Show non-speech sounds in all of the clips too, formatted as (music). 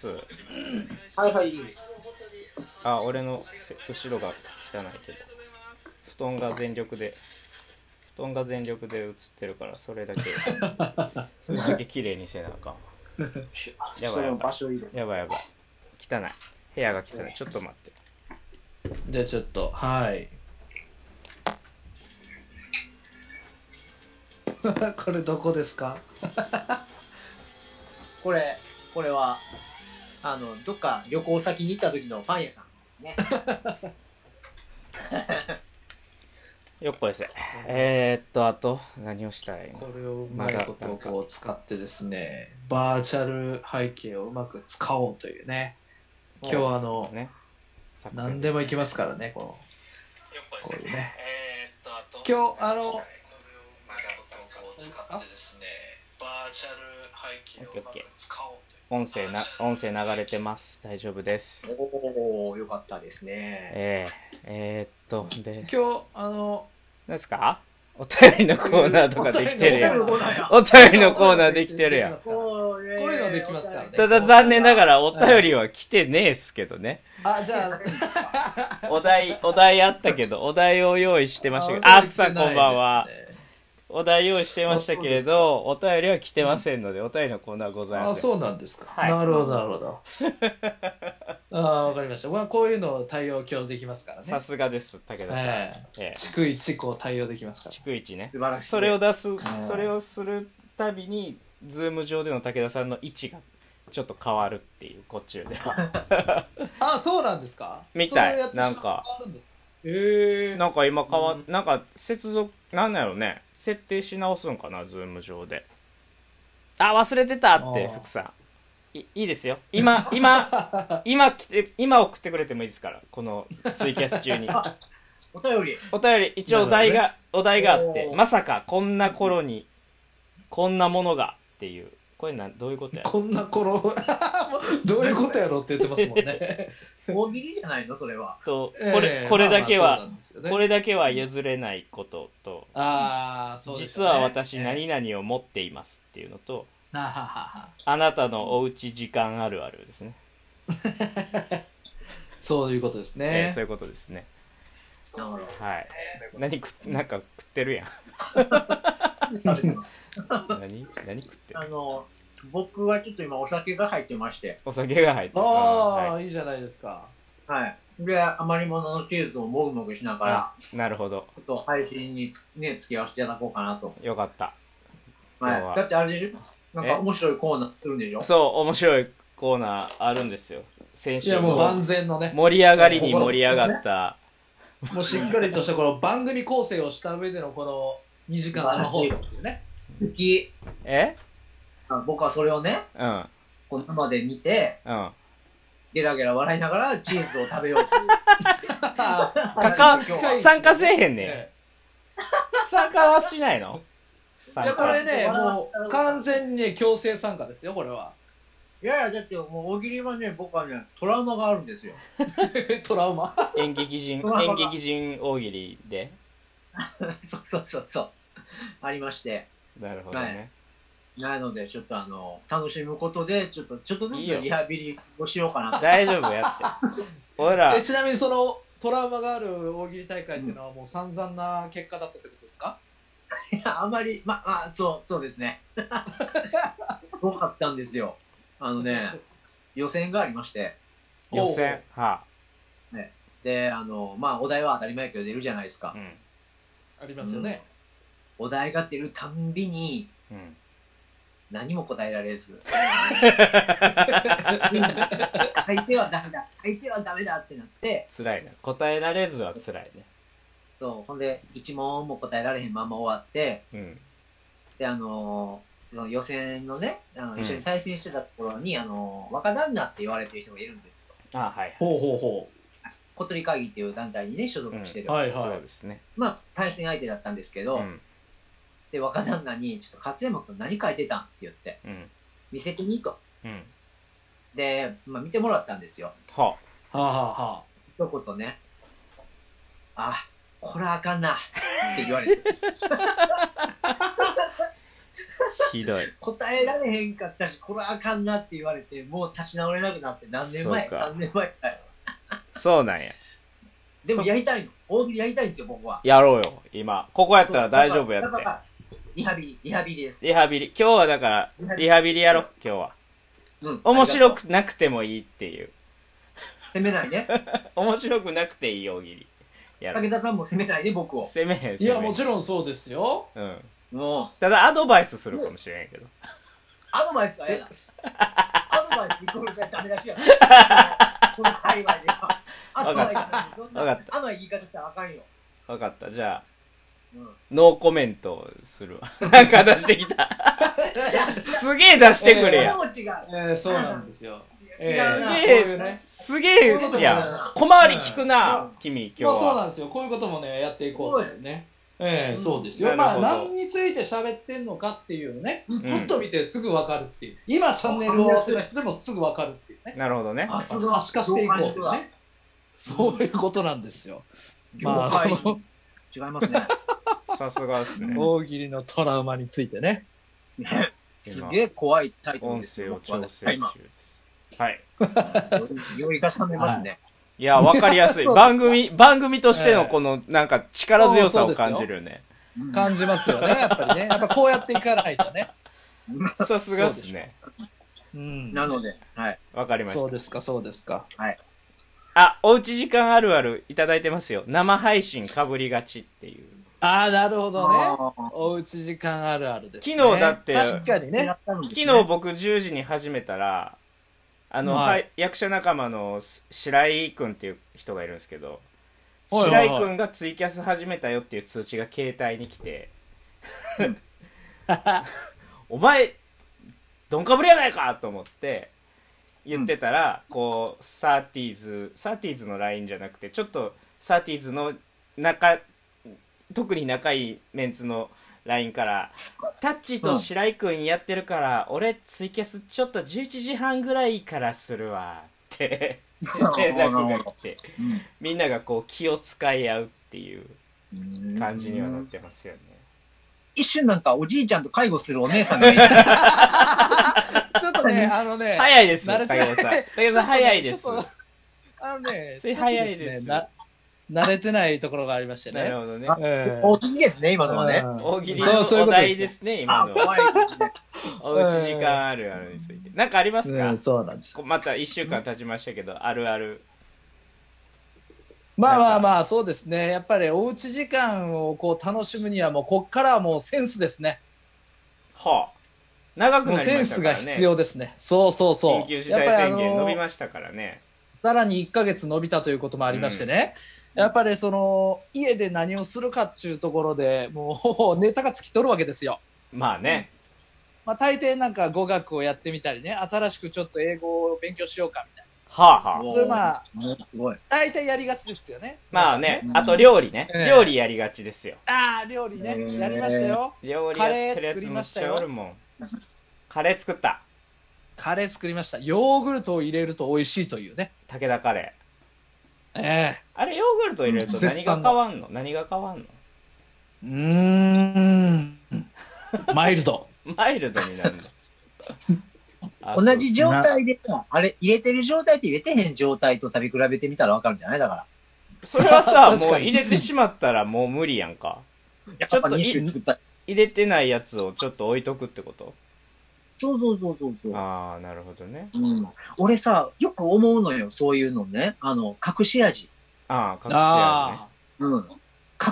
そうはいはい。あ俺のせ後ろが汚いけど布団が全力で布団が全力で映ってるからそれ (laughs) だけそれだけ綺麗にせなあかんわやばいやばいその場所入れ。やばいやばい汚い部屋が汚いちょっと待ってじゃあちょっと、はい。 (laughs) これどこですかこれ、これは、あの、どっか旅行先に行った時のパン屋さんですね。よっこいせえー、っとあと何をしたらいいのこれをうまいことをこう使ってですね、バーチャル背景をうまく使おうというね。今日はあの、ね作戦何でもいきますからね、この、こういうね。今日、あの、使ってですね、バーチャル背景をうまく使おうという。音声な音声流れてます大丈夫ですおお、よかったですね。えー、えー、っとで今日、あの、何ですかお便りのコーナーとかできてるやんお便りのコーナーやお便 (laughs) りのコーナーできてる (laughs) やんここうういいうのできますからねただ残念ながらお便りは来てねえっすけどね。あ、じゃあ、お題、お題あったけど、お題を用意してましたけど、ああくさんこんばん (laughs) は。お題用意してましたけれど、お便りは来てませんので、お便りのコーナーございあ、ません。そうなんですか。はいなるほど、なるほ (laughs) ど。あーわかりました。まあ、こういうの対応今日できますからね。さすがです、武田さん。ええええ、逐一こう対応できますから。逐一ね素。晴らしい。それを出す、んそれをするたびに、ズーム上での武田さんの位置がちょっと変わるっていう、こっちゅうで。あ、そうなんですかみたいそれをやってしまうとなんか変わるんです。ええなんか今変わ、うんなんか接続、なんだろうね。設定し直すんかな、ズーム上で。あ、忘れてたってあ、ー福さん。いいいですよ。今、今、今来て、今送ってくれてもいいですから、このツイキャス中に。お便り。お便り、一応お題が、お題があってお、ーまさかこんな頃に、こんなものがっていう。これなん、どういうことやこんな頃、もう (laughs) どういうことやろって言ってますもんね。大喜利じゃないのそれは。と、え (laughs) えこれ、これだけは、、ここれ、れだけは譲れないことと、あーそうでし実ょうねは私ええ何々を持っていますっていうのと、あはははあなたのおうち時間あるあるですね。そういうことですえーねそう。いうことですね。なるほど。はい。何食っ、なんか食ってるやん。 (laughs) 何何食ってるあの、僕はちょっと今お酒が入ってまして、お酒が入ってる。あはあ、いいじゃないですか。はい。で、余り物のチーズをもぐもぐしながら、い。なるほど。ちょっと配信につね、付き合わせていただこうかなと。よかった。今日ははい。だってあれでしょなんえか面白いコーナーするんでしょそう、面白いコーナーあるんですよ。先い週や、もうも万全のね。盛り上がりに盛り上がった。もうしっかりとしたこの番組構成をした上でのこの2時間生放送 (laughs) っていうね。好きえあ僕はそれをね、うん。この生で見て、うん。ゲラゲラ笑いながらチーズを食べよう (laughs) という。か関わ参加せえへんねん。参加はしないの参いや、加これね、もう完全に強制参加ですよ、これは。 (laughs) いやいや、だってもう大喜利はね、僕はね、トラウマがあるんですよ。トラウマ。演劇人、演劇人大喜利で。 (laughs) そうそうそうそう。ありまして。なるほどね。なので、ちょっとあの、楽しむことで、ちょっと、ちょっとずいいつよリハビリをしようか (laughs) なと。大丈夫やって。 (laughs) 俺らえ、ちなみにそのトラウマがある大喜利大会っていうのはもう散々な結果だったってことですかいやあまり、ま、あ、そう、そうです (laughs) ね。すごかったんですよ。あのね、予選がありまして、予選。はで、あの、まあ、お題は当たり前やけど出るじゃないですあ。かう。ん。ありますよね。お題が出るたんびに、うん。何も答えられ (laughs) ず。書いてはダメだ、書いてはダメだってなって、辛いな。答えられずは辛いね。そう、ほんで、一問も答えられへんまま終わって、うん。で、あのーその予選のね、あうのん一緒に対戦してたところに、あのー若旦那って言われてる人がいるんですよ。あ、はい。ほうほうほ小鳥会議っていう団体にね、所属してる。うんはいそうですね。まあ、対戦相手だったんですけど、うん。で、若旦那に、ちょっと勝山君何書いてたんって言って、うん。見せてみと。うん。で、まあ、見てもらったんですよ。はう。はあ、はあは一言ね、あ、 (laughs) これあかんな、って言われて。ひどい答えられへんかったし、これあかんなって言われて、もう立ち直れなくなって何年前そうか ?3 年前だよ。そうなんやでもそやりたいの。大喜利やりたいんですよ、僕は。やろうよ今ここやったら大丈夫やっだかてら、リハビリ、リハビリです。リハビリ今日はだからリハビリやろう今日はうん面白。ありがとくなくてもいいっていうう攻めないね。 (laughs) 面白くなくていい大喜利やろう武田さんも攻めないね、僕を。攻めへん攻めへんいや、もちろんそうですよ。うんもう、ただアドバイスするかもしれんけどアドバイスは嫌だ。えアドバイスイコールじゃダメ出し (laughs) や。この界隈では。アドバイスなんてそんわなかっ甘い言い方したらあかんよ。分かったじゃあうんノーコメントする (laughs) わなんか出してきたすげえ出してくれやもう違う。えーそうなんですよ。違えうな (laughs) すー、げえこうすげいうね。えそういうことだやんよ小回り聞くうなん君ま今あ日そうはなんですよ。こういうこともね、やっていこうっていうね。ええうんそうですなよ。るまほあ、ど何について喋ってんのかっていうね、うんパッと見てすぐわかるっていう。今、チャンネルを合わせた人でもすぐわかるっていうね。なるほどねあ、すごい。可視化していこうって業界ね。 (laughs) そういうことなんですよ。人まはあ、そ業界の人違いますね。さすが (laughs) ですね大喜利のトラウマについてね。ねすげえ怖いタイトル音です声よを。調整中はいで今、すはいより重ねますね。いやわかりやすい (laughs) そう番組番組としてのこのなんか力強さを感じるよねうん感じます (laughs) よね、やっぱりね。やっぱこうやっていかないとね。さすがっすねうん。なので、はい。わかりましそうたですか、そうですか。あおうち時間あるあるいただいてますよ生配信かぶりがちっていうああ、なるほどね。あーおうち時間あるあるです、ね。昨日だって確かにやね。ったんです昨ね日僕10時に始めたらあの、はいはい役者仲間のし白井君っていう人がいるんですけど、はいはいはい白井君がツイキャス始めたよっていう通知が携帯に来て「 (laughs) お前どんかぶりやないか!」と思って言ってたら、こうサーティーズサーティーズの LINE じゃなくてちょっとサーティーズの中特に仲いいメンツの LINE から「タッチと白井君やってるから、俺ツイキャスちょっと11時半ぐらいからするわ」って連絡が来てみんながこう気を使い合うっていううん感じにはなってますよね。一瞬なんかおじいちゃんと介護するお姉さんがいるちょっとね、あのね。早いです、慣武れ田てさん。武田さん、早いですち。ょっとねちょっとあのね、つい早いですちょっとねな慣れてないところがありましてなるね。ほどね。ええ大きいですね、今のはね。大喜利そうそうのいうおこと題ですですね。ね、今あの。怖いですね。おうち時間あるあるについて。なんかありますうかん、そうなんです。こまた1週間経ちましたけど、あるある。まあまあまあ、そうですね。やっぱりおうち時間をこう楽しむには、もうこっからはもうセンスですね。はあ。長くもうなりまセンしたスかがらね。必要ですね。そうそうそう。緊急事やっ態ぱり宣言あ伸のびましたからね。さらに1ヶ月伸びたということもありましてね、うんやっぱりその家で何をするかっていうところでもうネタが尽きとるわけですよ。まあね。まあ、大抵なんか語学をやってみたりね、新しくちょっと英語を勉強しようかみたいはあはあ。な。それまあ、もうすごい。大体やりがちですよね。まあねう。んあと料理ねえ。え料理やりがちですよ。皆さんね。ああ、料理へーね、やりましたよ。料理やってるやつめっちゃおるもん。カレー作った。カレー作りました。ヨーグルトを入れると美味しいというね。武田カレー。えあれヨーグルト入れると何が変わんの何が変わんのえうーん。マイ (laughs) ルド。マイルドになる (laughs) のあ同じ状態でさ、あれ、入れてる状態と入れてへん状態と食べ比べてみたらわかるんじゃないだか。そうそれはさ確もうかに入れてしまったらもう無理やんからやちょっっとぱ2種作った。入れてないやつをちょっと置いとくってことそうそうそうそうそう。ああなるほどねうん、俺さ、よく思うのよ、そういうのね。あの、隠し味。ああ隠し味ねあうん。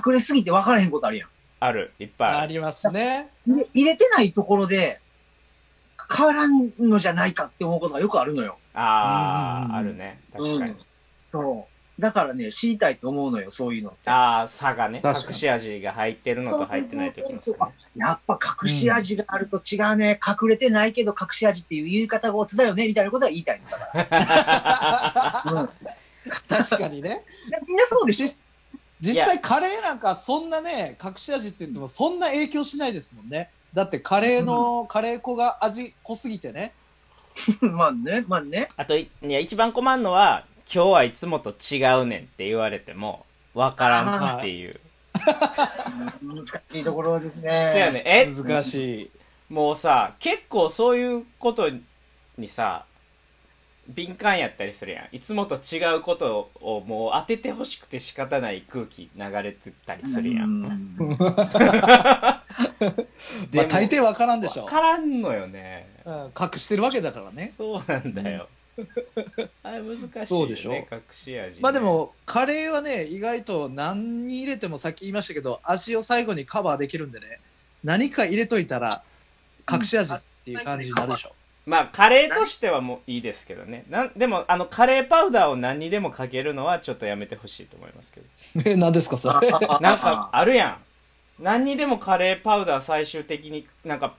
隠れすぎて分からへんことあるやん。あるいっぱいあ、ああるりますね。入れ入れてないところで、変わらんのじゃないかって思うことがよくあるのよ。あうんうんうんああるね確かに、うんそう。だからね、知りたいと思うのよ、そういうのって。ああ差がね確かに隠し味が入ってるのと入ってない時の差ねやっぱ隠し味があると違うね、隠れてないけど隠し味っていう言い方がオツだよね、みたいなことは言いたいのだ (laughs) から。うん、確かにね。みんなそうでしょ (laughs) 実際カレーなんかそんなね隠し味って言ってもそんな影響しないですもんねだってカレーの、カレー粉が味濃すぎてねまあね、まあね。あといいや一番困るのは今日はいつもと違うねんって言われてもわからんっていう難しいところですね。そうやねえしいもうさ結構そういうことにさ敏感やったりするやんいつもと違うことをもう当ててほしくて仕方ない空気流れてたりするやん、うんでまあも大抵わからんでしょわからんのよねうん隠してるわけだからねそうなんだよ、あれ難しいよねそうでしょ隠し味ねまあでもカレーはね意外と何に入れてもさっき言いましたけど味を最後にカバーできるんでね何か入れといたら隠し味っていう感じになるでしょまあカレーとしてはもういいですけどねなんでもあのカレーパウダーを何にでもかけるのはちょっとやめてほしいと思いますけどえ何ですかそ (laughs) れなんかあるやん何にでもカレーパウダー最終的になんか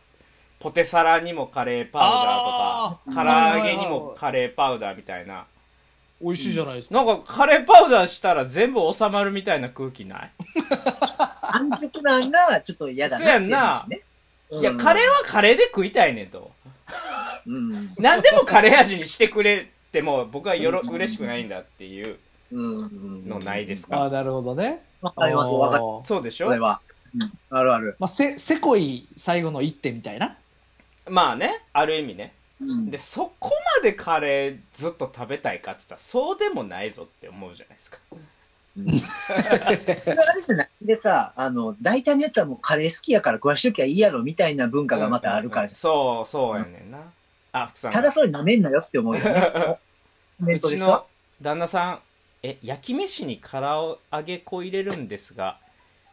ポテサラにもカレーパウあダーとか唐揚げにもカレーパウダーみたいな美味しいじゃないですか、なんかカレーパウダーしたら全部収まるみたいな空気ない安直なんがちょっと嫌だなっていう話ね。いやカレーはカレーで食いたいねんとー、うん何でもカレー味にしてくれても僕はよろうん嬉しくないんだっていううん、のないですあかあなるほどねわかります、わかる。あーそうでしこれょは。うんあるある。まあせせこい最後の一手みたいなまあねある意味ねうんでそこまでカレーずっと食べたいかっつったらそうでもないぞって思うじゃないですかそれはあれじゃないでさ、あの、大体のやつはもうカレー好きやから食わしときゃいいやろみたいな文化がまたあるからじゃんそうそうやねんなあ福さんただそれ舐めんなよって思うよね。 (laughs) コメうントちでさの。旦那さんえ焼き飯に唐揚げ粉入れるんですが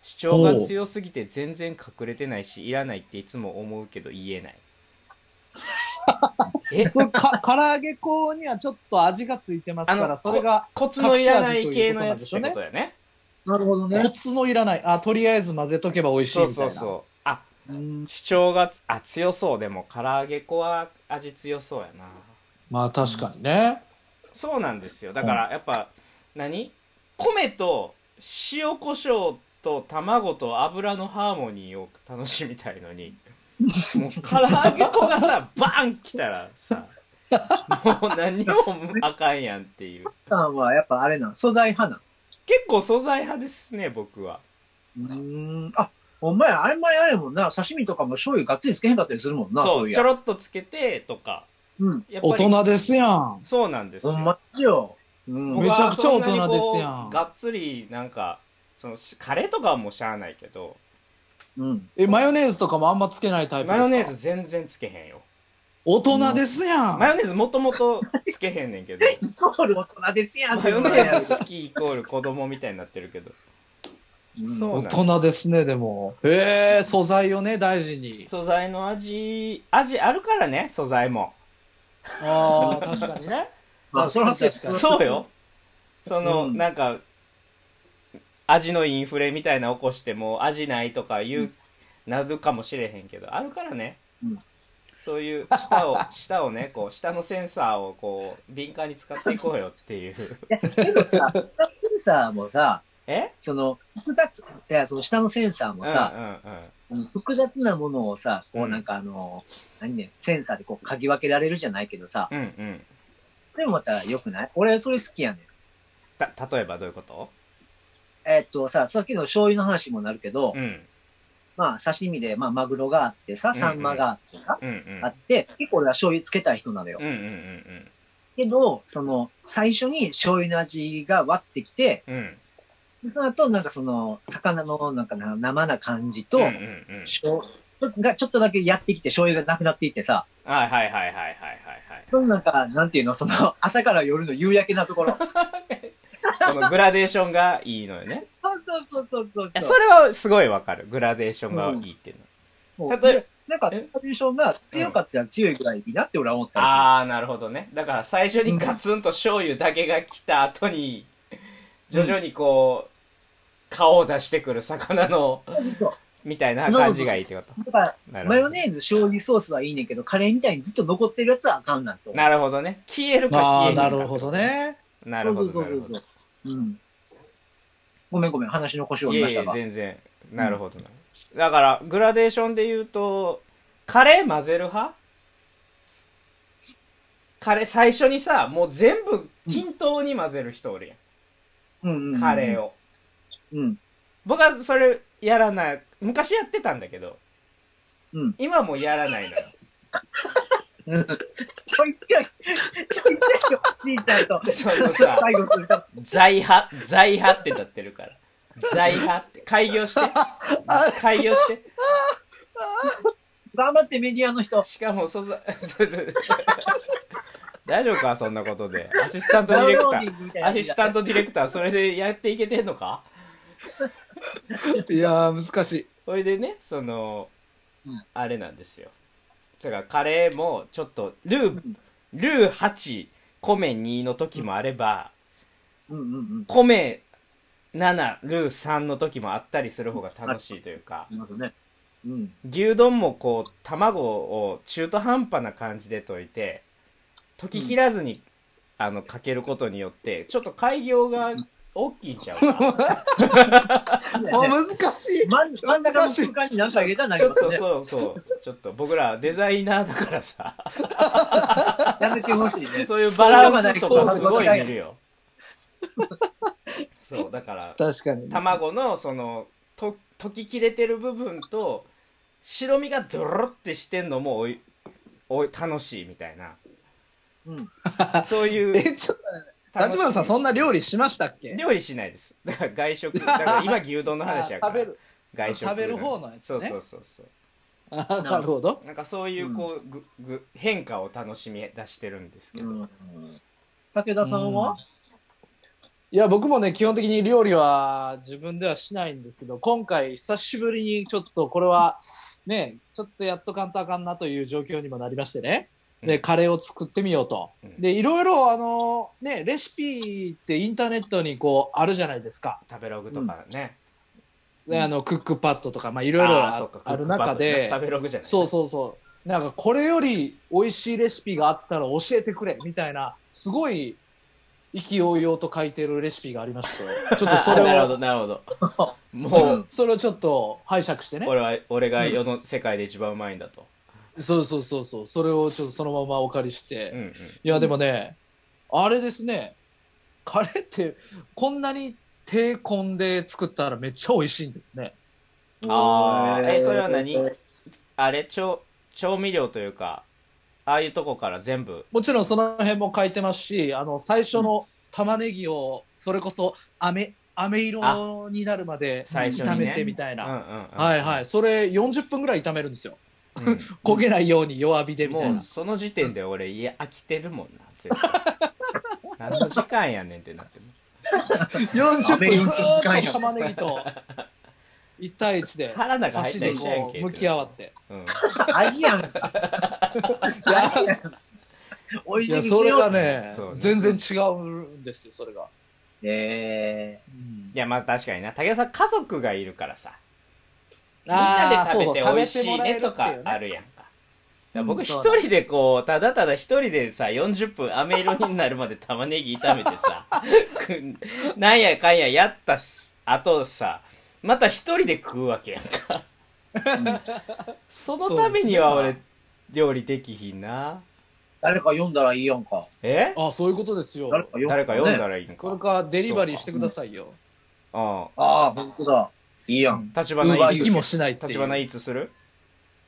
主張が強すぎて全然隠れてないしいらないっていつも思うけど言え (laughs) ないえそうか (laughs) 唐揚げ粉にはちょっと味がついてますかあらのそれがコツのいらない系のやつってことだよねなるほどコ。ツのいらないあとりあえず混ぜとけば美味しいそうみたいそうなそうあうん主張がつあ強そうでも唐揚げ粉は味強そうやなまあ確かにねそうなんですよだからやっぱ、何米と塩コショウと卵と油のハーモニーを楽しみたいのにもう唐揚げ粉がさバーン来たらさもう何にもあかんやんっていうさんはやっぱあれなの、素材派な結構素材派ですね僕はの。うん。あ、お前、あんまりあれやもんな、刺身とかも醤油がっつりつけへんかったりするもんな、そそうういちょや。ろっとつけてとかうん。やっ大ぱり人ですやんそうなんですほよんまっちよ。うん。僕めはちゃくちゃ大人ですそやんなにこうがっつりなんかそのしカレーとかはもうしゃあないけどうん。えマヨネーズとかもあんまつけないタイプでマすかヨネーズ全然つけへんよ大人ですやん、マヨネーズもともとつけへんねんけ (laughs) どイコール大人ですやん。マヨネーズ好きイコール子供みたいになってるけどうんそう大なん人ですねでもへえ素材をね大事に素材の味味あるからね素材もああ確か (laughs) にねまあ、それはそう確かにそうよその、うんなんか味のインフレみたいな起こしてもう味ないとか言う、うんなるかもしれへんけどあるからね、うんそういう舌を (laughs) 舌をねこう舌のセンサーをこう敏感に使っていこうよって (laughs) いうでも (laughs) さ、下のセンサーもさ、えその、複雑、いや、その下のセンサーもさ、うんうんうん複雑なものをさ、こううんなんかあの、何ね、センサーでこう、嗅ぎ分けられるじゃないけどさ、うんうんでもまた良くない俺、それ好きやねん。た例えばどういうことえっとさ、さっきの醤油の話もなるけど、うんまあ、刺身で、まあ、マグロがあってんさ、うんサンマがあってさ、うんうんあって、結構俺は醤油つけたい人なのよ。うんうんうんけど、その、最初に醤油の味が割ってきて、うんうんその後、なんかその、魚のなんかな生な感じと、うんうんうん醤がちょっとだけやってきて、醤油がなくなっていってさ、はいはいはいはいはいはいはいそのなんか、なんていうの、(laughs) その、朝から夜の夕焼けなところ。このグラデーションがいいのよねそうそうそうそう (laughs) そういやそれはすごいわかるグラデーションがいいっていうの、例もえうばでなんか、えコンディションが強かったら強いぐらいいいなって俺は思ったりしああなるほどねだから最初にガツンと醤油だけが来た後にう徐ん々にこう顔を出してくる魚のそうみたいな感じがいいってことだから、なるマほヨどネーズ、醤油ソースはいいねんけど、カレーみたいにずっと残ってるやつはあかんなと思う。なるほどね消えるか消えああへんかなるほどねなるほどそうなそうるそほうどそう。うん。ごめんごめん、話の腰を折いりやまいしたや全が。然なるほどな、だからグラデーションで言うとカレー混ぜる派カレー最初にさもう全部均等に混ぜる人おるやん、うんうんうんカレー。をうん。僕はそれやらない昔やってたんだけどうん。今もやら (laughs) ないのよ。ちょいちょい、ちょいちょいおじいちゃんと、 (laughs) そのさ、最後すると、在派、在派ってなってるから。在派って、開業して、開業して。頑張ってメディアの人、しかも素材、そうそう (laughs) 大丈夫かそんなことで。アシスタントディ (laughs) レクタダウンローディングみたいー。アなやつだシスタントディレクター、それでやっていけてんのかいやー、難しい。それでね、そのうん、あれなんですよ。だからカレーも、ちょっと、ルー、ルー8、米2の時もあれば、うんうんうん。米7、ルー3の時もあったりする方が楽しいというか、なるほどね。 (laughs) うん。牛丼もこう、卵を中途半端な感じで溶いて、溶き切らずに、あの、かけることによって、ちょっと開業が大きいんち (laughs) ゃうか。もう難しい。真ん真ん中の空間に何か入れたらなりちょっますとよね。そうそう、ちょっと僕らデザイナーだからさ、やめてほしい (laughs) ね。そういうバランスとかすごい見るよ。 (laughs) そう、だから、確かに。卵のそのと溶き切れてる部分と白身がドロってしてんのもおいおい楽しいみたいなうん。そういう (laughs) え、ちょっと、立花さん、そんな料理しましたっけ料理しないです (laughs) だから外 (laughs) 食だから今牛丼の話やかあら食べる。外食食べる方のやつねそうそうそうそうあーなるほど。なんかそういうこう、ぐぐ変化を楽しみ出してるんですけど、うん武田さんは、いや、僕もね、基本的に料理は自分ではしないんですけど、今回、久しぶりにちょっとこれは、ね、ちょっとやっとかんとあかんなという状況にもなりましてね。うで、んカレーを作ってみようと。うんで、いろいろ、あの、ね、レシピってインターネットにこう、あるじゃないですか。食べログとかね、でうんあの、クックパッドとか、まあ、いいろいろある中で、食べログじゃないそうそうそう。なんか、これより美味しいレシピがあったら教えてくれ、みたいな、すごい、意気揚々と書いてるレシピがありまして、ちょっとそれ (laughs) あなるほを、どなるほどもうそれをちょっと拝借してね。俺は俺が世の世界で一番うまいんだと、そうそうそうそう。それをちょっとそのままお借りして。うんうん、いや、でもね、あれですね、カレーって、こんなに低温で作ったらめっちゃ美味しいんですね。あーえそれは何あれ調調味料というかああいうとこから全部もちろんその辺も書いてますし、あの、最初の玉ねぎを、それこそ、飴、飴色になるまで最初炒にねめてみたいうんうんな。うんはいはい。それ40分ぐらい炒めるんですよ。うん焦げないように弱火で (laughs) みたいもうな。その時点で俺家飽きてるもんな絶 (laughs) 対何の時間やねんってなってる40飴色分のず時間ーっやと玉ねぎと、1対1で、サラダが差入っしたでりしたやんこけう、向き合わっ。っててなる、アジアンか。いやおいいしいや、ですそれがよ。ねそう、ね全然違うんですよ、それが。えうん、いやまあ確かにな武田さん家族がいるからさみんあなあでそ食うそうべて食美べ味てしもいらねえるっていとうかあねるやんか。だから僕うん一そうなんです人でこう、ただただ一人でさ、40分飴色になるまで玉ねぎ炒めて (laughs) さ、くんなんやかんややったす、あとさ、また一人で食うわけやんか。そのためにはそう俺です、料理できひんな。誰か読んだらいいやんか。えあそういうことですよ。誰か読んだら、誰か読んだらいいんそれか。か、デリバリーしてくださいよ。あああ、本当だ。いいやん。あ。立ウーバ花ーイ行きーもツ。しないっていう。立花イーツする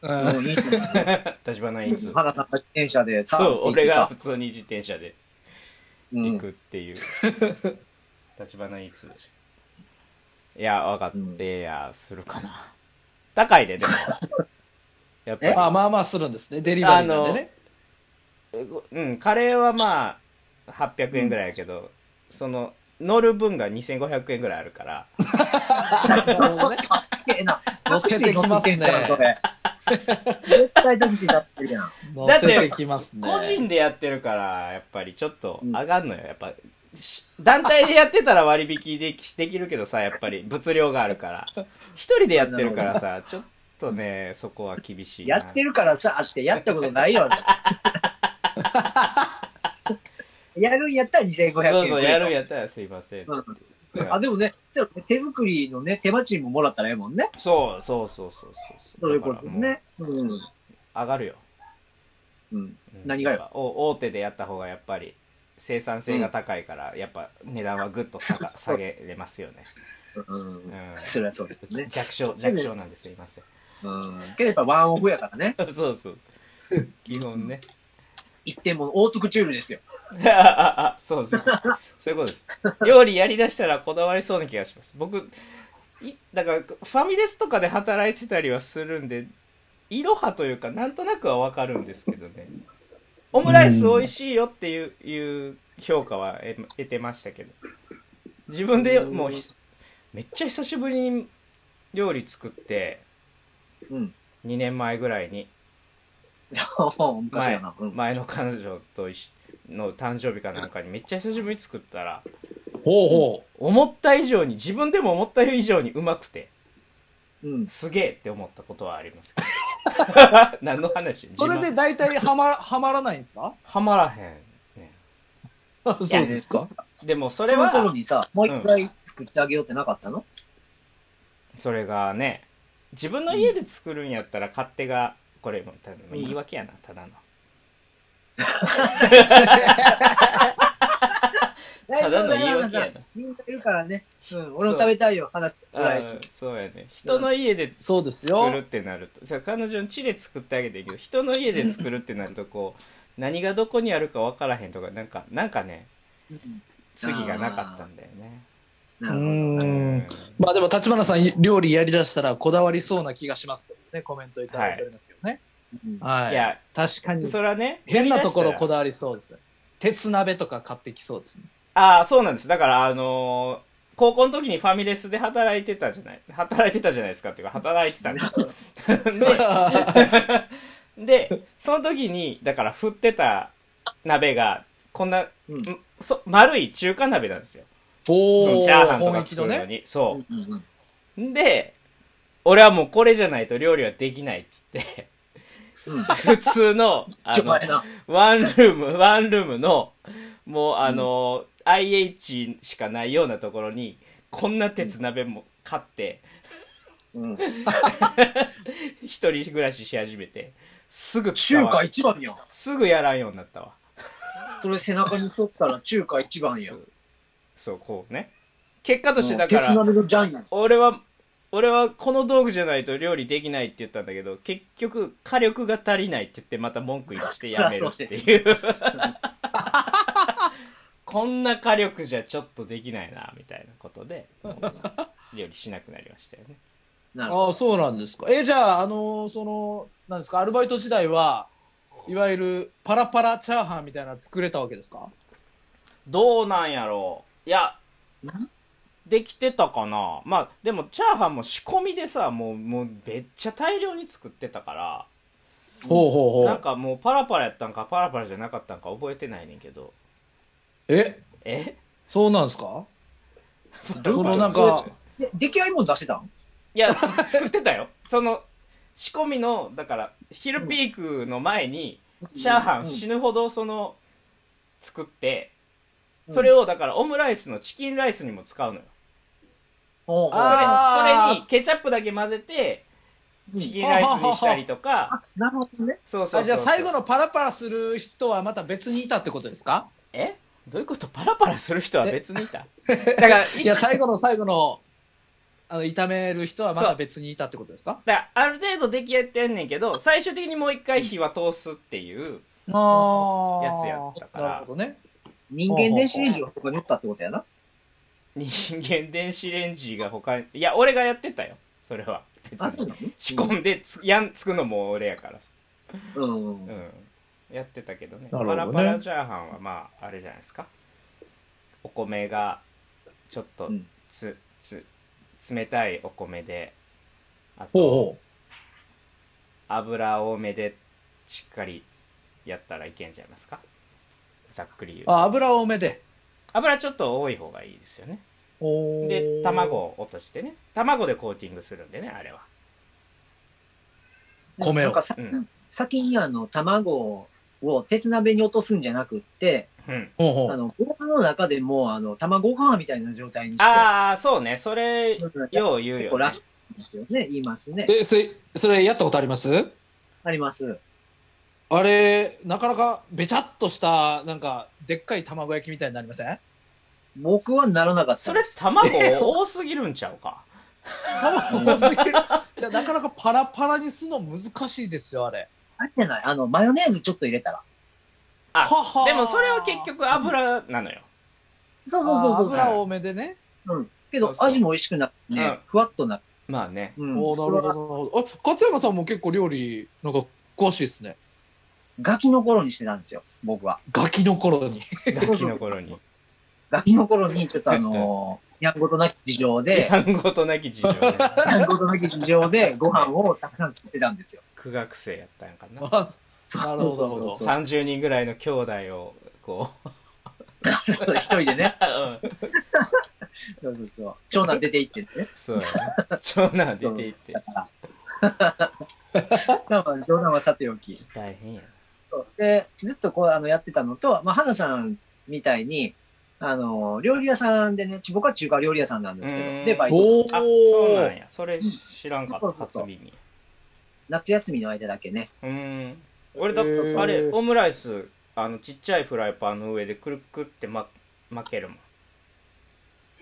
うんうん、いいと思 (laughs) う。立花イーツ。原さんが自転車でさ、そう、俺行がって普通に自転車で行さくっていう。立花いつ。いや、わかっうんて、いや、するかな。高いで、でも。やっぱり。まあまあまあするんですね、デリバリーなんでね。うん、カレーはまあ、800円ぐらいやけど、その、乗る分が2500円ぐらいあるから、なるほどね。うん。ええな。乗せてきますねそれ (laughs) 絶対ドキドキなってるやん。乗せてきますね。個人でやってるから、やっぱりちょっとうん上がんのよ。やっぱ、し団体でやってたら割引できできるけどさ、やっぱり物量があるから。一人でやってるからさ、ちょっとね、そこは厳しいな。やってるからさってやったことな (laughs) いよね。やるんやったら2500円くれと。そうそう、やるんやったらすいませんって。うんあ、でもね、そうね手作りのね、手間賃ももらったらええもんね。そうそうそうそうそうそう。それこそだかね。うん。らもう。上がるよ。うん。うん何がよやっぱお大手でやった方がやっぱり生産性が高いから、やっぱ値段はぐっと下 (laughs) が下げれますよね。うんうんそりゃそうですね。弱小、弱小なんですいません。 (laughs) うん。けどやっぱワンオフやからね。そう (laughs) そう。基本ね。一点ものオートクチュールですよ。 (laughs) あああそうそう。そういうことです。料理やりだしたらこだわりそうな気がします。僕、いだから、ファミレスとかで働いてたりはするんで、いろはというか、なんとなくはわかるんですけどね。オムライス美味しいよっていう,、いう評価は得得てましたけど。自分でもうひ、めっちゃ久しぶりに料理作って、うん。 2年前ぐらいに。昔前やな。うん。前の彼女と一緒の誕生日かなんかにめっちゃ久しぶりに作ったらほうほ思った以上に自分でも思った以上にうまくてうん。すげえって思ったことはありますけど何の話う。それ自で慢大体はま、はまらないんですかはまらへん、ね、そうですかでもそそれの頃はにさ、もう一回作ってあげようってなかったのそれがね自分の家で作るんやったら勝手がこれも多分言い訳やなただのただの言い訳やなみんないるからね。うん。俺も食べたいよ、話。オムライスうん。そうやね人の家でそうですよ作るってなるとさ彼女の地で作ってあげていいけど人の家で作るってなるとこう (laughs) 何がどこにあるか分からへんとかなんかなんかねうん次がなかったんだよねうなるほどー。うんまあでも、立花さん、料理やりだしたらこだわりそうな気がしますというね、コメントいただいておりますけどね。うんはい。いや確かに。それはね変なところこだだわりそうです。鉄鍋とか買ってきそうですね。ああそうなんですだからあのー高校の時にファミレスで働いてたじゃない働いてたじゃないですかっていうか働いてたんですよででその時にだから振ってた鍋がこんなうんんそ丸い中華鍋なんですよそ (laughs) おのー、チャーハンと本か一作のるのね。に。そうんうんうんう。で、俺はもうこれじゃないと料理はできないっつって、 (laughs) うん普通の、あちょの、前な。ワンルーム、 (laughs) ワンルームの、もうあの、IH しかないようなところに、こんな鉄鍋も買って、うん一人暮らしし始めて、すぐ使中わ華ん一番やん。すぐやらんようになったわ。それ背中に沿ったら中華一番やそん。うそう、こうね。結果としてだか鉄ら、鍋のジャイアン。俺は俺はこの道具じゃないと料理できないって言ったんだけど結局火力が足りないって言ってまた文句言ってやめるっていう (laughs) こんな火力じゃちょっとできないなみたいなことで料理しなくなりましたよねなるほああ、そうなんですか。え、じゃあ、あのーその、なんですか、アルバイト時代は、いわゆるパラパラチャーハンみたいなの作れたわけですかどうなんやろういやんできてたかなまあでもチャーハンも仕込みでさもうもうめっちゃ大量に作ってたからほうほうなん。かもうパラパラやったんかパラパラじゃなかったんか覚えてないねんけどえ、えそうなんですか (laughs) ど。そのなんか、で出来合いもん出してたんいや、作ってたよ。その、仕込みの、だから、昼ピークの前に、チャーハン死ぬほど、その、作って、それを。を、だから、オムライスのチキンライスにも使うのよ。ほうほうそれあーそれに、ケチャップだけ混ぜて、うんチキンライスにしたりとか、なるほどね。そうそうそう。あじゃあ最後。のパラパラする人はまた別にいたってことですかえどういうことパラパラする人は別にいた。だから、いや、最後の最後の、あの、炒める人はまた別にいたってことですかだからある程度出来合ってんねんけど、最終的にもう一回火は通すっていう、あやつやったからなるほどね。人間電子レンジが他におったってことやな。人間電子レンジが他にいや俺がやってたよそれは別あ、そうにな仕込んでつ,、やんつくのも俺やからさのう。うんんやってたけどねなるほパどラねパラチャーハンはまああれじゃないですかお米がちょっとうんつ、つ冷たいお米であとほうほ油多めでしっかりやったらいけんじゃいますかざっくり言うう。あ、油多めで。油ちょっと多い方がいいですよねおーで卵。を落としてね卵でコーティングするんでねあれは米をなんかさうん先にあの、卵を鉄鍋に落とすんじゃなくって、うんほうほあう。の、ご飯の中でもう、あの、卵ご飯みたいな状態にして。ああ、そうね。それ、うんよう言う結よ、構ラッねキ。ーですよね。言いますね。え、それ、それやったことありますあります。あれ、なかなかべちゃっとした、なんか、でっかい卵焼きみたいになりません僕はならなかったそでれす。、卵多すぎるんちゃうか。多分多すぎ (laughs) る。いや、なかなかパラパラにするの難しいですよ、あれ。あれじゃないあの、マヨネーズちょっと入れたら。あははでもそれは結局油なのよ、そうそうそうあーそう。油多めでね。うん。けそうど、そう味も美味しくなってうんね、ふわっとなる。まあねうんおおなるほど、なるほど。あ、勝山さんも結構料理、なんか詳しいですね。ガキの頃にしてたんですよ、僕は。ガキの頃 (laughs) に。ガキの頃にガキの頃に、ちょっとあのー、やんごとなき事情で、やんごとなき事情ねやんごとなき事情でご飯をたくさん作ってたんですよ。苦学生やったんかなあなるほどなるほどそうそうそう30人ぐらいの兄弟をこう一人でね。うんそうそうそう。長男出て行ってね。そうやね長男出ていってまあまあ冗談はさておき。大変やなそうで、ずっとこう、あの、やってたのと、まあ、花さんみたいに、あの、料理屋さんでね、ち僕は中華料理屋さんなんですけうんど、で、バイト、おおあそうなんやそれ知らんかそっうたそう初そう耳夏休みの間だけね。うーん俺だっへてーあれオムライスあのちっちゃいフライパンの上でくるくるってま負けるもん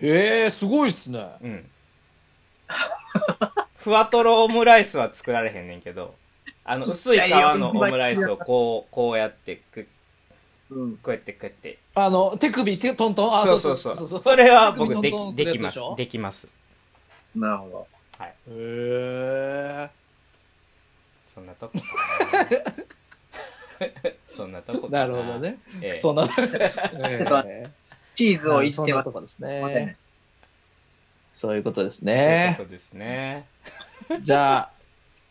へえ、すごいっすね。うん (laughs) ふわとろオムライスは作られへんねんけどあのちっ薄いちゃ皮いよのオムライスをこうこうやってくうん。こうやってこうやってあの、手首、手、トントン。あ、そうそうそうそれは僕できできますできますなるほど。へえ。そんな (laughs) とこそんなとこなるほど、ね。ええそんな。チーズをいじってそんなますと。こですまたねね。そういうことですそういうねこ。とですねじゃ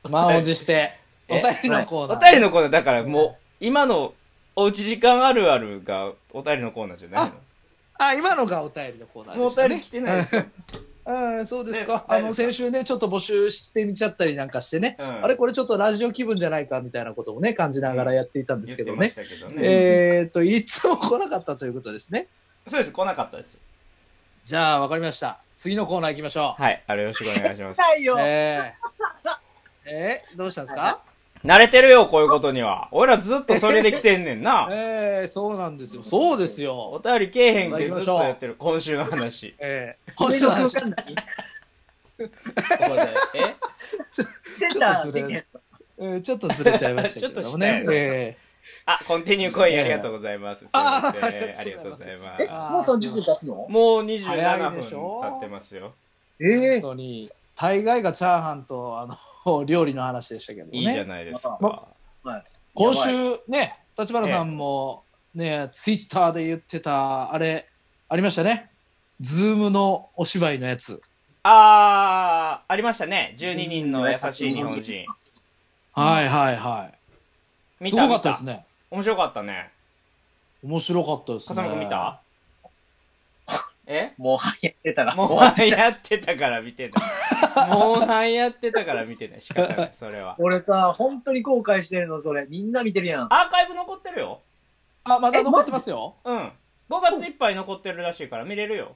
あ、満を持して、おえ便りのコーナおー。便りのコーナーだからもう今のおうち時間あるあるがお便りのコーナーじゃないあ、今のがお便りのコーナのーもうでおした便りね来。てないですようん、そうですねか。大あ丈夫での、すか先週ね、ちょっと募集してみちゃったりなんかしてね、うんあれ、これちょっとラジオ気分じゃないかみたいなことをね、感じながらやっていたんですけど言っね。てましたけどねえっと、いつも来なかったということですね。そうです来なかったですじゃあ、わかりました。次のコーナー行きましょはいあれよろしくお願いします (laughs) ないよう。えー、えーどうしたんですか慣れてるよこういうことには俺らずっとそれで来てんねん (laughs) なええー、そうなんですよ。そうですおよ。便りけえへんけどずっとやってる今週の (laughs) 話ええー、これ星野のさん空間内にえセンターできへん (laughs) えーちょっとずれちゃいましたけれどもねちょっとしたよ。ねえ (laughs) あコンティニューコインありがとうございますすいませんあありりがとうごがとうござざいいまますすもう30分経つのもう早27い分でしょ経ってますよーええ本当に、大概がチャーハンとあの (laughs) 料理の話でしたけどいいじゃね。ないですか、ま今週ね、立花さんもね、ツイッターで言ってた、あれ、ありましたね。ズームのお芝居のやつ。あーありましたね12人の優しい日本人はいはいは見い。たすごかったで見すね。面白かったね面白かったですね。笠間君見たえもう早やって (laughs) たら、モンハンやってたから見てないモンハンやってたから見てない仕方ないそれは俺さ、本当に後悔してるの、それ。みんな見てるやん。アーカイブ残ってるよあ、まだ残ってますよ。うん5月いっぱい残ってるらしいから見れるよ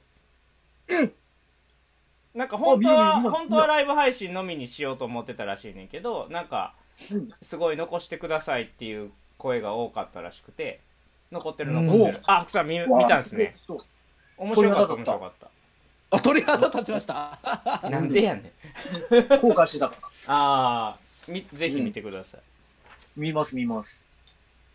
なんか本当あは見る見る本当はライブ配信のみにしようと思ってたらしいねんけどなんかうんすごい残してくださいっていう声が多かったらしくて残ってる残ってうるあ草見見たんですねうわ。面白かったこ面れなかっ白たかった (laughs) あ、鳥肌立ちました。なんでやねん。ごい後悔してたから。ああ、みぜひ見てください。見ます、見ます。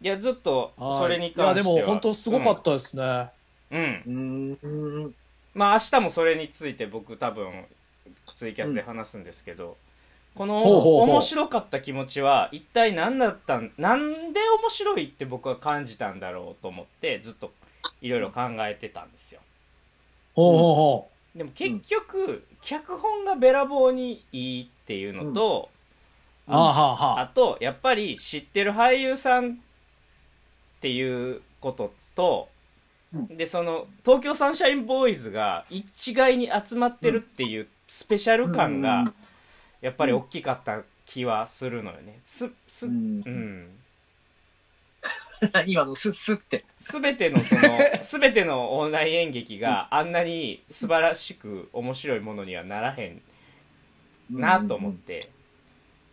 いや、ずっと、は (laughs) いそれに関しては。いや、でも本当すごかったですね。た。うん。うーん。まあ、明日もそれについて僕多分、ツイキャスで話すんですけど、このほうほうほう面白かった気持ちは一体何だったん、なんで面白いって僕は感じたんだろうと思って、ずっといろいろ考えてたんですよ。ほうほうほでも結局、脚本がべらぼうにいいっていうのと、う。あーはーはあとやっぱり知ってる俳優さんっていうことと、うでその東京サンシャインボーイズが一概に集まってるっていうスペシャル感がうんやっぱり大きかった気はするのよね。すすううんん。 (laughs) 今のスッスッって。すべてのその、すべてのオンライン演劇があんなに素晴らしく面白いものにはならへんなと思って、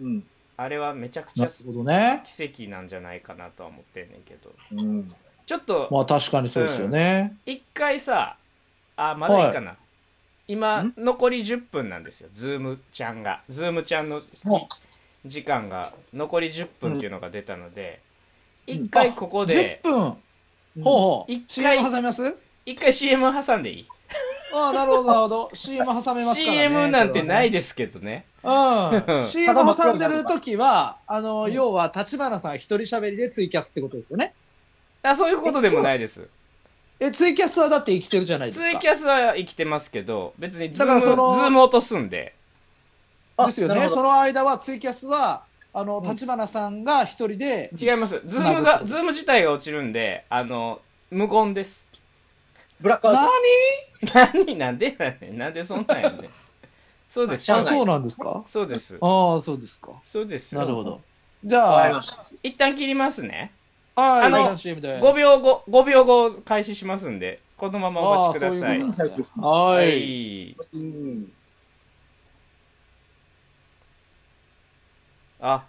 うん。あれはめちゃくい。ちなゃるほどね。奇跡なんじゃないかなとは思ってんねんけど、うん。ちょっとまあ確かにそうですよね。一回さあまだいいかな、今ん残り10分なんですよズームちゃんがズームちゃんのも時間が残り10分っていうのが出たのでうん一回ここで10分ほううんほう。一 CM 回挟みます一回 CM 挟んでいいああ、なるほど、なる (laughs) ほど。CM 挟めますからね。 CM なんてないで。ですけどねうん。CM ただ挟んでる時は、あの、うん要は、立花さん一人喋りでツイキャスってことですよね。あそういうことでもないですえ、ツイキャスはだって生きてるじゃないですか。ツイキャスは生きてますけど別にズーだからムズそのーム落とすんであですよなね。るほどその間は、ツイキャスは、あの、うん立花さんが一人で、違いますズームなるがほどズーム自体が落ちるんであの無言ですブラックアウト何。何なんでなんでなんでそんなんやねんそうです知らあ、なそうなんですかそうですああ、そうですか。そうですなるほど。じわかりゃまあ、した。一旦切りますねはあい、の一旦 CM です。 5秒後5秒後開始しますんでこのままお待ちくださあーそいういうことなんですねははい。いうんあ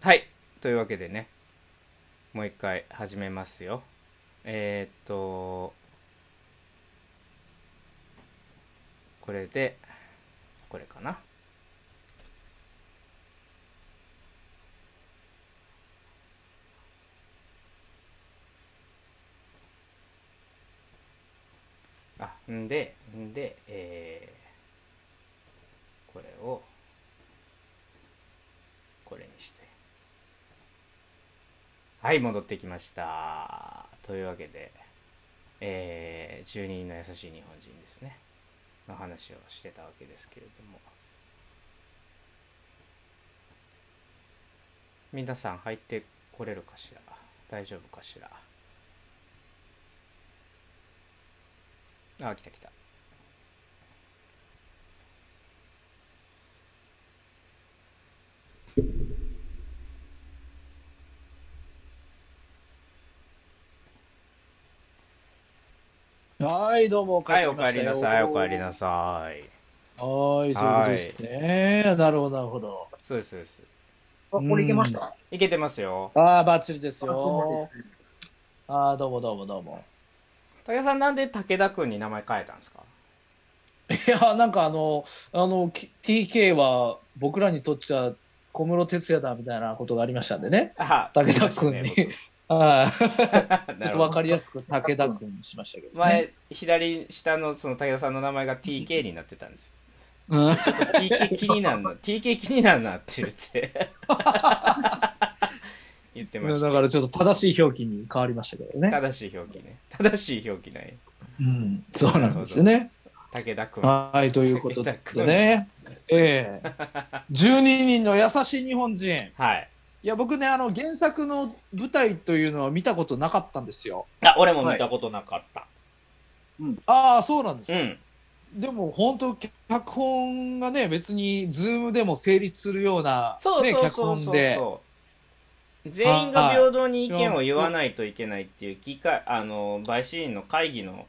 はいというわけでねもう一回始めますよえー、っとこれでこれかなあんでんでえー、これをこれにしてはい戻ってきましたというわけでえー、12人の優しい日本人ですねの話をしてたわけですけれども皆さん入ってこれるかしら大丈夫かしらあ来た来たはい、どうも、はいおかえりなさいおかえりさいなさいはい、そういうことですね。なるほど、なるほど。そうですそうですあこれいけました。いけてますよああ、バッチリですあそよ。うですああ、どうもどうもどうも。武田さんなんで武田君に名前変えたんですかいや、なんかあの、あの、き TK は僕らにとっちゃ小室哲也だみたいなことがありましたんでね。あ武田 (laughs) 君にはいちょっとわかりやすすく武田君にしましたけど、ね。前左下のその武田さんの名前が TK になってたんですようん TK 気になん (laughs) な TK 気になんなって言って言ってましだからちょっと正しい表記に変わりましたけどたね。正しい表記ね正しい表記ないうん、そうなんですよね。武田君はい、ということでね。ええ12人の優しい日本人。はいいや、僕ね、あの、原作の舞台というのは見たことなかったんですよ。あ俺も見たことなかった、ああ、そうなんですか。うんでも、本当脚本がね、別に、ズームでも成立するような、そうね、そうそう脚そう本そう、で。全員が平等に意見を言わないといけないっていう議会あの陪審員の会議の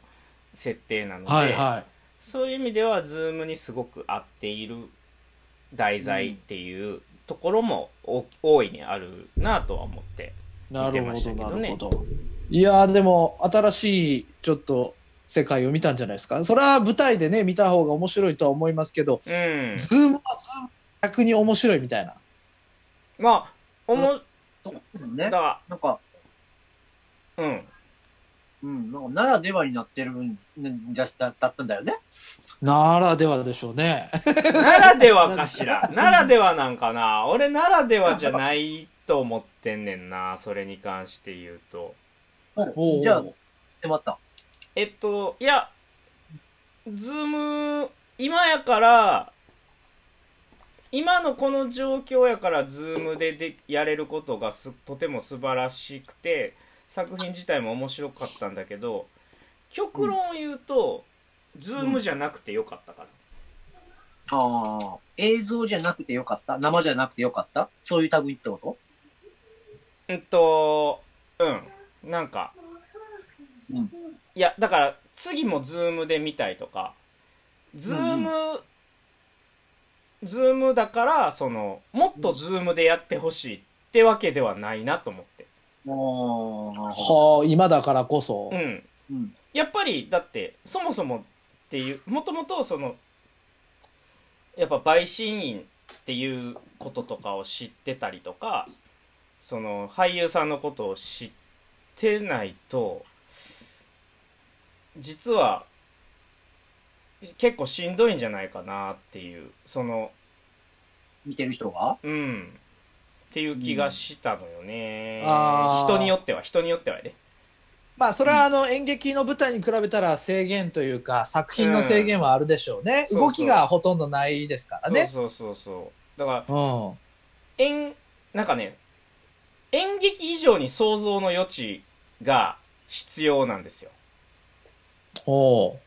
設定なので、はいはそういう意味では Zoom にすごく合っている題材っていうところも大き大いにあるなとは思ってい。な見るてまほしたど、けどなねるほど。いやー、でも、新しい、ちょっと、世界を見たんじゃないですか。それは舞台でね、見た方が面白いとは思いますけど、 (laughs) うんズームはズーム、逆に面白いみたいな。まあおもそうですよねだ。かなんか、らうんうん、なんか、ならではになってるんじゃだだったんだよね。ならではでしょうね。ならではかし (laughs) ら。ならではなんかな。俺ならではじゃないと思ってんねんな。それに関して言うと。おうおうじゃあ、でまた。えっと、いや、ズーム、今やから、今のこの状況やから、ズームででやれることがすとても素晴らしくて、作品自体も面白かったんだけど、極論を言うと、ズームじゃなくてよかったから。ああ、映像じゃなくてよかった生じゃなくてよかったそういう類ってことうんと、うん。なんか、うんいや、だから、次もズームで見たいとか、ズーム、ズームだからそのもっとズームでやってほしいってわけではないなと思ってもう、はあ、今だからこそ。うんうん。やっぱりだってそもそもっていうもともとそのやっぱ陪審員っていうこととかを知ってたりとかその俳優さんのことを知ってないと実は結構しんどいんじゃないかなっていうその見てる人がうんっていう気がしたのよね、うんあー人によっては人によってはやでまあ、それはあの演劇の舞台に比べたら制限というか、作品の制限はあるでしょうね。うん動きがほとんどないですからね。そうそうそうそうだからうん。演なんかね演劇以上に想像の余地が必要なんですよおう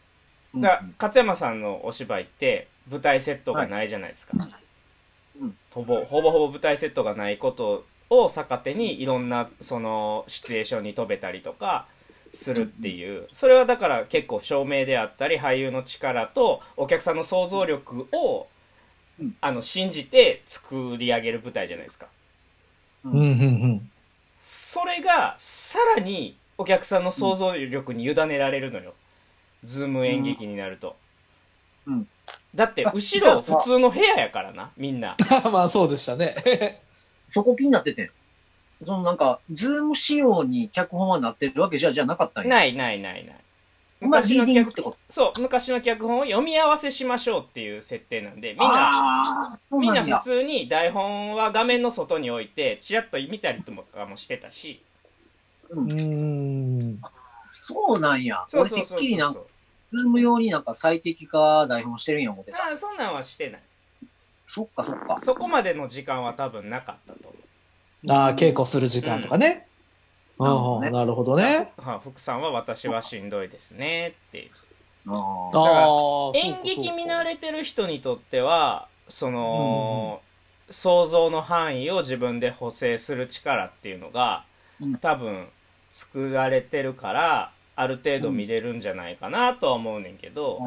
だから勝山さんのお芝居って舞台セットがないじゃないですか、うんほぼほぼほぼ舞台セットがないことを逆手にいろんなそのシチュエーションに飛べたりとかするっていうそれはだから結構照明であったり俳優の力とお客さんの想像力をうんあの信じて作り上げる舞台じゃないですかうんうん、うん、うん。 (laughs) それがさらにお客さんの想像力に委ねられるのよ、ズーム演劇になると、うんだって後ろ普通の部屋やからなみんなまあ、そうでし (laughs) たね。そこ気になってて。そのなんか、ズーム仕様に脚本はなってるわけじゃ、じゃなかったんや。ないないないないまあ、昔リーのディングっ脚てこと。そう昔の脚本を読み合わせしましょうっていう設定なんでみんなああ、そうみんななん普だ。通に台本は画面の外に置いてチラッと見たりとかもしてたしうーん。そうなんや。そう俺そてうっそうきりなんそか、うズーム用になんか最適化台本してるんや思ってた。ああそんなんはしてないそっかそっか。そこまでの時間は多分なかったと思うああ、稽古する時間とかね。ううんん、うんなるほどね。は福さんは私はしんどいですねってあああ。あー。演劇見慣れ。れてる人にとってはその、想像の範囲を自分で補正する力っていうのがうん多分作られてるからある程度見れるんじゃないかなとは思うねんけど、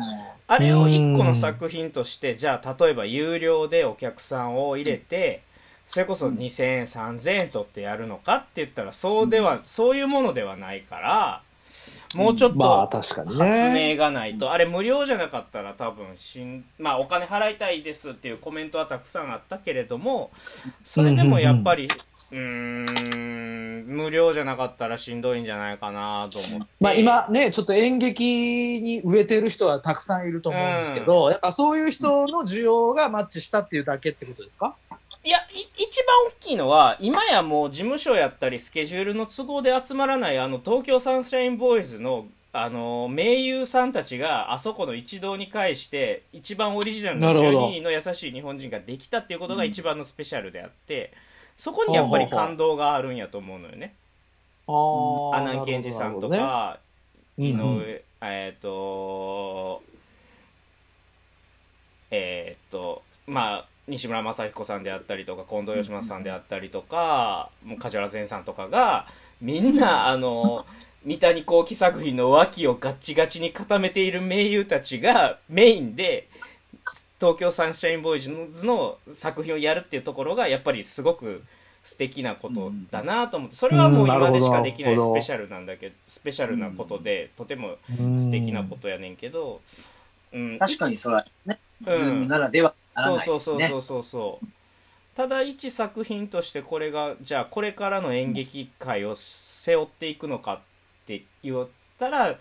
あれを1個の作品としてじゃあ例えば有料でお客さんを入れて、それこそ2,000円3,000円取ってやるのかって言ったらそうでは、そういうものではないからもうちょっと、まあ、確かに発ね。明がないと、あれ無料じゃなかったら多分しん、まあ、お金払いたいですっていうコメントはたくさんあったけれどもそれでもやっぱりうーん無料じゃなかったらしんどいんじゃないかなと思ってまあ、今ね、ちょっと演劇に植えてる人はたくさんいると思うんですけど、やっぱそういう人の需要がマッチしたっていうだけってことですかいやい一番大きいのは今やもう事務所やったりスケジュールの都合で集まらないあの東京サンシャインボーイズのあの名優さんたちがあそこの一堂に会して一番オリジナルのなるほど12人の優しい日本人ができたっていうことが一番のスペシャルであって、そこにやっぱり感動があるんやと思うのよねああ。阿南健二さんとなるほどね、か、うん井うん上えっ、とえっ、とまあ西村雅彦さんであったりとか近藤義正さんであったりとか、もう梶原善さんとかがみんなあ (laughs) の三谷幸喜作品の脇をガッチガチに固めている名優たちがメインで東京サンシャインボーイズの作品をやるっていうところがやっぱりすごく素敵なことだなと思ってそれはもう今でしかできないスペシャルなんだけどスペシャルなことでとても素敵なことやねんけど、うん、確かにそれはね、うズんームならではならないそうそですうそね。うそうそうただ一作品としてこれがじゃあこれからの演劇界を背負っていくのかって言ったら、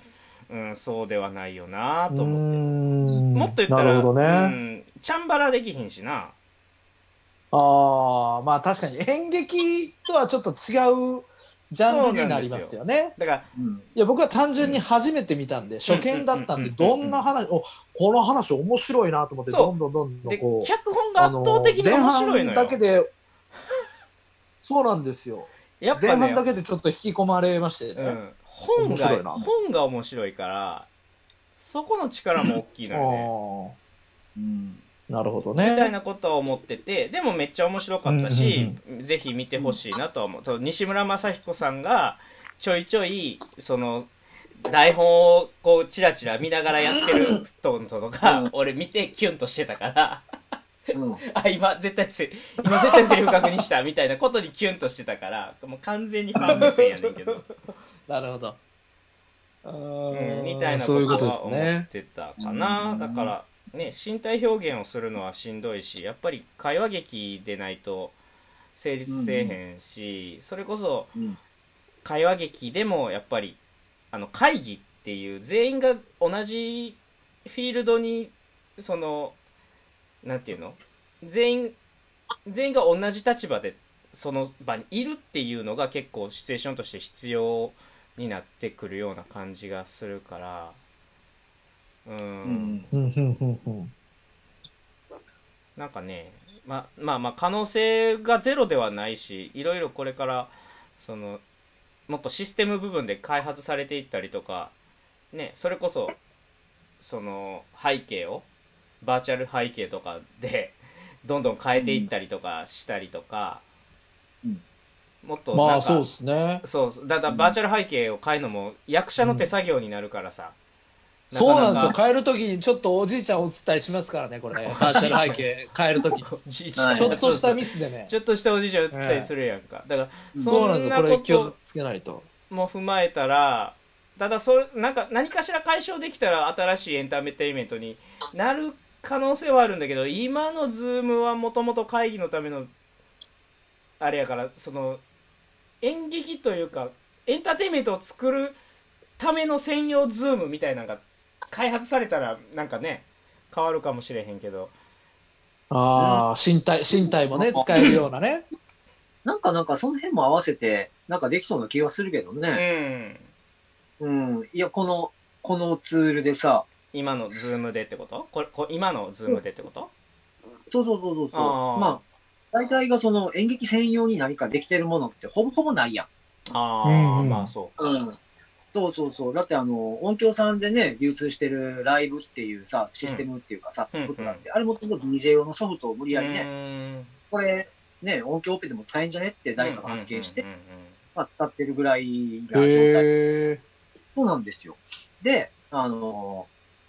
うん、そうではないよなと思って、うんもっと言ったらなるほどね。うん、チャンバラできひんしなああ、まあ確かに演劇とはちょっと違うジャンルになりますよね。だからうんいや、僕は単純に初めて見たんで、初見だったうんうんんで、うんうどんんな話、お、この話面白いなと思って、そうどんどんどんどでんこう、脚本が圧倒的に面白いの前半よだけで、 (laughs) そうなんですよ。やっ前ぱね半だけでちょっと引き込まれましてうね。ん、本面白いなが本が面白いからそこの力も大きいのよねうん。なるほどみたいね。なことを思っててでもめっちゃ面白かったし、ぜひ見てほしいなとは思う、その西村雅彦さんがちょいちょいその台本をこうチラチラ見ながらやってるストーンとか、うん俺見てキュンとしてたからうんあ今絶対せ今絶対セリフ確認したみたいなことにキュンとしてたからもう完全にファン目線やねんけど、なるほど。ううーん、んみたいなこそういうこととではす思っね。てたかな、うんだからね身体表現をするのはしんどいしやっぱり会話劇でないと成立せえへんし、それこそうん会話劇でもやっぱりあの会議っていう全員が同じフィールドにそのなんていうの全員全員が同じ立場でその場にいるっていうのが結構シチュエーションとして必要になってくるような感じがするからうん、うんうんうんうんうんなんかねままあまあ可能性がゼロではないしいろいろこれからそのもっとシステム部分で開発されていったりとか、ね、それこそその背景をバーチャル背景とかで (laughs) どんどん変えていったりとかしたりとか、うんもっとまなんあかそうですね。そうそうだだバーチャル背景を変えるのも役者の手作業になるからさ、そうなんですかかよ。帰るときにちょっとおじいちゃんお伝えしますからね、こ (laughs) れ。バーチャル背景、帰るとき。ちはいちょっとしたミスでねち。ょっとしたおじいちゃん映ったりするやんか。だから、うんそうなんそんですよ。なこれこ気をとつけないと。も踏まえたら、ただそれ、なんか、何かしら解消できたら新しいエンターテインメントになる可能性はあるんだけど、今のズームはもともと会議のための、あれやから、その、演劇というか、エンターテインメントを作るための専用ズームみたいなのが開発されたら、なんかね、変わるかもしれへんけど。ああ、身体、身体もね、使えるようなね。なんかなんかその辺も合わせて、なんかできそうな気がするけどうね。ん。うん。いや、この、このツールでさ、今のズームでってことこれこ今のズームでってこと、そうそうそうそうそう。あーまあ、大体がその演劇専用に何かできてるものってほぼほぼないやん。ああ、うんうんまあそうか。うん。そうそうそう。だってあの、音響さんでね、流通してるライブっていうさ、システムっていうかさ、うんことなんで、あれもともと DJ 用のソフトを無理やりね、ね、これ、ね、音響オペでも使えんじゃねって誰かが発見してうん、うんうんまあ、使ってるぐらいが状態。へえ。そうなんですよ。で、あの、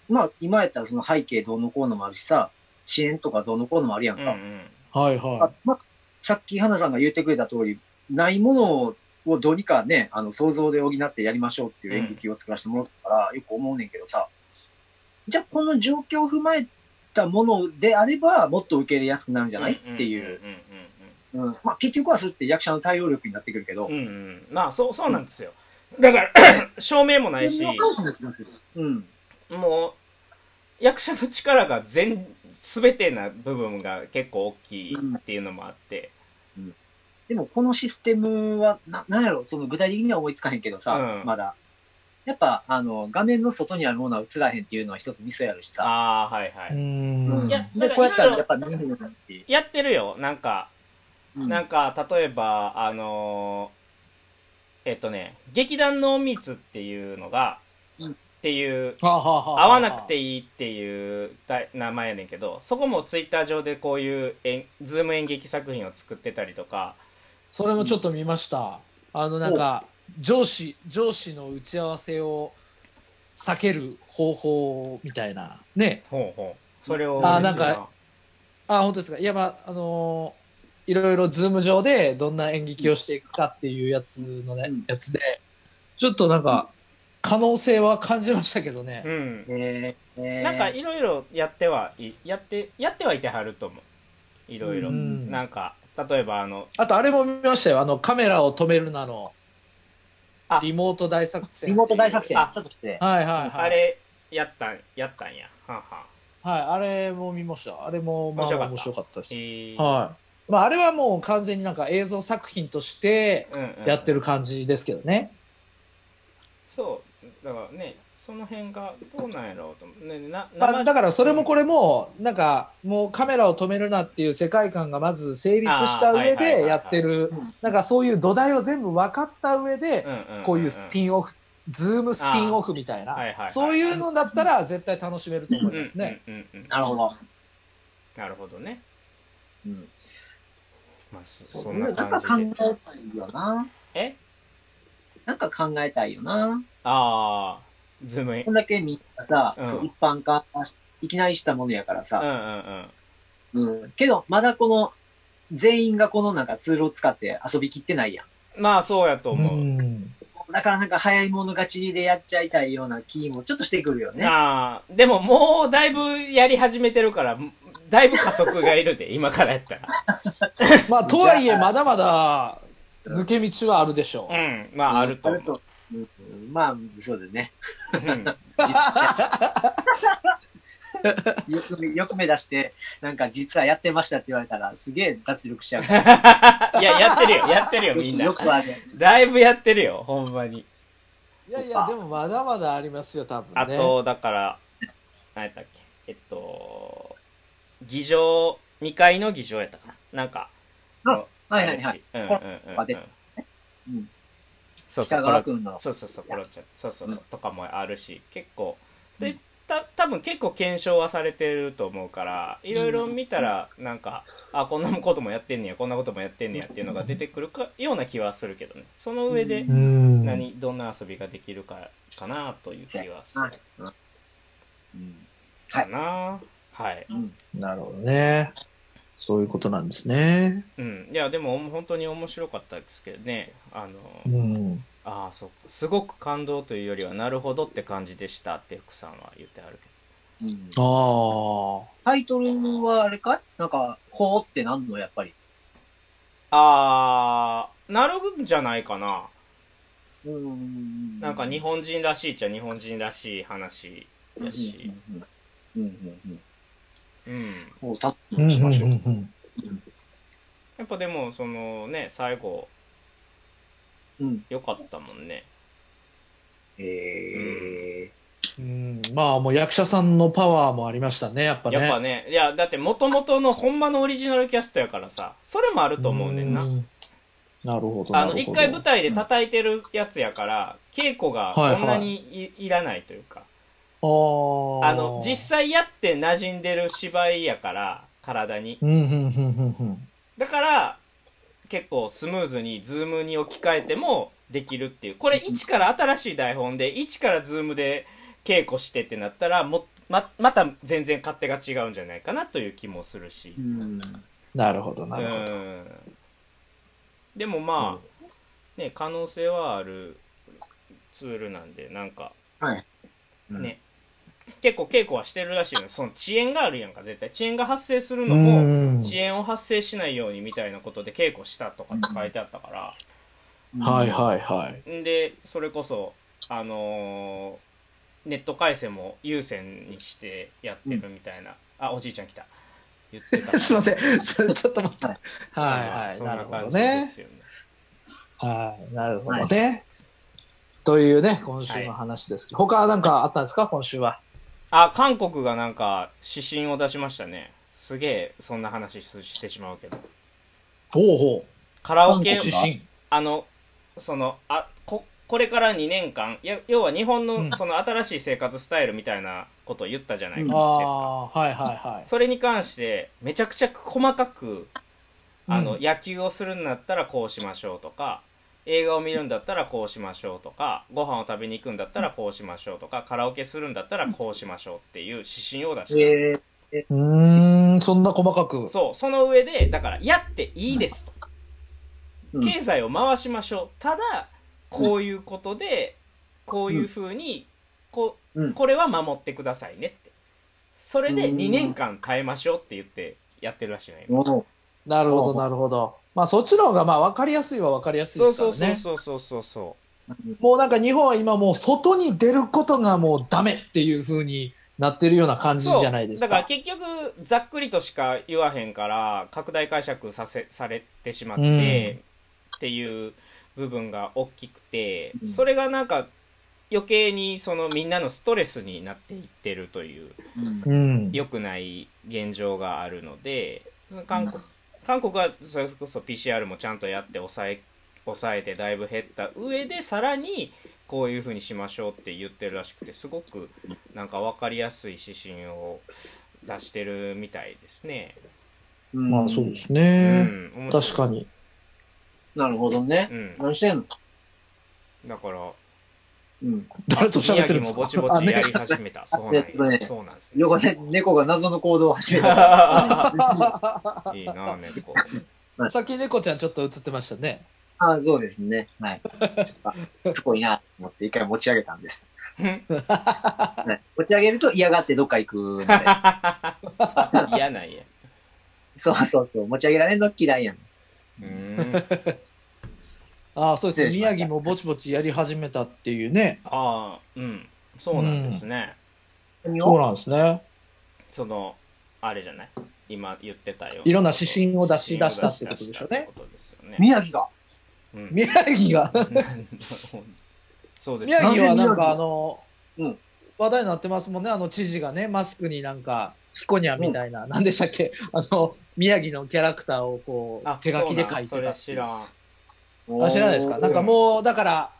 まあ、今やったらその背景どうのこうのもあるしさ、支援とかどうのこうのもあるやんうか。んうんはいあはまあ、さっき花さんが言ってくれた通り、ないものをどうにかね、あの想像で補ってやりましょうっていう演劇を作らせてもらったから、よく思うねんけどさ、じゃあこの状況を踏まえたものであれば、もっと受け入れやすくなるんじゃないっていう、。んんうんまあ、結局はそれって役者の対応力になってくるけど、うんうんうんうんうんまあそうそうなんですよ。だから、証明もないし、うん、もう、役者の力が全、すべてな部分が結構大きいっていうのもあって、でもこのシステムはな、なんやろ、その具体的には思いつかへんけどさ、うんまだ。やっぱ、あの、画面の外にあるものは映らへんっていうのは一つミソやるしさ。ああ、はいはい。い。うーうんん。やで、こうやったらやっぱ見えへんようになるっていう。やってるよ、なんか、うんなんか、例えば、あのーえっとね、劇団の密っていうのが、うっんていう、はあはあはあはあ合わなくていいっていう題名前やねんけど、そこもツイッター上でこういう演、ズーム演劇作品を作ってたりとか、それもちょっと見ました。あのなんか上司上司の打ち合わせを避ける方法みたいなね。ほうほう。それを、あなんか、あ本当ですか。いやまああのーいろいろズーム上でどんな演劇をしていくかっていうやつのね、うんやつでちょっとなんか可能性は感じましたけどね。うん。えーえーなんか、いろいろやってはい、やって、やってはいてはると思う。いろいろ。うんなんか、例えばあの、あとあれも見ましたよ。あのカメラを止めるなのあリモート大作戦。リモート大作戦あ。ちょっと来て。はいはいはい。あれ、やったん、やったんや。はんはん。はいあれも見ました。あれもまあまあ面白かったですえ。ーはい。まあ、あれはもう完全になんか映像作品としてうんうんやってる感じですけどね。そうだからねその辺がどうなんやろうと思う、ね、なま生あ、だからそれもこれも、なんかもうカメラを止めるなっていう世界観がまず成立した上あーはいはいはいではいやってるうん、なんかそういう土台を全部分かった上で、んんんんこういうスピンオフ、ズームスピンオフみたいあーはいはいはな、いそういうのだったら絶対楽しめると思ういんますね。うんうんうんなるほど。なるほどね、うん。まあ、そそそうんななんか考感じでえたいよな。えなんか考えたいよな。ああ、ズームインこん。だけみんなさ、うんそう一般化、いきなりしたものやからうんうさ、んうん。うん。けど、まだこの、全員がこのなんかツールを使って遊びきってないやん。まあそうやとう思う。ん。だからなんか早い者勝ちでやっちゃいたいような気もちょっとしてくるよね。ああ、でももうだいぶやり始めてるから、だいぶ加速がいる (laughs) で、今からやったら。まあ、とはいえ、まだまだ抜け道はあるでしょう。うん、まああると思う。うんまあ、そうだよね。うん (laughs) (laughs) よく目よく目出して、なんか実はやってましたって言われたら、すげえ脱力しちゃう。いや、やってるよ、やってるよ、 (laughs) みんよな。くあるやつ。だいぶやってるよ、ほんまに。いやいや、でもまだまだありますよ、多分ね。あと、だから、何やったっけ、えっと、議場、2階の議場やったかな。なんか、はいはいはい。うんうんうんまでうん。うんそうそう、コ北ロ川くんの。そうそうそう、コロちゃん。そうそうそうう、とかもあるし、結構、うでん、た多分結構検証はされてると思うから、いろいろ見たら、なんか、あ、こんなこともやってんねや、こんなこともやってんねやっていうのが出てくるかような気はするけどね。その上でう、ん何、どんな遊びができるか、かなという気はするうんかな。はい。うんなるほどね。そういうことなんですね。うん。いや、でも、本当に面白かったですけどね。あの、うん。ああ、そうか。すごく感動というよりは、なるほどって感じでしたって福さんは言ってあるけど。うんああ。タイトルはあれかいなんか、ほうってなんのやっぱり。あー、なるんじゃないかな。うんなんか日本人らしいっちゃ日本人らしい話だやし。うんうんうん。うん。もうタッうんプしましょう。やっぱでも、そのね、最後、うん。良かったもんね。えうん、まあもう役者さんのパワーもありましたね、やっぱね。やっぱね、いや、だって元々のほんまのオリジナルキャストやからさ、それもあると思うねんな。んなるほど。あなるほの、一ど回舞台で叩いてるやつやから、稽古がそんなにいいらないというか。あーあの、実際やって馴染んでる芝居やから、体に。うん、うん、うん、うんうん。だから、結構スムーズにズームに置き換えてもできるっていう。これ、一から新しい台本で、一からズームで稽古してってなったら、も、ま、また全然勝手が違うんじゃないかなという気もするしー。う。ん。なるほど、うなるほど。ん。でもまあ、ね、可能性はあるツールなんで、なんか、ね、結構稽古はしてるらしいのよその遅延があるやんか絶対遅延が発生するのうもん遅延を発生しないようにみたいなことで稽古したとかって書いてあったかうん。はい、はい、はい。らんでそれこそあのーネット回線も優先にしてやってるみたいな、あおじいちゃん来た言ってた (laughs) すいません、そちょっと待って。はい、はい、そんなるなほど感じでね。すよねはい、なるほどね。というね、今週の話ですけど、他は何かあったんですか、今週は。あ韓国がなんか指針を出しましたねすげえそんな話ししてしまうけどほうほカラオケ韓国指針。あの、その、あ、こ、これから2年間、や要は日本の、うんその新しい生活スタイルみたいなことを言ったじゃないですあか。あ、はい、はい、はい。それに関して、めちゃくちゃ細かく、あの、うん野球をするんだったらこうしましょうとか、映画を見るんだったらこうしましょうとか、ご飯を食べに行くんだったらこうしましょうとか、カラオケするんだったらこうしましょうっていう指針を出した。えーうーん、そんな細かく。そう、その上で、だから、やっていいですと。うん経済を回しましょう。ただ、こういうことで、こういうふうに、こうんこれは守ってくださいねって。それでうん2年間変えましょうって言ってやってるらしいね。今もなるほど、なるほど。まあ、そっちの方が、まあ、わかりやすいはわかりやすいそでうすかそらうね。そうそうそうそうそうもうなんか日本は今もう外に出ることがもうダメっていう風になってるような感う。じそうじゃないですだからか。結局、ざっくりとしか言わへんから、拡大解釈させ、されてしまっうんて、っていう部分が大きくてう、んそれがなんか余計にそのみんなのストレスになっていってるという。うんうん。良くない現状があるので韓国韓国はそれこそ PCR もちゃんとやって抑え抑えてだいぶ減った上でさらにこういうふうにしましょうって言ってるらしくてすごくなんか分かりやすい指針を出してるみたいですね。うんまあそうですうね。ん、面白い確かに。なるほどね。うん、何してんのだからうん。誰と喋宮っ城てるんでもすぼかちぼあちやねり始めた。そうなんねやそうなんですよ。横で猫が謎の行動を始めた。 (laughs) いいな、猫。 (laughs) さっき猫ちゃんちょっと映ってましたね。あそうですね。はい。あすごいなと思って一回持ち上げたんです。はい持ち上げると嫌がってどっか行く (laughs) ので。嫌なんや。そうそうそう。持ち上げられるの嫌いやん。うーん。ああ、そうですね。失礼しました宮城もぼちぼちやり始めたっていうね。ああ、うん。そうなんですね。そうなんですね。その、あれじゃない今言ってたよ。いろんな指針を出し出したってことでしょうね。宮城うが。ん宮城が、 (laughs) そうです宮ね。城はなんかあの、うん話題になってますもんね。あの知事がね、マスクになんか、ヒコニャみたいな、なんでしたっけ、あの、宮城のキャラクターをこうあ、手書きで書いてそうなたんっそてれ知いうらん。あ知らないですかおーなんかもう、だから、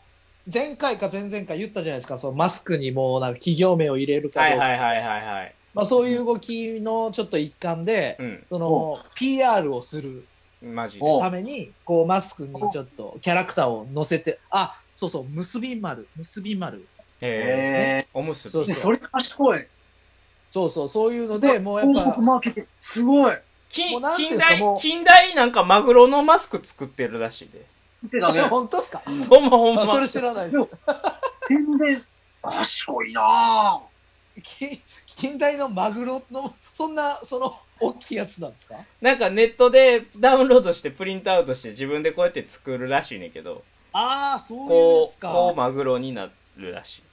前回か前々回言ったじゃないですか、そのマスクにもうなんか企業名を入れるかはどいうか、はいはいはいはい。まあ、そういう動きのちょっと一環で、うその PR をするん。マジで。おために、こうマスクにちょっとキャラクターを載せて、あそうそう、結び丸、結び丸、えーへおむすび。そうーそうそれ賢い。そうそう、そういうので、もうやっ広ぱ告、マーケティングすごい。近もうなんていう近んですか代もう、。近代なんかマグロのマスク作ってるらしいで。見てたね (laughs) 本当ですか、ほんまほんまあ、。それ知らなでいですも。全然賢いなぁ。き近代のマグロの、そんな、その、大きいやつなんですかなんかネットでダウンロードしてプリントアウトして自分でこうやって作るらしいねんけど、ああ、そういうやこつう、か。こうマグロになるらしい。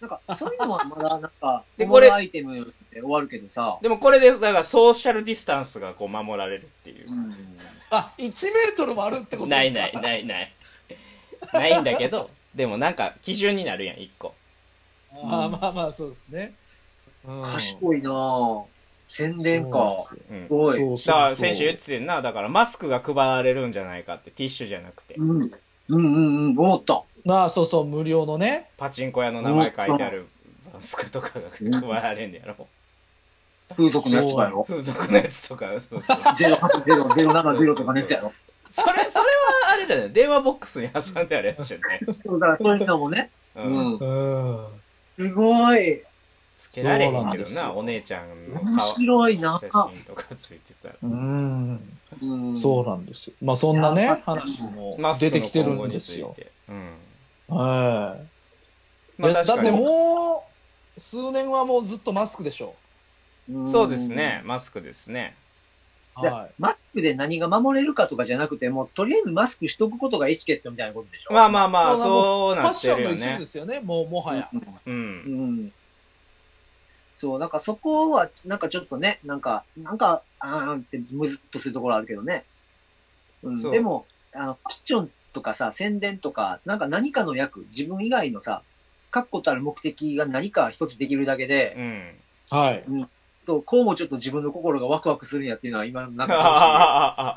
なんか、そういうのはまだなんか、でで、ここれれアイテムで終わるけどさ。でもこれです、だからソーシャルディスタンスがこう守られるっていうう。ん。あ、1メートルもあるってことですかないないないない。ないんだけど、 (laughs) でもなんか基準になるやん、一個。あーまあまあ、そうですね。うん賢いなぁ。宣伝か。すうん。ごい。そだかうそうら先週言っててんな、だからマスクが配られるんじゃないかって、ティッシュじゃなくてう。ん。うんうんうん。思った。なあ、そうそう、無料のね。パチンコ屋の名前書いてあるマスクとかが配られんねやろ。風俗のやつとかやろ。風俗のやつとか、そうそう080、070とかのやつやろ。それ、それはあれだよね。電話ボックスに挟んであるやつじゃない。そう、だからそういうのもね。う。うんん。うん。すごい。つけられへんそうなんけどでな、すよお姉ちゃんの面顔写白いなぁ。真とかついてたら。うん。うん。そうなんですよ。まあ、そんなねいや、話もマス出クてのきてる今後んにでつすいよ。て。うん。はいまいあや確だかってに。もう、数年はもうずっとマスクでしょ。うんそうですね。。マスクですね。ではマスクで何が守れるかとかじゃなくて、もうとりあえずマスクしとくことがエチケットみたいなことでしょ。まあまあまあ、い。もそうファなッっシてョンるのよ一部ねで。すよね、もう、もはや。うんう。うんん。そう、なんかそこは、なんかちょっとね、なんか、なんか、あーんってむずっとするところあるけどね。うん、そうでも、あの、ファッションとかさ、宣伝とか、なんか何かの役、自分以外のさ、確固たる目的が何か一つできるだけうで、ん。 (laughs) はい。と、こうもちょっと自分の心がワクワクするんやっていうのは今、なんかあああ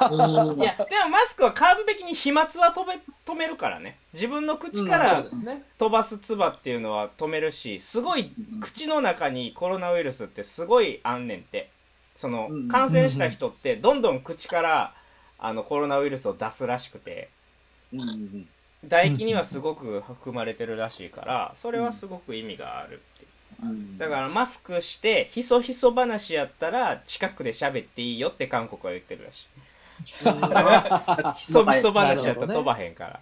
あ楽しい。うんいや、でもマスクは完璧に飛沫は止め止めるからね。自分の口かそうらですね。飛ばす唾っていうのは止めるし、すごい口の中にコロナウイルスってすごいあんねんってそのうん感染した人ってどんどん口からあのコロナウイルスを出すらしくてうんうんうん唾液にはすごく含まれてるらしいからそれはすごく意味があるってうんだからマスクしてひそひそ話やったら近くで喋っていいよって韓国は言ってるらしいひそひそ話やったら飛ばへんから、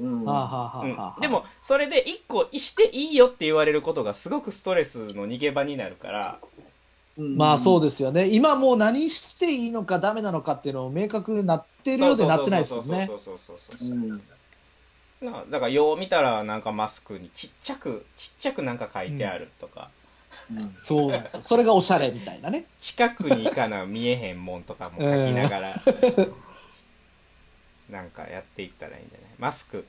うんはあはあはあうんはあ。でもそれで一個していいよって言われることがすごくストレスの逃げ場になるからまあそううですよね、今もう何していいのかダメなのかっていうのを明確になってるようでなってないですもんねそ。うそうそうそうそうう。そうんなだからよう見たらなんかマスクにちっちゃくちっちゃくなんか書いてあるとか、うんそうなんですよそれがおしゃれみたいなね。近くに行かな見えへんもんとかも書きながら、なんかやっていったらいいんじゃないマスク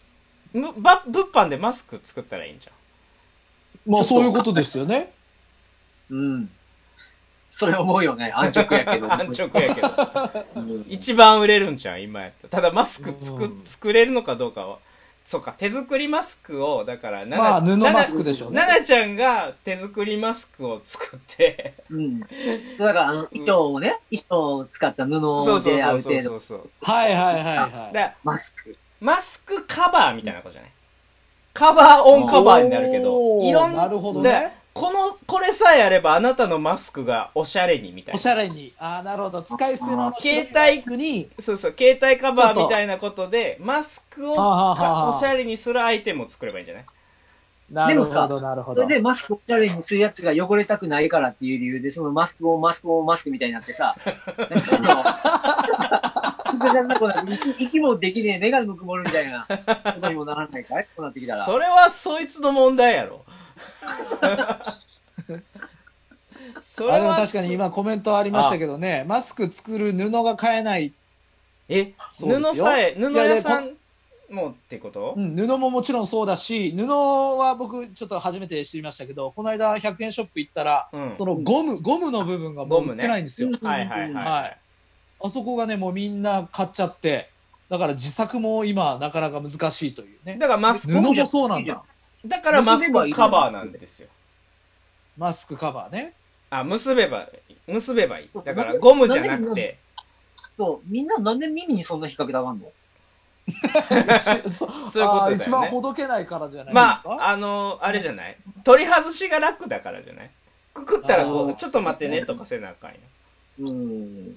むば物販でマスク作ったらいいんじゃんまあそういうことですよね。うん。それ思うよね。安直やけど。 (laughs) 安直やけどうん一番売れるんじゃん今やったらただマスク作,、うん作れるのかどうかはそうか手作りマスクをだからななまあ布ななマスクでしょうねな。なちゃんが手作りマスクを作ってうん。だから、あの、糸をね、糸を使った布そうそうであそうるそうそ程度、うそうはいはいはいだはからマスク。マスクカバーみたいなことじゃない、カバーオンカバーになるけど、おーいろんなるほどね。この、これさえあればあなたのマスクがおしゃれにみたいおなし。ゃれに。ああ、なるほど。使い捨ての携帯クに、そうそう、携帯カバーみたいなことで、マスクをはあはあはかあおしゃれにするアイテムを作ればいいんじゃないなでるもほさど、なるほそどれ。でマスクおしゃれにするやつが汚れたくないからっていう理由で、そのマスクをマスクをマスクみたいになってさ、なんかちょっと複雑なことだ息 (laughs) 息もできねえ、目がも曇るみたいなことにもならないかいこうなってきたら。それはそいつの問題や (laughs) ろ。そあでも確かに今コメントありましたけどね、マスク作る布が買えない。え、そうで布すよさえ、布いやいや屋さんもってことうん、布ももちろんそうだし、布は僕ちょっと初めて知りましたけど、この間100円ショップ行ったら、うん。そのゴム、ゴムの部分がもう売ってないんですよ。はいはいはいはい。あそこがね、もうみんな買っちゃって、だから自作も今なかなか難しいというね。だからマス布ク、もそうなんだ。だからマスクカバーなんですよ。マスクカバーね。あ、結べば、結べばいい。だかならんでゴムじゃなくて、そうみんななんで耳にそんな引っ掛けたがんのそそういうことだよあーね一番ほどけないからじゃないですか。まあ、あの、あれじゃない取り外しが楽だからじゃないくくったらこあーう、ちょっと待ってそうねでとかせなあかんよ。うん。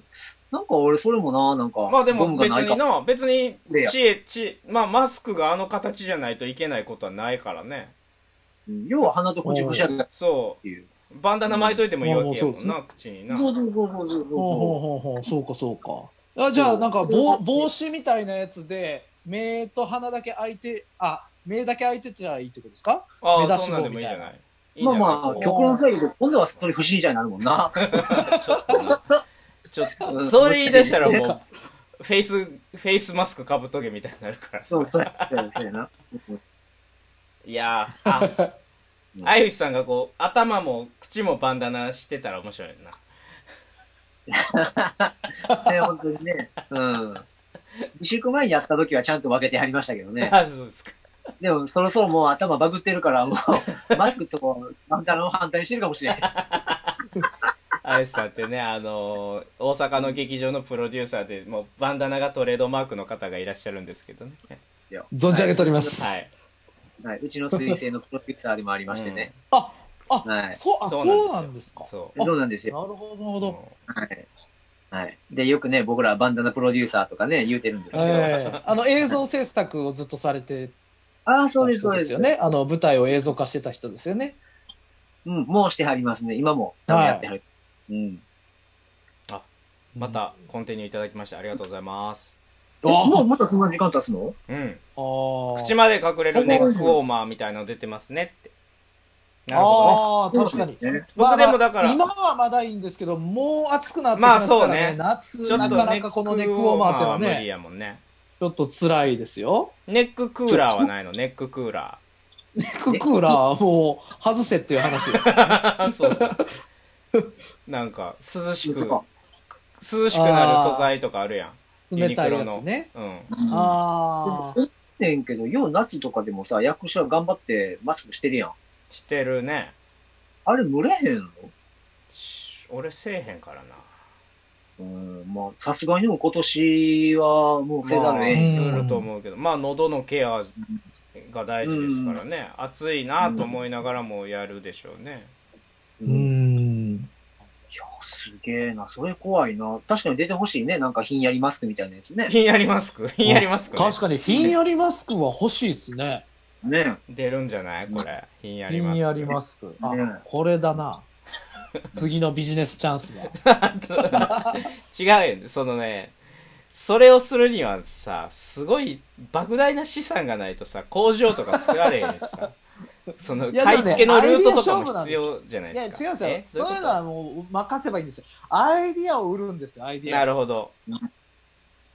なんか俺それもな、なんか。まあでもゴムが別ないかにな、別にで、や知恵、知恵、まあマスクがあの形じゃないといけないことはないからね。うん要は鼻とこちこちやるっそていう。う。バンダナ巻いといてもいいわけやもまあまあそんうでな、口にな。そうそうそうそうそうそほうほうほうほう、そうかそうか。あじゃあ、なんか帽帽子みたいなやつで、目と鼻だけ開いて、あ、目だけ開いてたらいいってことですかあ目あ、出そしんなんで帽みもいいじたゃいなない。いいうんじゃまなあいまあ、こ極論最後、今度はそれ不審者になるもんな。うちょっと、うんそれ言い出したらも、そうフェイス、フェイスマスクかぶっとけみたいになるからさそう。そう。そうやな。いやー、あ、あゆしさんがこう、頭も口もバンダナしてたら面白いな。ね、本当にね。うん。自粛前にやった時はちゃんと分けてやりましたけどね。あそうですか。でも、そろそろもう頭バグってるから、も (laughs) う、マスクとバンダナの反対してるかもしれない。あゆしさんってね、あのー大阪の劇場のプロデューサーで、もうバンダナがトレードマークの方がいらっしゃるんですけどね。存じ上げております。はい。はい。うちの水星のプロデューサーでもありましてね。あ、 (laughs) はい。そう、あ、そうなんですよそそうなんですか。う。そうなんですよ。なるほど、なるほど。はい。はい。で、よくね、僕らはバンダナプロデューサーとかね、言うてるんですけど。ええあの映像制作をずっとされてああ、そたうです、そ人うでですすよ。ね。あの舞台を映像化してた人ですよね。うん、もうしてはりますね。今も、多分やってはる。うん。また、コンティニューいただきまして、ありがとうございます。うん。あえもうまたそんな時間経つのうん。あ口ー。まで隠れるネックウォーマーみたいなの出てますねって。なるほどね。あー確かに。ね。僕でもだから今はまだいいんですけど、もう暑くなってきますからね。夏、なかなかこのネックウォーマーっていうのネックウォーマーはは無理ね、やもんね。ちょっと辛いですよ。ネッククーラーはないの、ネッククーラクックーラーはもう外せっていう話です。 (laughs) ー。そうか。なんか、涼しく、そうか涼しくなる素材とかあるや (laughs) ユ冷ニたクいロやのつね。ん。うん。うんああ。ねんけど、よう夏とかでもさ、役者頑張ってマスクしてるやん。してるね。あれ、蒸れへんのし俺せえへんからな。うん、まあ、さすがにでも今年はもうせざるをまえあ、へん。すると思うけど、まあ、喉のケアが大事ですからね。暑いなと思いながらもやるでしょうね。ううんいん。や、すげえな。それ怖いな。確かに出てほしいね。なんかひんやりマスクみたいなやつね。ひんやりマスク、ひんやりマスクね、確かにひんやりマスクは欲しいですね。ね出るんじゃないこれ。ひんやひりマスんク。やりマスク。あね、これだな。次のビジネスチャンスだ。 (laughs) 違うよ。そのね、それをするにはさ、すごい莫大な資産がないとさ、工場とか作られへんしさ。そのいや買い付けのルートとかもでもねア必イデア勝負要じゃないいや、違うでんですか。すよ。そうえどいうことのはもう任せばいいんですよ。アイディアを売るんですよ、アイディア。なるほど。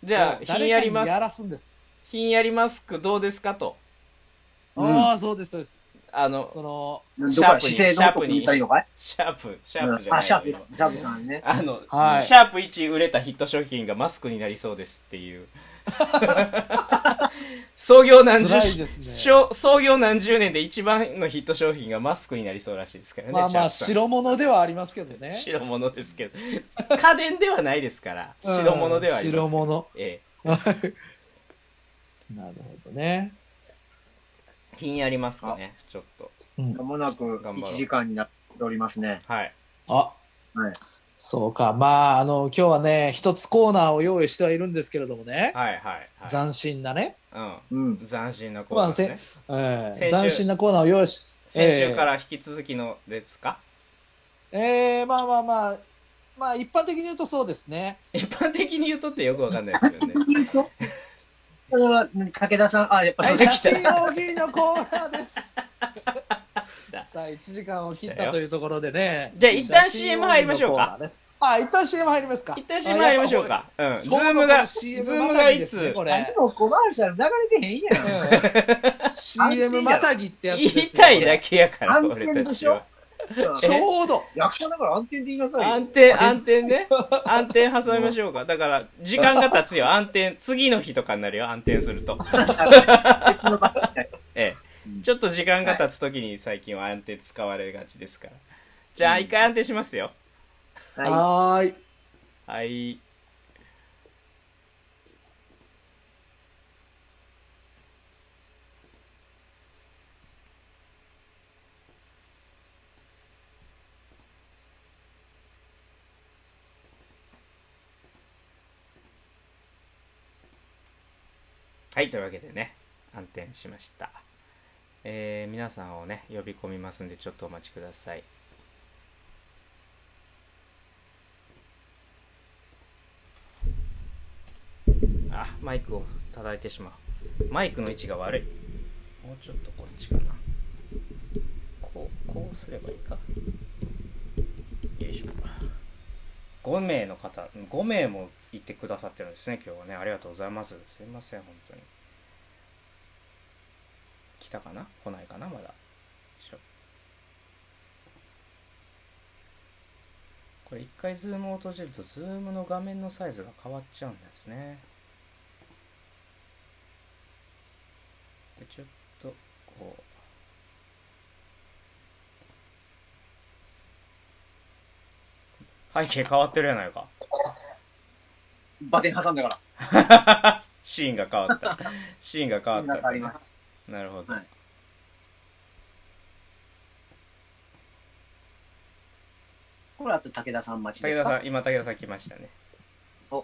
じゃあ、そうひんやり誰かマにスやク、らすんです。ひんやりマスクどうですかと。うんああ、そうです、そうです。あの、その、どこや、シ姿ャープに勢どこに言ったらいいのかいシャープ、シャープじうゃなんいあ、シャープよ、シャープさんね。あの、はいシャープ1売れたヒット商品がマスクになりそうですっていう。 (laughs) 創業何十、辛いですねしょ創業何十年で一番のヒット商品がマスクになりそうらしいですからね。まあまあ、シャープさん白物ではありますけどね。白物ですけど。家電ではないですから。白物ではありますけど。白物。ええ。なるほどね。ひんやりますかね、ちょっと。まもなく頑張ろう1時間になっておりますね。はい。あ、はいそうか。まあ、あの、今日はね、一つコーナーを用意してはいるんですけれどもね、はいはいは斬新なね、い。うんう。ん。斬新なコーナーですね。ええ先週斬新なコーナーを用意し、先週から引き続きのですか、ええまあまあまあ、まあ一般的に言うとそうですね。一般的に言うとってよくわかんないですけど (laughs) ね。いい人これは、武田さん、あ、やっぱはりい、そう写でした真大喜利のコーナー (laughs) です。さあ、1時間を切ったというところでね。じゃあ一旦写真 CM 入りましょうか大喜利のコーナーです。あ、一旦 CM 入りますか。一旦 CM 入りましょうか。うん。ズちょうどこーのムが、ズ CM ームがいまたぎですねつこあでれ。もコマーシャル流れてへんやん。うん CM またぎってやつ言ですよいたいだけやから、暗俺転たちでしょは。ちょうど。役者だから暗転で言いなさいよ暗。転、暗転 (laughs) ね。暗転挟みましょうか。だから、時間が経つよ。暗転、次の日とかになるよ。暗転す (laughs) ると。別の場合えうんえ。ちょっと時間が経つときに最近は暗転使われがちですから。じゃあ、うん一回暗転しますよ。ははーい。はい。はい、というわけでね、暗転しました。えー皆さんをね、呼び込みますんで、ちょっとお待ちください。あマイクを叩いてしまうマイクの位置が悪いもうちょっとこっちかなこうこうすればいいかよいしょ5名の方5名もいてくださってるんですね今日はねありがとうございますすいません本当に来たかな来ないかなまだよいしょこれ一回ズームを閉じるとズームの画面のサイズが変わっちゃうんですねでちょっとこう背景変わってるやないかいバテン挟んだから。シーンが変わったシーンが変わなんっかありまたすなるほど、はいこれあと武田さん待ちで武す田かさん今武田さん来ましたねお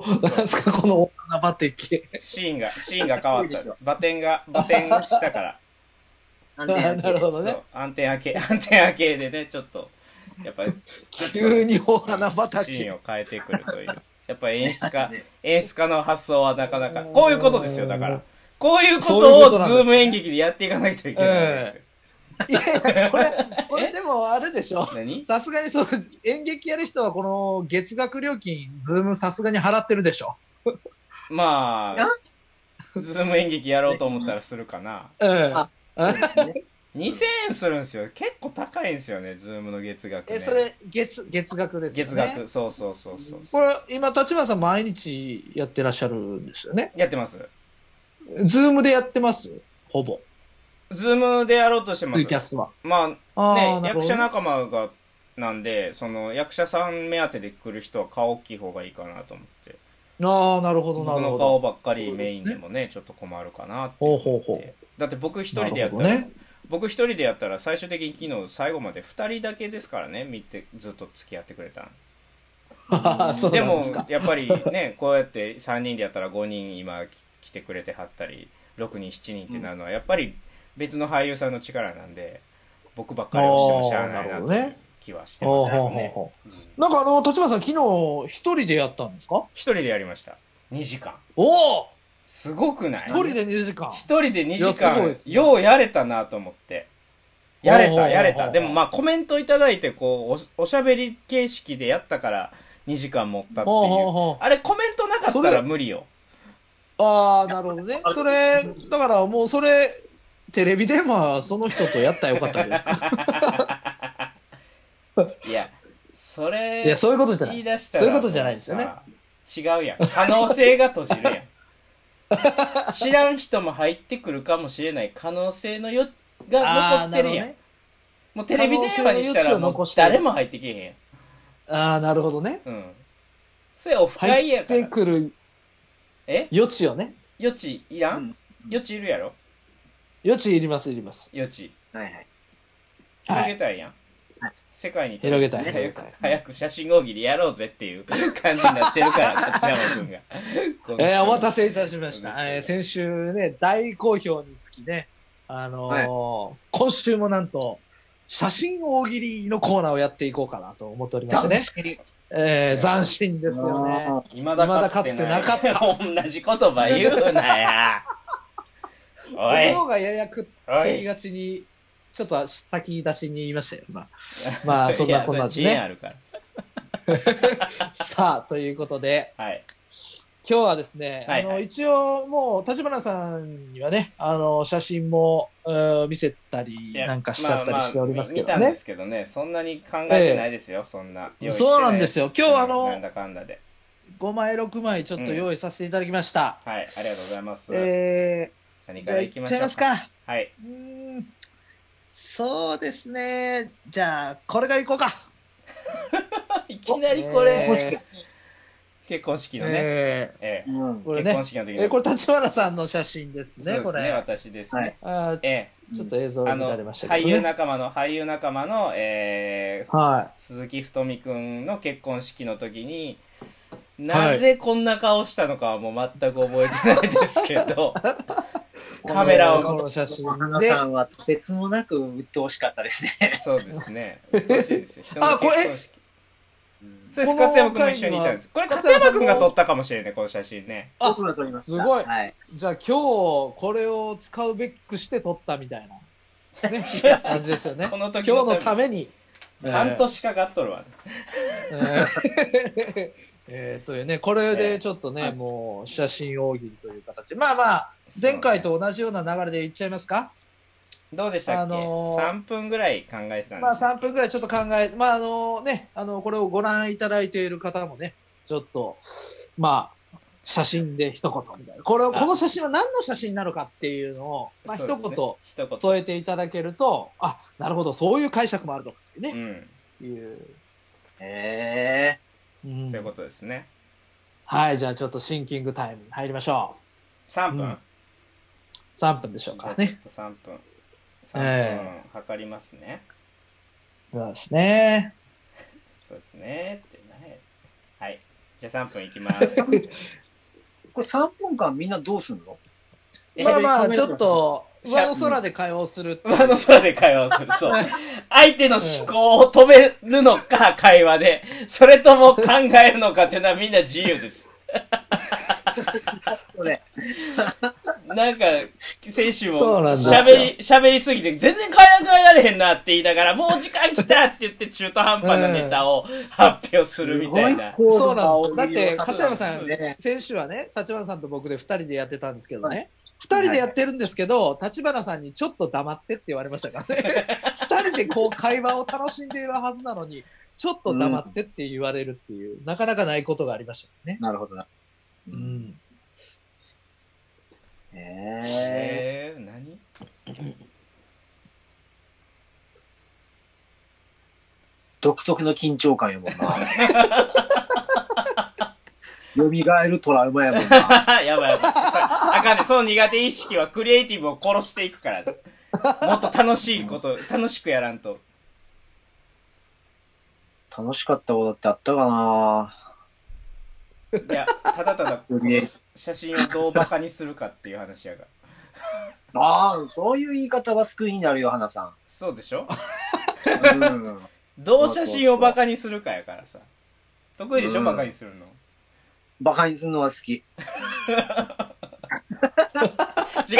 ー (laughs) なんすかこの大穴バテ系。シーンがシーンが変わったバテンがバテンしたからな (laughs) なるほそどねう。暗転 (laughs) 明け暗転明けでねちょっとやっぱり (laughs) 急に大穴シーン畑。を変えてくるというやっぱ演 (laughs) 出家演出家の発想はなかなかこういうことですよだからこういうこそういうこととをなんズですーねム演劇でやっていかないといけないんですよ、いやいや、これ、これでもあれでしょ。何さすがにそう、演劇やる人はこの月額料金、ズームさすがに払ってるでしょ。まあズーム演劇やろうと思ったらするかなええあ2000円するんですよ結構高いんですよねズームの月額、ね、え、それ、月、月額ですよね。月額、。そうそうそうそうこれ、今、立花さん毎日やってらっしゃるんですよね。やってますズームでやってますほぼ。ズームでやろうとしてまツイキャすスは。まあねあー、役者ね仲間がなんでその役者さん目当てで来る人は顔大きい方がいいかなと思ってああ、なるほど、僕なるのほ顔ど。ばっかりメインでもねちょっと困るかなってほうほうほう。だって僕一人でやったら、なるほどね僕一人でやったら最終的に昨日最後まで二人だけですからね見てずっと付き合ってくれたんあーそうでなんもですか。やっぱりねこうやって3人でやったら5人今き来てくれてはったり6人7人ってなるのはやっぱり別の俳優さんの力なんで僕ばっかりをしてもしゃあないなあとーなるほどいうね気はしてほまうすほうよほうねほうんう。なんかあの、立花さん、昨日、一人でやったんですか一人でやりました2時間おおすごくない一人で2時間。一人で2いや時すごい間、ですねようやれたなと思って。やれほうほうほうた、ほうやれた。でもまあコメントいただいて、こうお、おしゃべり形式でやったから2時間持ったってほうほういう。ほう。あれコメントなかったそれら無理よ。ああ、なるほどね。それ、だからもうそれ、テレビ電話、その人とやったらよかったわ (laughs) けです。いや、それ、いや、そういうことじゃな言いい。出したら。そういうことじゃないんですよねもうさ。違うやん。可能性が閉じるや (laughs) ん。知らん人も入ってくるかもしれない可能性のよが残ああー、っなてるほるやどん。ね。もうテレビ電話にした可能性の余地をらもう残してる誰も入ってけへんやん。ああ、なるほどね。うん。それオフ会入やっから。てくるえ余地をね。余地いらん、うん余地いるやろ余地いります、いります。余地はいはい。はい広げたいやん、は世界に広げたい早く広げたい早く写真大喜利やろうぜっていう感じになってるから勝山君がこの人 (laughs) えーお待たせいたしました。この人えー先週ね、大好評につきね、あのー今週もなんと、写真大喜利のコーナーをやっていこうかなと思っておりましてね。ね。えー斬新ですよね。いまだかつてない未だかつてな (laughs) 同じ言葉言うなやお (laughs) い僕の方がややくっおていきがちに、ちょっと先出しに言いましたよ。ま (laughs) あ、まあ、そんなこんなでいやそれ G あね。るからさあ、ということで、はい今日はですね、はいはいあの一応もう立花さんにはね、あの写真も、えー見せたりいやなんかしちゃったりしておりますけどね。まあまあ見たんですけどねそんなに考えてないですよ、そんなそうなんですよよ。今日あなんのだかんだで5枚6枚ちょっと用意させていただきました。はいありがとうございます、えー、何じかゃあらい行っきまちしゃょいうますか。はいう (laughs) ーんそうですね。じゃあこれからいこうか。いきなりこれ、えー結婚式のね、えええうんー、これ結婚ね。式の時のえーこれ立花さんの写真ですね。そうでこすねれ。私ですね、はいあえーちょっと映像えあ見のられました俳けど優ね。仲間の俳優仲間の、えーは鈴木太美くんの結婚式の時になぜこんな顔したのかはもう全く覚えてないですけど、 (laughs) い。カメラを (laughs) この写真花で。さんはとてつもなく鬱陶しかったです (laughs) ね。そうですねうっとうしいですよ人のあ結これ婚式そうですこの勝山君も一緒にいたんですこれ回には勝山君が撮ったかもしれないこの写真ねあ僕が撮りました。すごいはい。じゃあ今日これを使うべくして撮ったみたい (laughs) な、ね、感じですよね。この今時日のために。半年かかっとるわ、えー (laughs) えーというね、これえーでちょっとね、もう写真大喜利という形。まあまあ、前回と同じような流れでいっちゃいますか。どうでしたっけ、あのー3分ぐらい考えてたんまあです、 3分ぐらいちょっと考え、まああのね、あの、これをご覧いただいている方もね、ちょっと、まあ、写真で一言みたいな。これを、あこの写真は何の写真なのかっていうのを、まあそ一うですね言一言添えていただけると、あ、なるほど、そういう解釈もあるのかっていううね、んいう。えうんそういうことですねはい、じゃあちょっとシンキングタイムに入りましょ3分、うんう。3分でしょうかじゃあねちょ。っと3分3分え測りますね、そうですね。そうですねってないはいじゃあ3分いきます (laughs) ー、これ3分間みんなどうすんのえまあまカあ、メちラょっと、シャ上の空で会話をする。あの空で会話をする。そう。相手の思考を止めるのか、会話で。それとも考えるのかっていうのはみんな自由です。それ。なんか、先週もそうなんですよ喋り、喋りすぎて、全然会話がえられへんなって言いながら、もう時間来たって言って中途半端なネタを発表するみたいな。そうなんですよだって勝山さんね、先週はね、立花さんと僕で2人でやってたんですけどはね。2人でやってるんですけど、立花さんにちょっと黙ってって言われましたからね。2人でこう会話を楽しんでいるはずなのに、ちょっと黙ってって言われるっていう、なかなかないことがありましたね。なるほどな。ううんん。ええー、何 (laughs) ー、独特の緊張感やもんな。 (laughs) 蘇るトラウマやもんな。やばいやばい。そあかんね。その苦手意識はクリエイティブを殺していくから。もっと楽しいこと、楽しくやらんと。楽しかったことってあったかないや、ただただより写真をどうバカにするかっていう話や (laughs) が。ああ、そういう言い方は救いになるよ、花さん。そうでしょうん、どう写真をバカにするかやからさ。得意でしょ、うんバカにするの。バカにするのは好き。違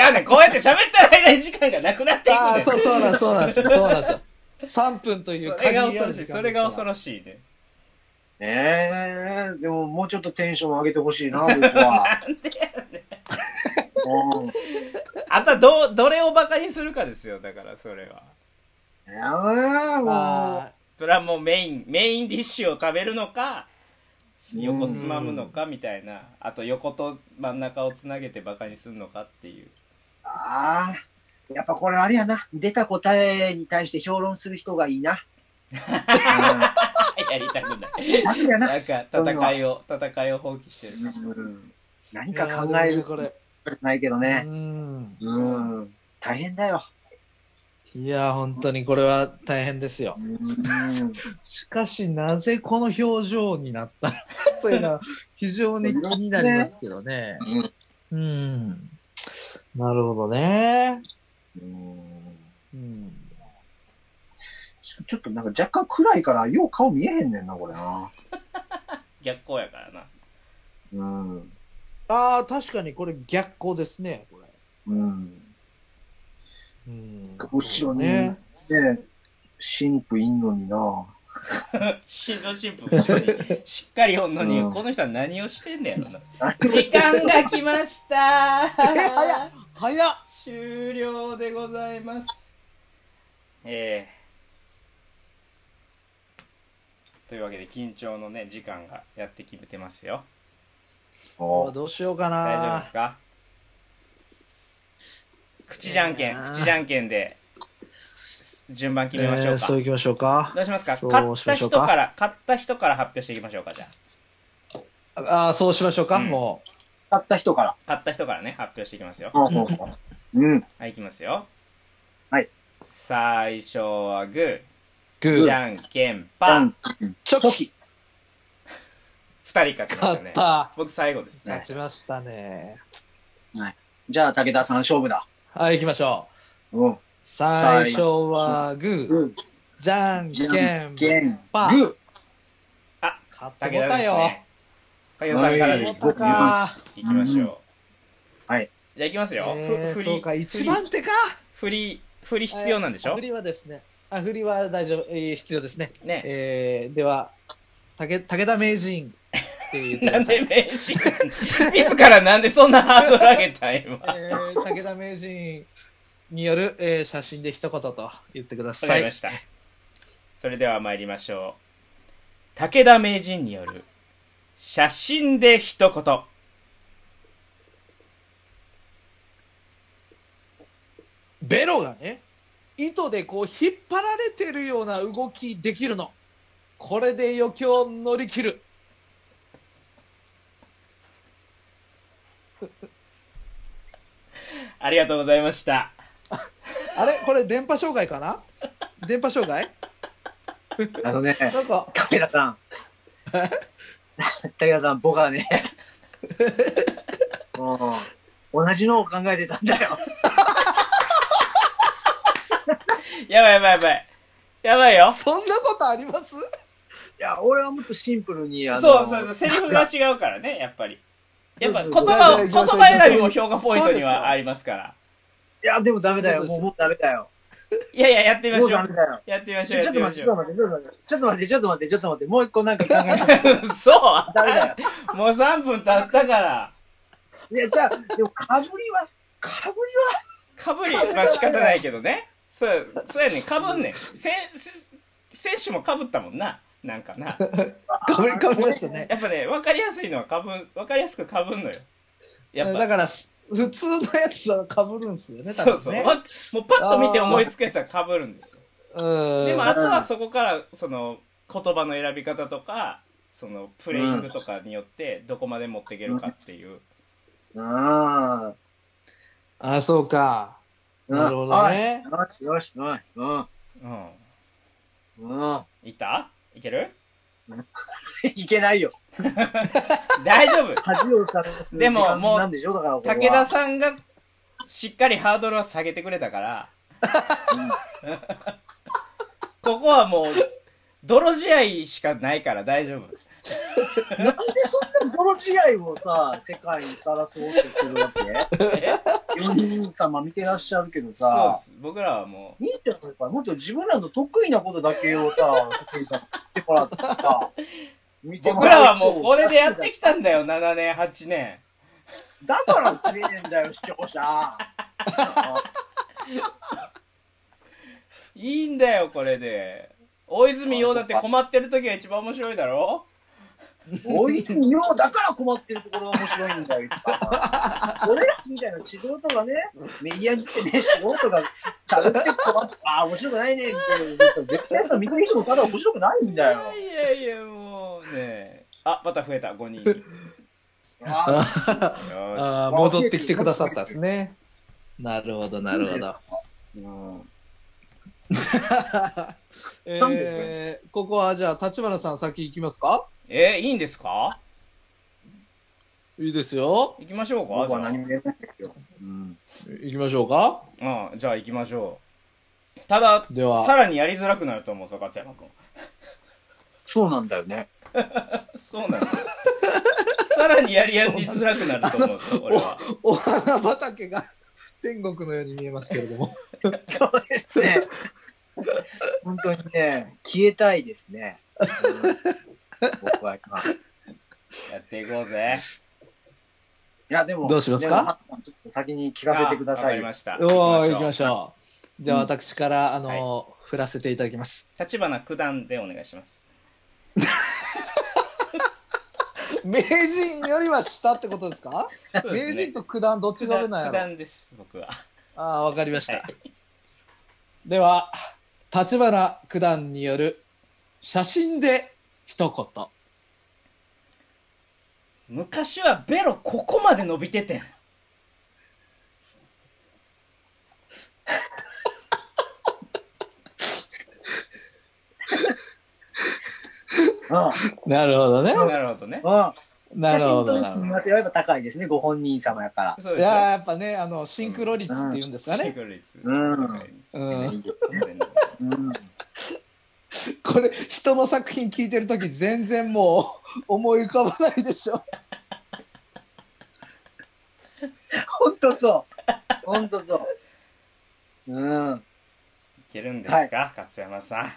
うねんこうやって喋ってる間に時間がなくなっていくねああ、ん。そう、そうなんです、そうなんですよ。そうなんですよ。3分というそれが限り恐あろるし時い。間そでれすかがら恐ろしいね。ええでももうちょっとテンション上げてほしいな、僕は。なんでやねんうんあとはどう、どれをバカにするかですよ、だからそれは。えーもあそれはもうメイン、メインディッシュを食べるのか、横つまむのかみたいな、あと横と真ん中をつなげてバカにするのかって (laughs) いう。うあーやっぱこれあれやな。出た答えに対して評論する人がいい (laughs) な。うやりたくない。ん楽やな。なんか戦いを、戦いを放棄してる。うん何ーか考えいやーるこれ。ことないけどねう。ん。うん。大変だよ。いや、本当にこれは大変ですよ。しかし、なぜこの表情になったのかという (laughs) のは非常に気になりますけどね。うん。なるほどね。うんうん。ちょっとなんか若干暗いから、よう顔見えへんねんな、これな。逆光やからな。うん。ああ、確かにこれ逆光ですね、これ。うん。うん後ろに、ね。、神父いんのにな。 (laughs) 新郎新婦 (laughs) が後ろにしっかりおんのに、うんこの人は何をしてんねやろな。あ時間が来ましたえ早っ早っ終了でございます。えーというわけで緊張のね時間がやってきてますよ。あどうしようか大丈夫でなす。か口じゃんけん、いやー口じゃんけんです順番決めましょうか。えーそういきましょうかど。うしますかそう買っしたましょ人うかから、買った人から発表していきましょうか、じゃあ。ああ、そうしましょうか、うんも買った人から。買った人からね、発表していきます (laughs) よ。うん。うん。はい、いきますよ。はい。最初はグう。グー、じー、ゃんけんパパン。チョキ。キ。二人勝ちました勝ねっ。た。僕最後ですね勝。ちましたね。じゃあ、武田さん勝負だ。はい、行きましょう。うん。最初はグー、ん。じゃんけん。ゲン。パグ勝って武も田たですよ。ね。武田さんからで武す。田僕か行きましょう。はい。じゃあ行きますよ。えふー、振そうり、か、一振り、番手か。振り、振り必要なんでしあょ振りはですね。あ、振りは大丈夫、えー必要ですね。ね。えー、では、武武田名人って言ってくなだんさいで。名人 (laughs) 自らなんでそんなハードル上げたん今。わえー、武田名人による、えー写真で一言と言ってくだかさりまい。した。それでは参りましょう。武田名人による写真で一言。ベロがね、糸でこう引っ張られてるような動きできるの。これで余興乗り切る。ありがとうございました。あれこれ電波障害かな電波障害あのね、なんか、武田さん。武田さん、(laughs) 僕はね。うん。同じのを考えてたんだよ。やばいやばいやばい。やばいよ。そんなことありますいや、俺はもっとシンプルに、あの、そうそうそう、セリフが違うからね、やっぱり。やっぱ言葉を、そう言そうそう葉選びも評価ポイントにはありますから。いや、でもダメだよ。もうもうダメだよ。いやいや、やってみましもうょダうメ。だよ。やってみましちょう、ょやちょっってとみま待っ、してょちょう。っと待って、ちょっと待って、ちょっと待って、ちょっと待って、もう一個なんか考えてそうダメだもう3分経ったから。いや、じゃあ、でも、かぶりは、かぶかぶりは仕方ないけどね。そう、そうやねん、かぶんねん。せん、せ選手もかぶったもんな。なんかな。かぶりかぶりましたね。やっぱね、わかりやすいのはかぶん、わかりやすくかぶんのよ。やっだぱ。から、す普通のやつはかぶるんですよね、多そう分そう。ね。わもうパッと見て思いつくやつはかぶるんですよ。うんでもあとはそこからその言葉の選び方とかそのプレイングとかによってどこまで持っていけるかっていう、りは。あ、そうか。うん。なるほどね。よし、よし、よし。うん。うん、うん。 (laughs) いたいけるいけないよ。大丈夫恥をさらすでも感じなんでしょだから、これは武田さんがしっかりハードルは下げてくれたからうんここはもう泥試合しかないから大丈夫なんでそんな泥試合をさ、世界にさらそうとするわけ ?4 人様見てらっしゃるけどそうさで、す僕らはも見てもやっぱりもっと自分らの得意なことだけをさ、世間から見てもらってさ、見うても僕ららうはもうこれでやってきたんだよ7年8年だから切れねえんだよ、視聴者。いいんだよこれで大泉洋だって困ってる時が一番面白いだろおいにようだから困ってるところが面白いんだよ。俺らみたいな素人がね、メディアに来てね、素人がちゃんと困って、ああ、面白くないね、みたいな言うと。絶対さ、見てる人もただ面白くないんだよ。いやいやいやもうねあまた増えた5人よあしあー戻ってきてくださったんですね。なるほど、なるほど。うん、えー、ここはじゃあ、立花さん先行きますかえー、いいんですかいいですよ。行きましょうかじ僕はゃあ何も言えないんですけど。うん。行きましょうかうん、じゃあ行きましょう。ただ、ではさらにやりづらくなると思うぞ、勝山君。そうなんだよね。そうなの (laughs) さらにやりやりづらくなると思うぞ、俺は。 (laughs) お花畑が天国のように見えますけれども。そうですね。本当にね、消えたいですね。うん僕は (laughs) 今。いやっていこうぜ。や、でも、どうしますかでもちょっと先に聞かせてくだあわさかいりよ。ました。おー、 (laughs) 行行ききままししょう。では、私から、あのーは振らせていただきます。ょう。立花九段でお願いします。名人よりは下ってことですかそうで名すね人と九段どっち九が段上なんや九ろ段です、僕は。ああ、わかりました。はいでは、立花九段による写真で一言。昔はベロここまで伸びててん。うんなるほどね。なるほどね。うんな写るほ真ど。となる組み合ほどわせはやっぱ高いですね、ご本人様やから。そういですやーよ。やっぱね、あの、シンクロ率っていうんですかシンね。グル率うん高いですうんいいですねうんこれ、人の作品聞いてるとき全然もう思い浮かばないでしょ。本当そう。本当そう。うん。いけるんですか、勝山さん。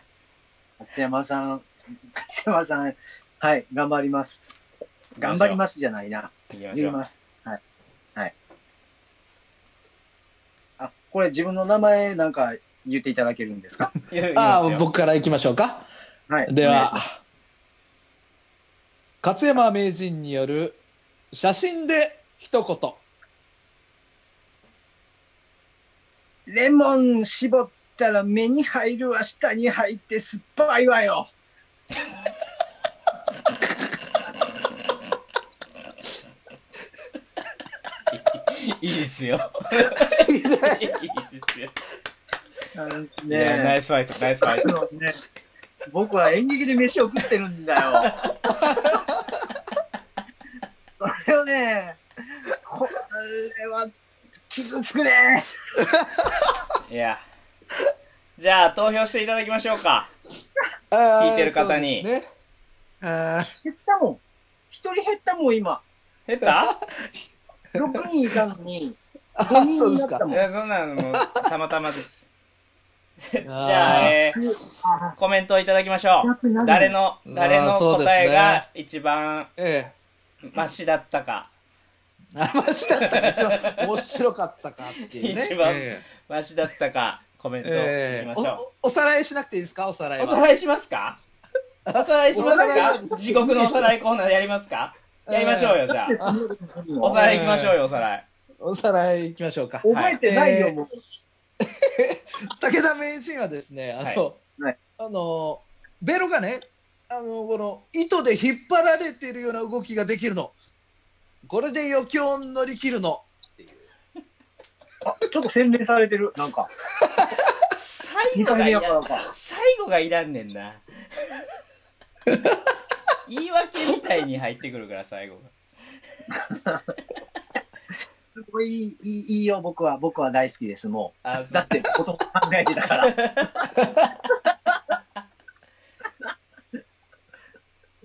勝山さん、勝山さん、はい、頑張ります。頑張りますじゃないな。行きまし言ょ。いうます。はい。はい。あ、これ自分の名前なんか言っていただけるんですかあ行きあ、ますよ僕から行きましょうか。はい。でお願いしはます、勝山名人による写真で一言。レモン絞ったら目に入るわ、下に入って酸っぱいわよ。 (laughs) いいですよ。 (laughs) いいねいいですよ。いやナねイスファイト、ナイスファイえト。ね僕は演劇で飯を食ってるんだよ。それをね、これは傷つくね。いや。じゃあ、投票していただきましょうか。聞聞いてる方にね、あー減ったもん。一人減ったもん、今。減った6人いたのに、あ5人そうにでなすっかた。もいん。あや、そんなのもう、たまたま (laughs) です。じじゃあ、えーー、コメントをいただきましょう。誰の、誰のあーそうですね答えが一番えマシだったか。え、あましだったか、一番面白かったかっていうね。一番えマシだったか、コメンえトを聞きええましょ。おおおさらいしなくていいですか、おさらいうおは。さらいしますかおさらいしまおさらいすか地獄のおさらいコーナーやりますかやりましょうよ、じゃあ。おさらい行きましょうよ、おさらい。おさらいいきましょうか。覚えてないはいよ、もう。武田名人はですね、あの、はいあのベロがね、あのこの糸で引っ張られているような動きができるの。これで余興を乗り切るの。あちょっと洗練されてる。なんか、最2後が回目いやらからん、か。最後がいらんねんな。言い訳みたいに入ってくるから、最後が。すごいいい、いいいいよ、僕は。僕は大好きです、もあー、そうう。だって、こと考えて (laughs) たから。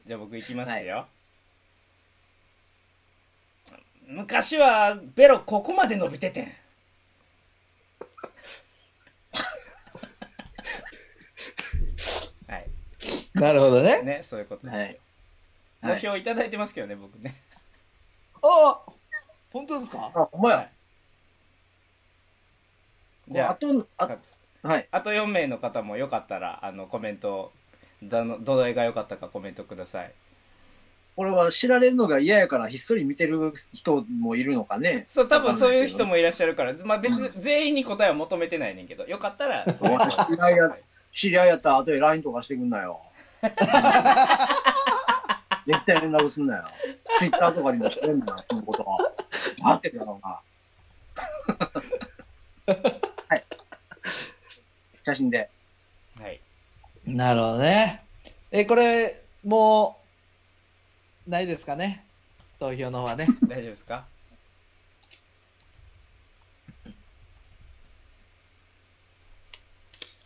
じゃあ僕いきますよ、昔はベロここまで伸びててんはいなるほどね。ねそういうことですよ、はいはいご票いただいてますけどね僕ねああ、本当ですか。あ、ほんまや。じゃああと、あかはい。あと4名の方もよかったらあのコメントをどのどれが良かったかコメントください俺は知られるのが嫌やから、ひっそり見てる人もいるのかね。そう多分そういう人も。もいらっしゃるから、まあ、別、う全員に答えは求めてないねんけどよかったら (laughs) コメントをいやいや知り合いやったら、後で LINE とかしてくんな (laughs) よ。絶対連絡すんなよ。Twitter とかにもしてんな、そのこと。待ってたのか。写真で。はい。なるほどね。え、これ、もう、ないですかね。投票の方 (laughs) はね。大丈夫ですか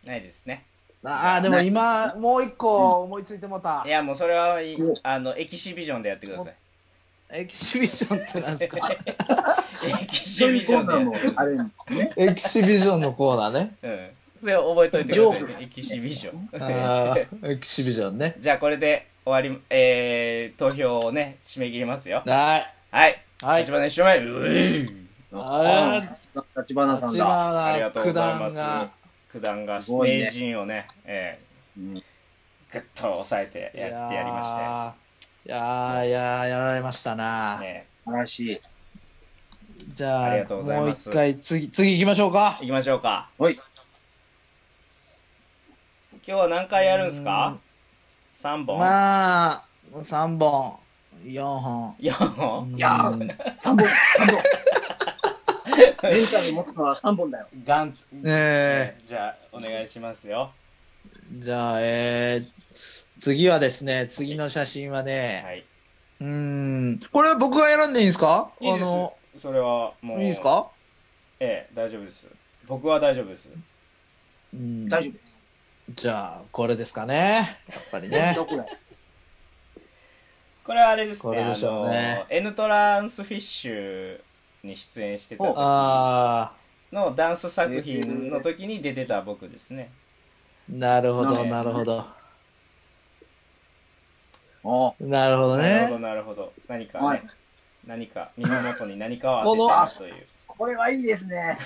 ないですね。ああ、でも今、もう一個思いついてもうたい。や、もうそれはいいおあの、エキシビジョンでやってください。エキシビションってなんですかエキシそういビうジコョーナーンもで。あるんですね。 (laughs) エキシビションのコーナーね。うん。それを覚えといてください。エキシビジあョン。ーエキシビションね。 (laughs) じゃあ、これで終わり、えー、投票をね、締め切りますよ。 (laughs) ははい。い。はい一。番の一枚。ういあ立花さん立だ。あり花がとうご九ざいま段すが。九段がすごいね名人をね、えうんー、ぐっと抑えてやってやりましいやーいやーやられましたな、たね。素晴らしい。じゃあありがとうございもうます一回次次行きましょうか行きましょうか。はい。今日は何回やるんすか ?3 本、まあ3本4本 ?4 本うんいやー、3本、3本。メンタル持つのは3本だよ。ガン、えじゃあ、お願いしますよ。ー、じゃあえー、次はですね次の写真はね、はい。うーんこれは僕が選んでいいんですかいいあですのそれはもう。いいですか、ええ、大丈夫です。僕は大丈夫です。うん、大丈夫です。じゃあこれですかねやっぱりねどこだよこれはあれですこね、れあでしょうねの、N トランスフィッシュに出演してた時ああのダンス作品の時に出てた僕ですね。なるほどねなるほどおなるほどなるほねど、なるほど。何か、ねはい何か、耳元に何かを当てたという。これはいいですね。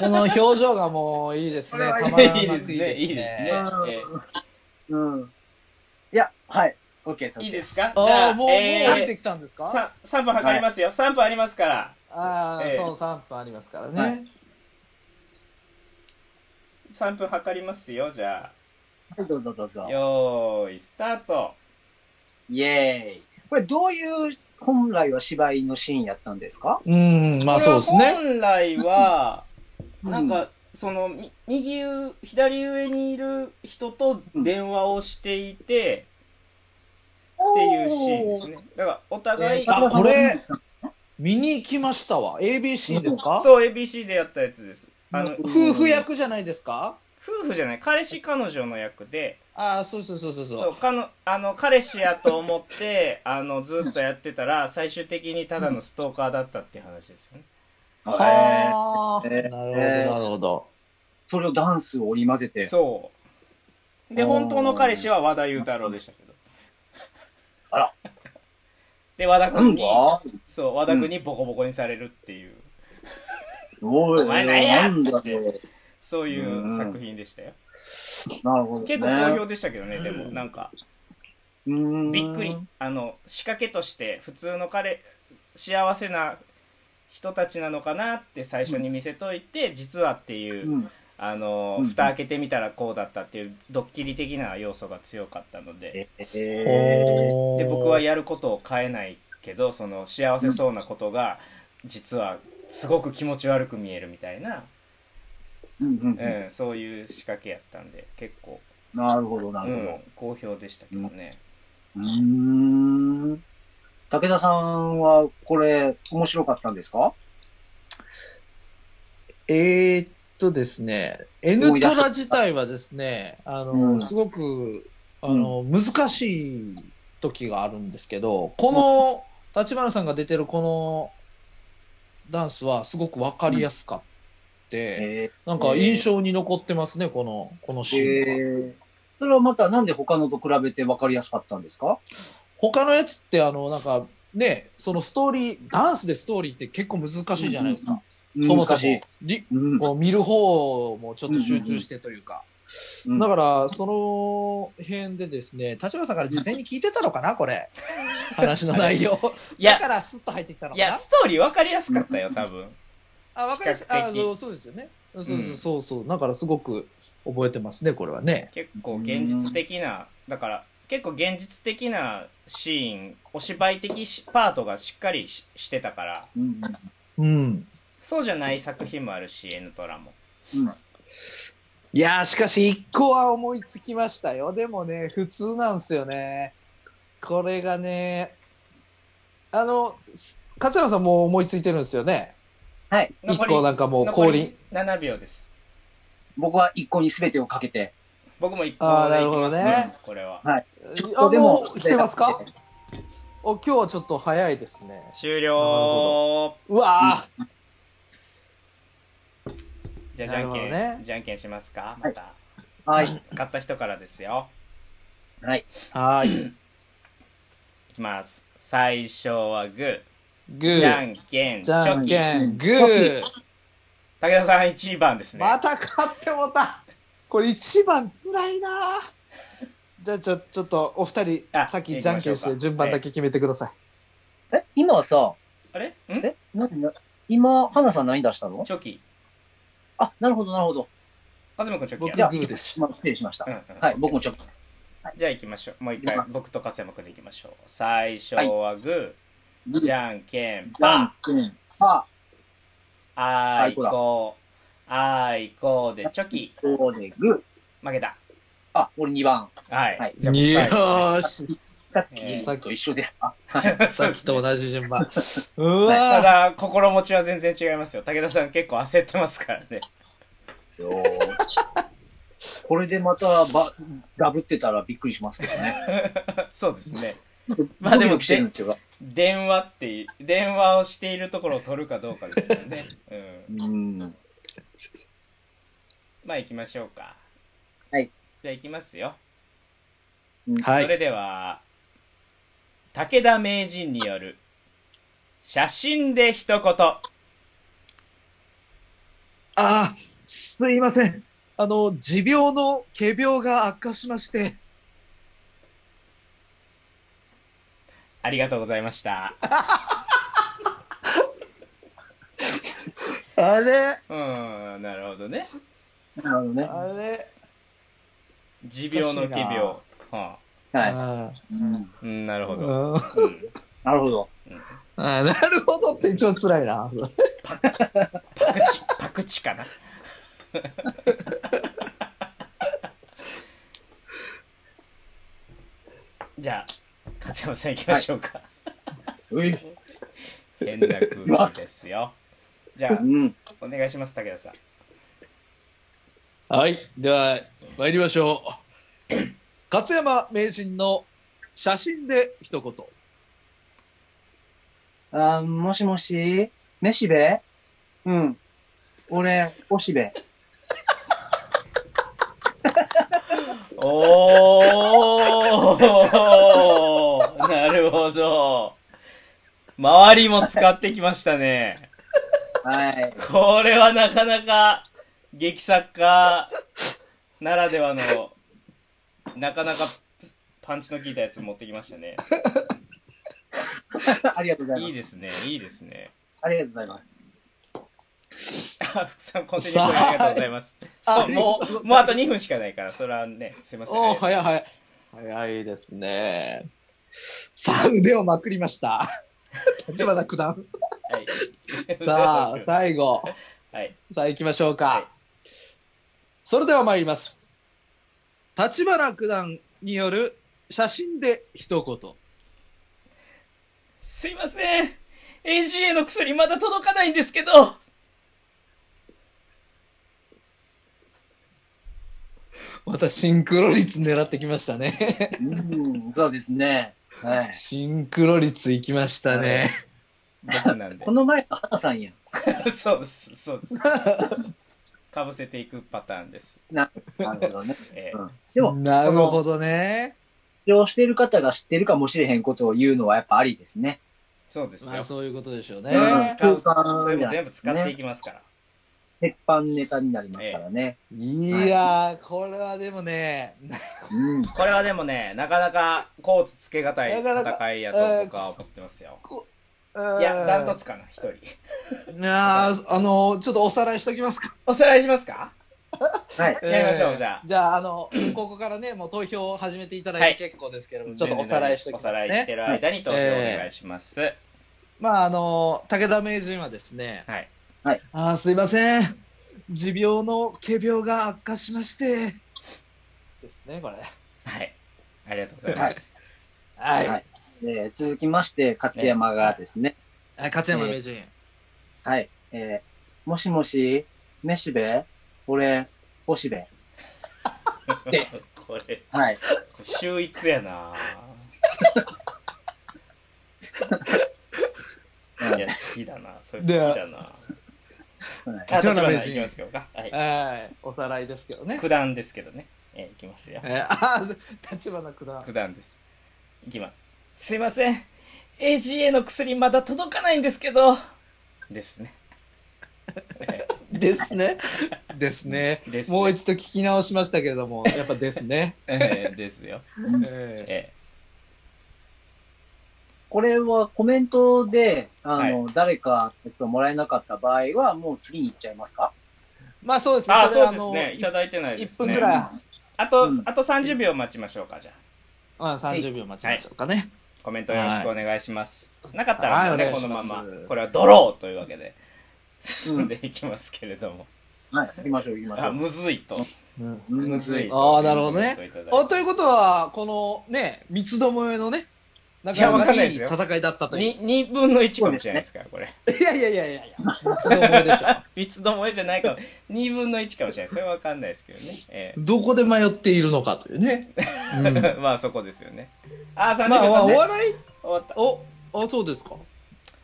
この表情がもういいですこね。れたはまらなくいいいいでですすねね。いいですねえうん。いや、はい。OK です。いい OK ですかじゃああ、あ、もう、えーもう降りてきたんですかさ3分測りますよ、3分ありますからああ、ええそう、3分ありますからはね。 3分測りますよじゃはい、どうぞどうぞあ。よーいスタートイエーイ。これどういう、本来は芝居のシーンやったんですかうん、まあそうですこれはね。本来はなんうかそのみ右う左上にいる人と電話をしていて、っていうシーンですねだからお互い、えーあ、これ、見に行きましたわ。ABC ですかそう ABC でやったやつですあのうん夫婦役じゃないですか夫婦じゃない彼氏彼女の役でああ、そうそうそうそうそそうかのあの彼氏やと思って (laughs) あのずっとやってたら最終的にただのストーカーだったっていう話ですよね。う。へーああ、なえるえほど、なるほど。それをダンスを織り交ぜて。そうでおー本当の彼氏は和田雄太郎でしたけど。あら (laughs) で和田君にだそう和田君にボコボコにされるっていう、おいお前なんやなんだよそういううん作品でしたよ。なるほど、ね。結構好評でしたけどねでもなんかうーんびっくりあの仕掛けとして普通の彼幸せな人たちなのかなって最初に見せといて、実はっていう。うんあの、うん蓋開けてみたらこうだったっていうドッキリ的な要素が強かったのでえー、ほで僕はやることを変えないけどその幸せそうなことが実はすごく気持ち悪く見えるみたいな、うんうんうんうん、そういう仕掛けやったんで結構、なるほど、なうるほんど。、好評でしたけどね、うーん。武田さんは、これ、面白かったんですかえーっとですね、N トラ自体はですね、あの、うんすごく、あの、難しい時があるんですけど、この、立花さんが出てるこのダンスはすごくわかりやすかって、えなんか印象に残ってますね、この、このー、シーンは。えーそれはまた、なんで他のと比べて分かりやすかったんですか他のやつって、あの、なんか、ね、そのストーリー、ダンスでストーリーって結構難しいじゃないですか。そもそ難しいも。りうんこう見る方もちょっと集中してというか。うんだから、その辺でですね、立花さんから事前に聞いてたのかな、これ。話の内容。いやだから、スッと入ってきたのいかやな。ストーリー分かりやすかったよ多分あ、わかりやすい。あ、比較的そうそうですよね。そうそうそうそう。だから、すごく覚えてますね、これはね。結構現実的なだから結構現実的なシーンお芝居的しパートがしっかりししてたからうんうんうん。そうじゃない作品もあるし、N トラも。うん。いやー、しかし一個は思いつきましたよ。でもね、普通なんですよね。これがね、あの、す勝山さんもう思いついてるんですよね。はい。一残り個なんかもう残降り臨。 7秒です。僕は一個に全てをかけて。僕も1あ個ーでないるきほどますねね、これは。あ、でもう来てますかうんお今日はちょっと早いですね。終なる了うわじゃあ、じゃんけん、なるほどねじゃんけんしますかまた。はい。買った人からですよ。はい。ー、はーい。いきます。最初はグー。グじゃー。んけん、じゃんけん、チグョキチョー。武田さん1番ですね。また勝ってもた。これ一番辛いなじゃあちょ、ちょっとお二人あ、さっき行きじゃまんしけょうかんして順番だけ決めてください。え、今はさ、あれんえ、なな今、花さん何出したのチョキ。あ、なるほど、なるほど。あずむくんチョキや僕じゃあ、グーですま失礼しました。うんうんはい、僕もちょっとです。じゃあ行きましょう。もう一行き回ま、す僕と勝山くんで行きましょう。最初はグー、グーじゃんけん、じゃんパけん、パー、あいこ、あいこでチョキ、ー、こうでグー。負けた。あ、俺2番。 (laughs) はい。はいじゃあ僕最後ーし。さっきえーと一緒ですかですさねっきと同じ (laughs) 順番。うたわだ、心持ちは全然違いますよ。武田さん結構焦ってますからね。よーし (laughs) これでまたばダブってたらびっくりしますけどね。そうですね。 (laughs) ままああででももしてるんですよ。電話ってい、電話をしているところを取るかどうかですよね。うん。うん。まあ行きましょうか。はい。じゃあ行きますよ。はそい。れでは、武田名人による、写真で一言。あー、すいません。あの、持病の仮病が悪化しまして。ありがとうございました。あれうーん、なるほどね。なるほどね。あれ、持病の奇病。おはあ、はい。あうんうん、なるほーど。ううんんなるほど。あーなるほどって一番辛いな。パクチ、パクチかな。 (laughs) じゃあ、勝山さん行きましょうか。うい変な空気ですよ。じゃあう、ん。お願いします、武田さん。はい。では、参りましょう。 (coughs) 勝山名人の写真で一言。あー、もしもしねしべうん。俺、おしべ。おー (laughs) なるほど。周りも使ってきましたね。 (laughs) はい。これはなかなか劇作家ならではの、なかなかパンチの効いたやつ持ってきましたね。ありがとうございいいます。ですね、いいですね。ありがとうございます。あ、福さん、コンテンツありがとうございます。そう、もう、もうあと2分しかないから、それはね、すいません。おー早い早い。早いですね。さあ、腕をまくり (laughs) ました。立花九段。はいさあ、最後。はい。さあ、行きましょうか。はいそれでは参ります。立花九段による写真で一言。すいません。AGA の薬まだ届かないんですけど。またシンクロ率狙ってきましたね。うん、そうですね。はい。シンクロ率いきましたね。僕なんでこ。の前、花さんやん。 (laughs) そうです、そうです。かぶせていくパターンです。なるほどね。ええうんでも、なるほどね。使用している方が知ってるかもしれへんことを言うのはやっぱありですね。そうですまあよ。そういうことでしょうねそ。れも使う空間それも全部使っていきますから。鉄板ネタになりますからね。いやー、これはでもね、うん。これはでもね、なかなかコーツつけがたいなかなか戦いやと僕は思ってますよ。いや、ダントツかな、一人。いやーあのーちょっとおさらいしときますか。おさらいしますかはい。 (laughs) やりましょうじゃあじゃあ、あの、ここからね、もう投票を始めていただいて結構ですけれども、ちょっとおさらいしときますね。おさらいしてる間に投票お願いします。まあ、あのー武田名人はですね、はい。はいああ、すいません。持病の仮病が悪化しまして。ですね、これ。はい。ありがとうございます。はい。はいえー続きまして、勝山がですね、はい、勝山名人。はい、えーもしもし、めしべ俺、おしべ。です (laughs) これ、はい。これ秀逸やなぁいや、好きだなそれ好きだなぁはいあ立花立花名行人きましょうか。はい。はい。おさらいですけどね。九段ですけどね。えー、いきますよ。えー、ああ、立花九段。九段です。いきます。すいません。AGA の薬まだ届かないんですけど。ですね。ですね。ですね。ですねもう一度聞き直しましたけれども、やっぱですね。えーですよ。 (laughs) えーえこれはコメントで、あの、は誰かやつをもらえなかった場合は、もう次に行っちゃいますかまあそうですー、ね。あー、れそうですね。いたあのだいてないですね。 1分くらい、あと、うんあと30秒待ちましょうか、じゃあ。まあ、30秒待ちましょうかね。コメントよろしくお願いします。なかったはいら、おね願いこしのまますま、これはドローというわけで、 (laughs) 進んでいきますけれども。はい、行きましょう、行きましょあ、う。むずいと。うんうんむずいと。あーなるほどねコメントいただいてあということは、このね、三つどもえのね、ないやかなわかかんないいでいすよ戦いだったという。に二分の一かもしれないですから、これ。いやいやいやいやいや、三つどもえでしょ。 (laughs) 三つどもえじゃないかも。二分の一かもしれない。それはわかんないですけどね。えどこで迷っているのかというね。うえん (laughs) まあそこですよね。ああ、30 (laughs) まあ、まあ秒、おね、笑い、終わった。お、あ、そうですか。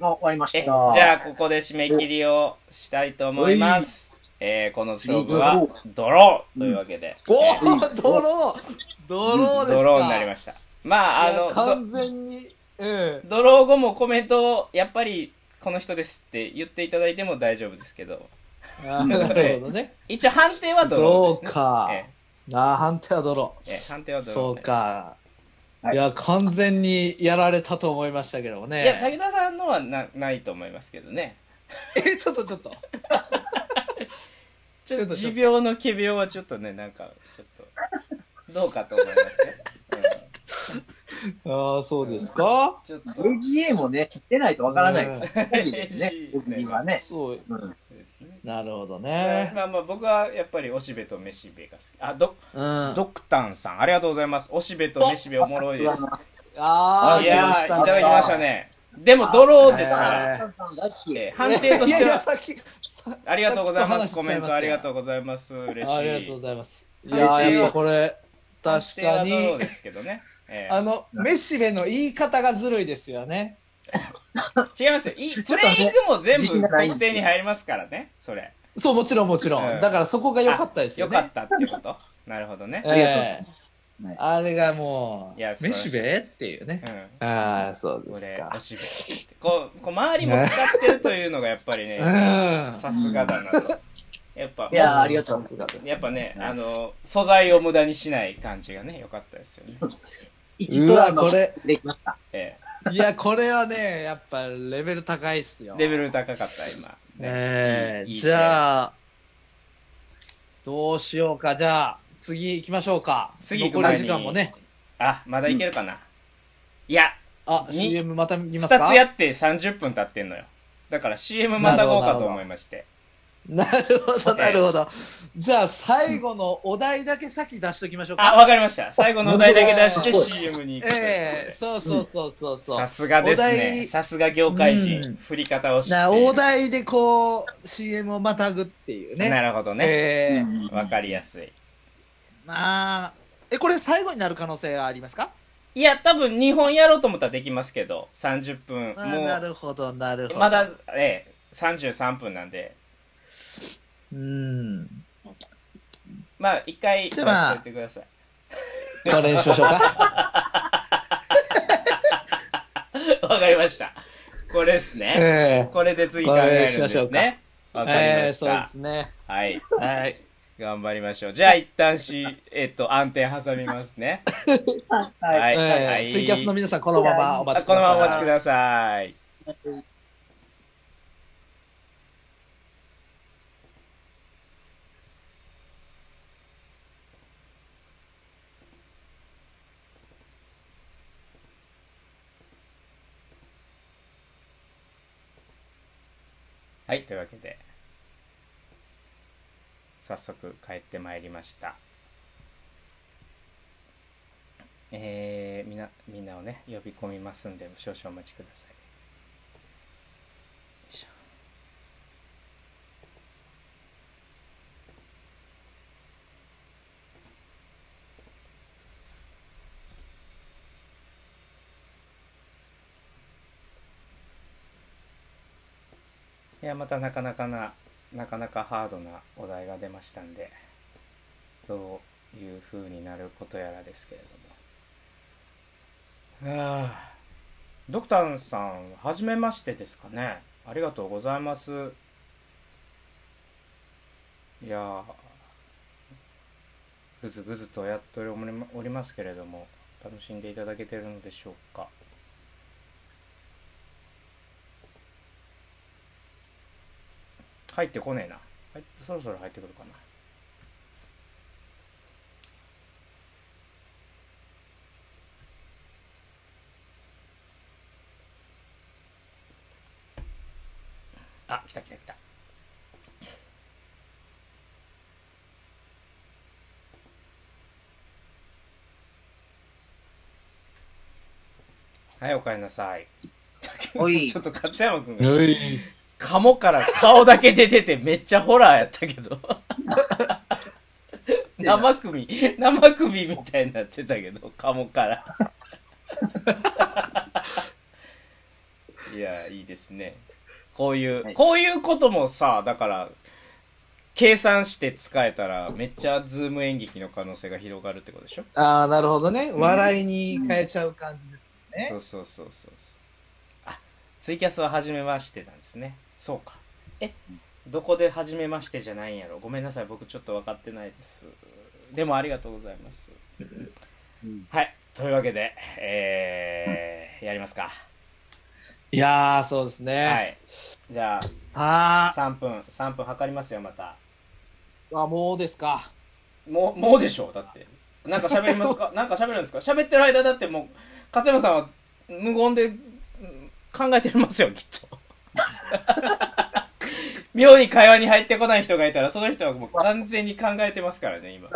あ終わりました。えじゃあ、ここで締め切りをしたいと思います。えー、この勝負はドローというわけで、おえードロードローですか。ードローになりました。まあ、あいやの、完全に、えドロー後もコメントを、やっぱりこの人ですって言っていただいても大丈夫ですけど、えあーなるほどね。一応判定はドローです、そうね。か。えあー判定はドロえええ判定はー。ドロそーう。か。はいいや、完全にやられたと思いましたけどもいや、ね。武田さんのはなないと思いますけどね。え、ちょっとちょ (laughs) っと。ちょっとちょ持っと。病の仮病はちょっとね、なんか、ちょっと、どうかと思いますよ。ああ、そうですか。うん、ちょっと、 AGA もね、出ないとわからないですうんよ。いいです (laughs) ね AGA、僕にはね。そう。うん、ですね。なるほどね。まあまあ、僕はやっぱりおしべとめしべが好き。あ、ドうん。あドクタンさん、ありがとうございます。おしべとめしべおもろいです。あー、いやー、来いしたねだきましたね。でも、ドローですから。えさんさん大好きえー判定としいやていや、は、さっき、さありがとうございます。さっきコと話しちメゃいンましたトありがとうございます。嬉しい。ありがとうございます。い嬉やしいー、やっぱこれ、確か判定はドローにで、すけどね。えーあの、メシベの言い方がずるいですよね。違いますよ。いいちプょっとねレイングも全時期部がないんですよ特定に入りますからね。それ。そう、もちろんもちろうんん。だからそこが良かったですよよね。かったってこと。 (laughs) なるほどね。ありがとうええはいあれがもう、いや素晴メらしシいベっていうね。うん。ああ、そうでこすれ、おか。しべ。こう、こう周りも使ってるというのがやっぱりうね、ん。さすがだなと。やっぱ、いやーありがとうさすがです。やっぱね、はいあの、素材を無駄にしない感じがね、良かったですよね。一うドラわ、のこれ、できました。えいや、これはね、やっぱレベル高いっすよえ。レベル高かった、今。ええいいいいじゃあ、どうしようか。じゃあ、次行きましょうか。次行く残前りに時間もね。あ、まだいけるかな。いや、あ、に CM また見ます2かつやって30分経ってんのよ。だから CM またごうかと思いまして。 (laughs) なるほど、なるほど。じゃあ、最後のお題だけ先出しときましょうあ、か。わかりました。最後のお題だけ出して CM に行くということええで。そうそうそうそうそう。さすがですおね。題さすが業界う人ん。振り方を知ってないるお題でこう CM をまたぐっていうね。なるほどね。えーわかりやすい。まあえこれ最後になる可能性はありますか？いや、多分2本やろうと思ったらできますけど、30分。あーなもるほどなるう、ほど。まだ、ええ、33分なんで、うん。まあ、一回、じゃあまあてください。 (laughs) これにしましょうか。わかりました。これです (laughs) ね。えこれで次考えるんでこれしましょすうかね。わー、かりえまーしそうでた。すね。はい。はい。頑張りましょう。じゃあ、一旦し、えっと、暗転挟みますね。はいはい。はえいー、ツイキャスの皆さんこのままお待あちくこのださまい。まお待ちください。はい、というわけで、早速帰ってまいりました。えー、みんな、みんなをね、呼び込みますんで、少々お待ちください。よいしょいや、またなかなかな、なかなかハードなお題が出ましたんで、どういう風になることやらですけれども。はあ、ドクターさん、はじめましてですかね。ありがとうございます。いやあ、ぐずぐずとやっておりまおりますけれども、楽しんでいただけてるのでしょうか。入ってこねえな入っそろそろ入ってくるかなあ来た来た来たはいおかえりなさいお (laughs) いちょっと勝山君がおい。鴨から顔だけ出ててめっちゃホラーやったけど生首生首みたいになってたけど鴨からいやいいですねこういう、はいこういうこともさだから計算して使えたらめっちゃズーム演劇の可能性が広がるってことでしょああ、なるほどね。ん笑いに変えちゃう感じですね。そうそうそうそうそうあツイキャスは初めましてなんですねそうかえどこで初めましてじゃないんやろごめんなさい僕ちょっと分かってないですでもありがとうございますうんはいというわけでえー、やりますかいやー、そうですはね。いじゃあさ3分3分測りますよまたあ、あ、もうですか。もうもうでしょだってなんか喋りますかなんか喋るんですか喋ってる間だってもう勝山さんは無言でうん考えてますよきっと妙に会話に入ってこない人がいたらその人はもう完全に考えてますからね今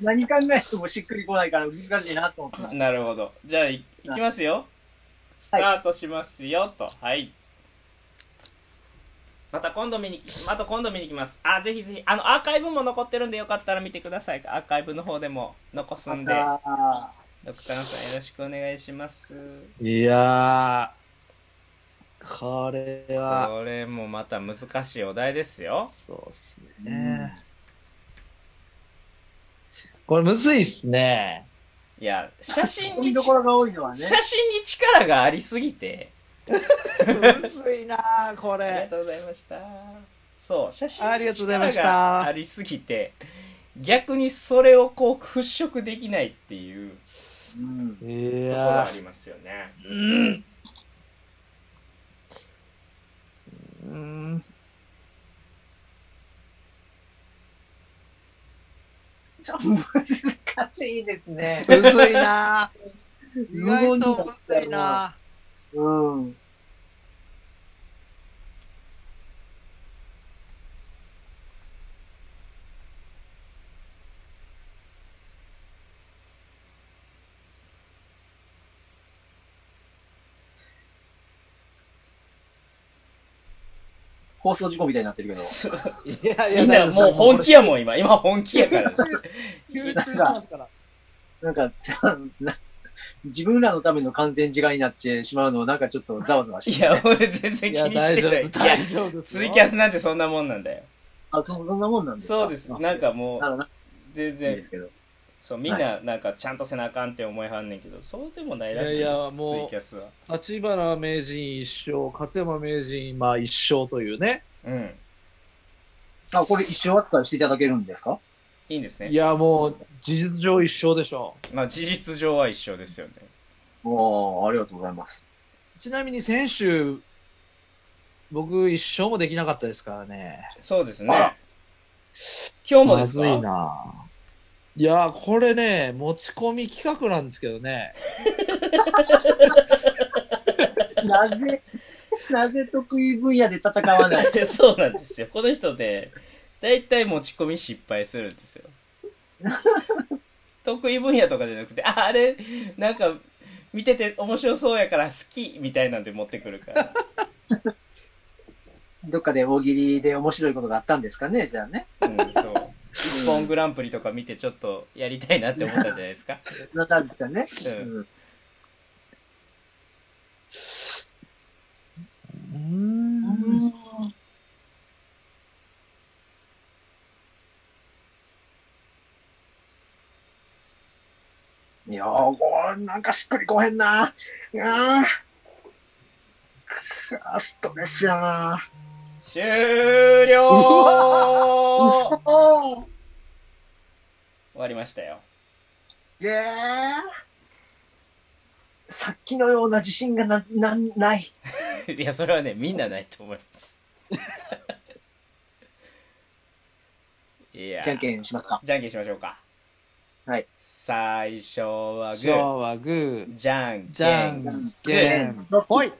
何考えてもしっくりこないから難しいなと思 (laughs) って。なるほどじゃあいいきますよスタートしますよとはいまた今度見に来また今度見に来ますあぜひぜひあのアーカイブも残ってるんでよかったら見てくださいアーカイブの方でも残すんであドクターさんよろしくお願いします。いやー、これは、これもまた難しいお題ですよ。そうですーね。これむずいっすね。いや、写真うん。見に、どころが多いのはね。写真に力がありすぎて。むずいなー、こありがれ。とうございました。そう、写真ありがにとうございま力したがありすぎて、逆にそれをこう払拭できないっていううんいところやありますよね。ー、うん。うん、ちょ難しいですね。むずいなー。意無外言になっとむたずらいなうん。放送事故みたいになってるけど。ー。いやいや、みんなもう本気やもん、今。今本気や集 (laughs) から。中集中しますから。なんか、 (laughs) じゃあな自分らのための完全自害になってしまうのをなんかちょっとざわざわしいてる、や、俺全然い気や、にして大丈ない。夫、いや大、丈夫ですよ。ツイキャスなんてそんなもんなんだよ。あそ、そんなもんなんですかそうです。なん、かもうな、らなく全ていい然ですけど。そうみんななんかちゃんとせなあかんって思いはんねんけど、そうでもないらしいいやいやもうツイキャスは立花名人一勝、勝山名人、まあ一勝というね。うんあ、これ一生扱いしていただけるんですかいいんですいねや、もう、事実上一勝でしょまあ事実上は一緒ですよねおー、ありがとうござい (laughs) ます。う。ちなみに先週、僕一勝もできなかったですからね。そうですあねら今日もまですずかいな。いやー、これね、持ち込み企画なんですけどね。なぜ (laughs) なぜ得意分野で戦わ (laughs) ない (laughs) そうなんですよ。この人ね、大体持ち込み失敗するんですよ。 (laughs) 得意分野とかじゃなくて、ああれ、なんか、見てて面白そうやから好きみたいなんで持ってくるから。どっかで大喜利で面白いことがあったんですかね、じゃあね。うん、 (laughs) そう。一本グランプリとか見てちょっとやりたいなって思ったんじゃないですか。なったんですかね。うん。うーん。いやー、こうなんかしっくりこへんな。いやーくあー、ストレスやな。終了う終おーわりましたよ。えー、さっきのような自信がな、なん、ない。いや、それはね、みんなないと思います。いや、じゃんけんしますか。じゃんけんしましょうか。はい。最初はグ今日ー、はグー、じゃんじけゃん。んけん、ぽ (laughs) い。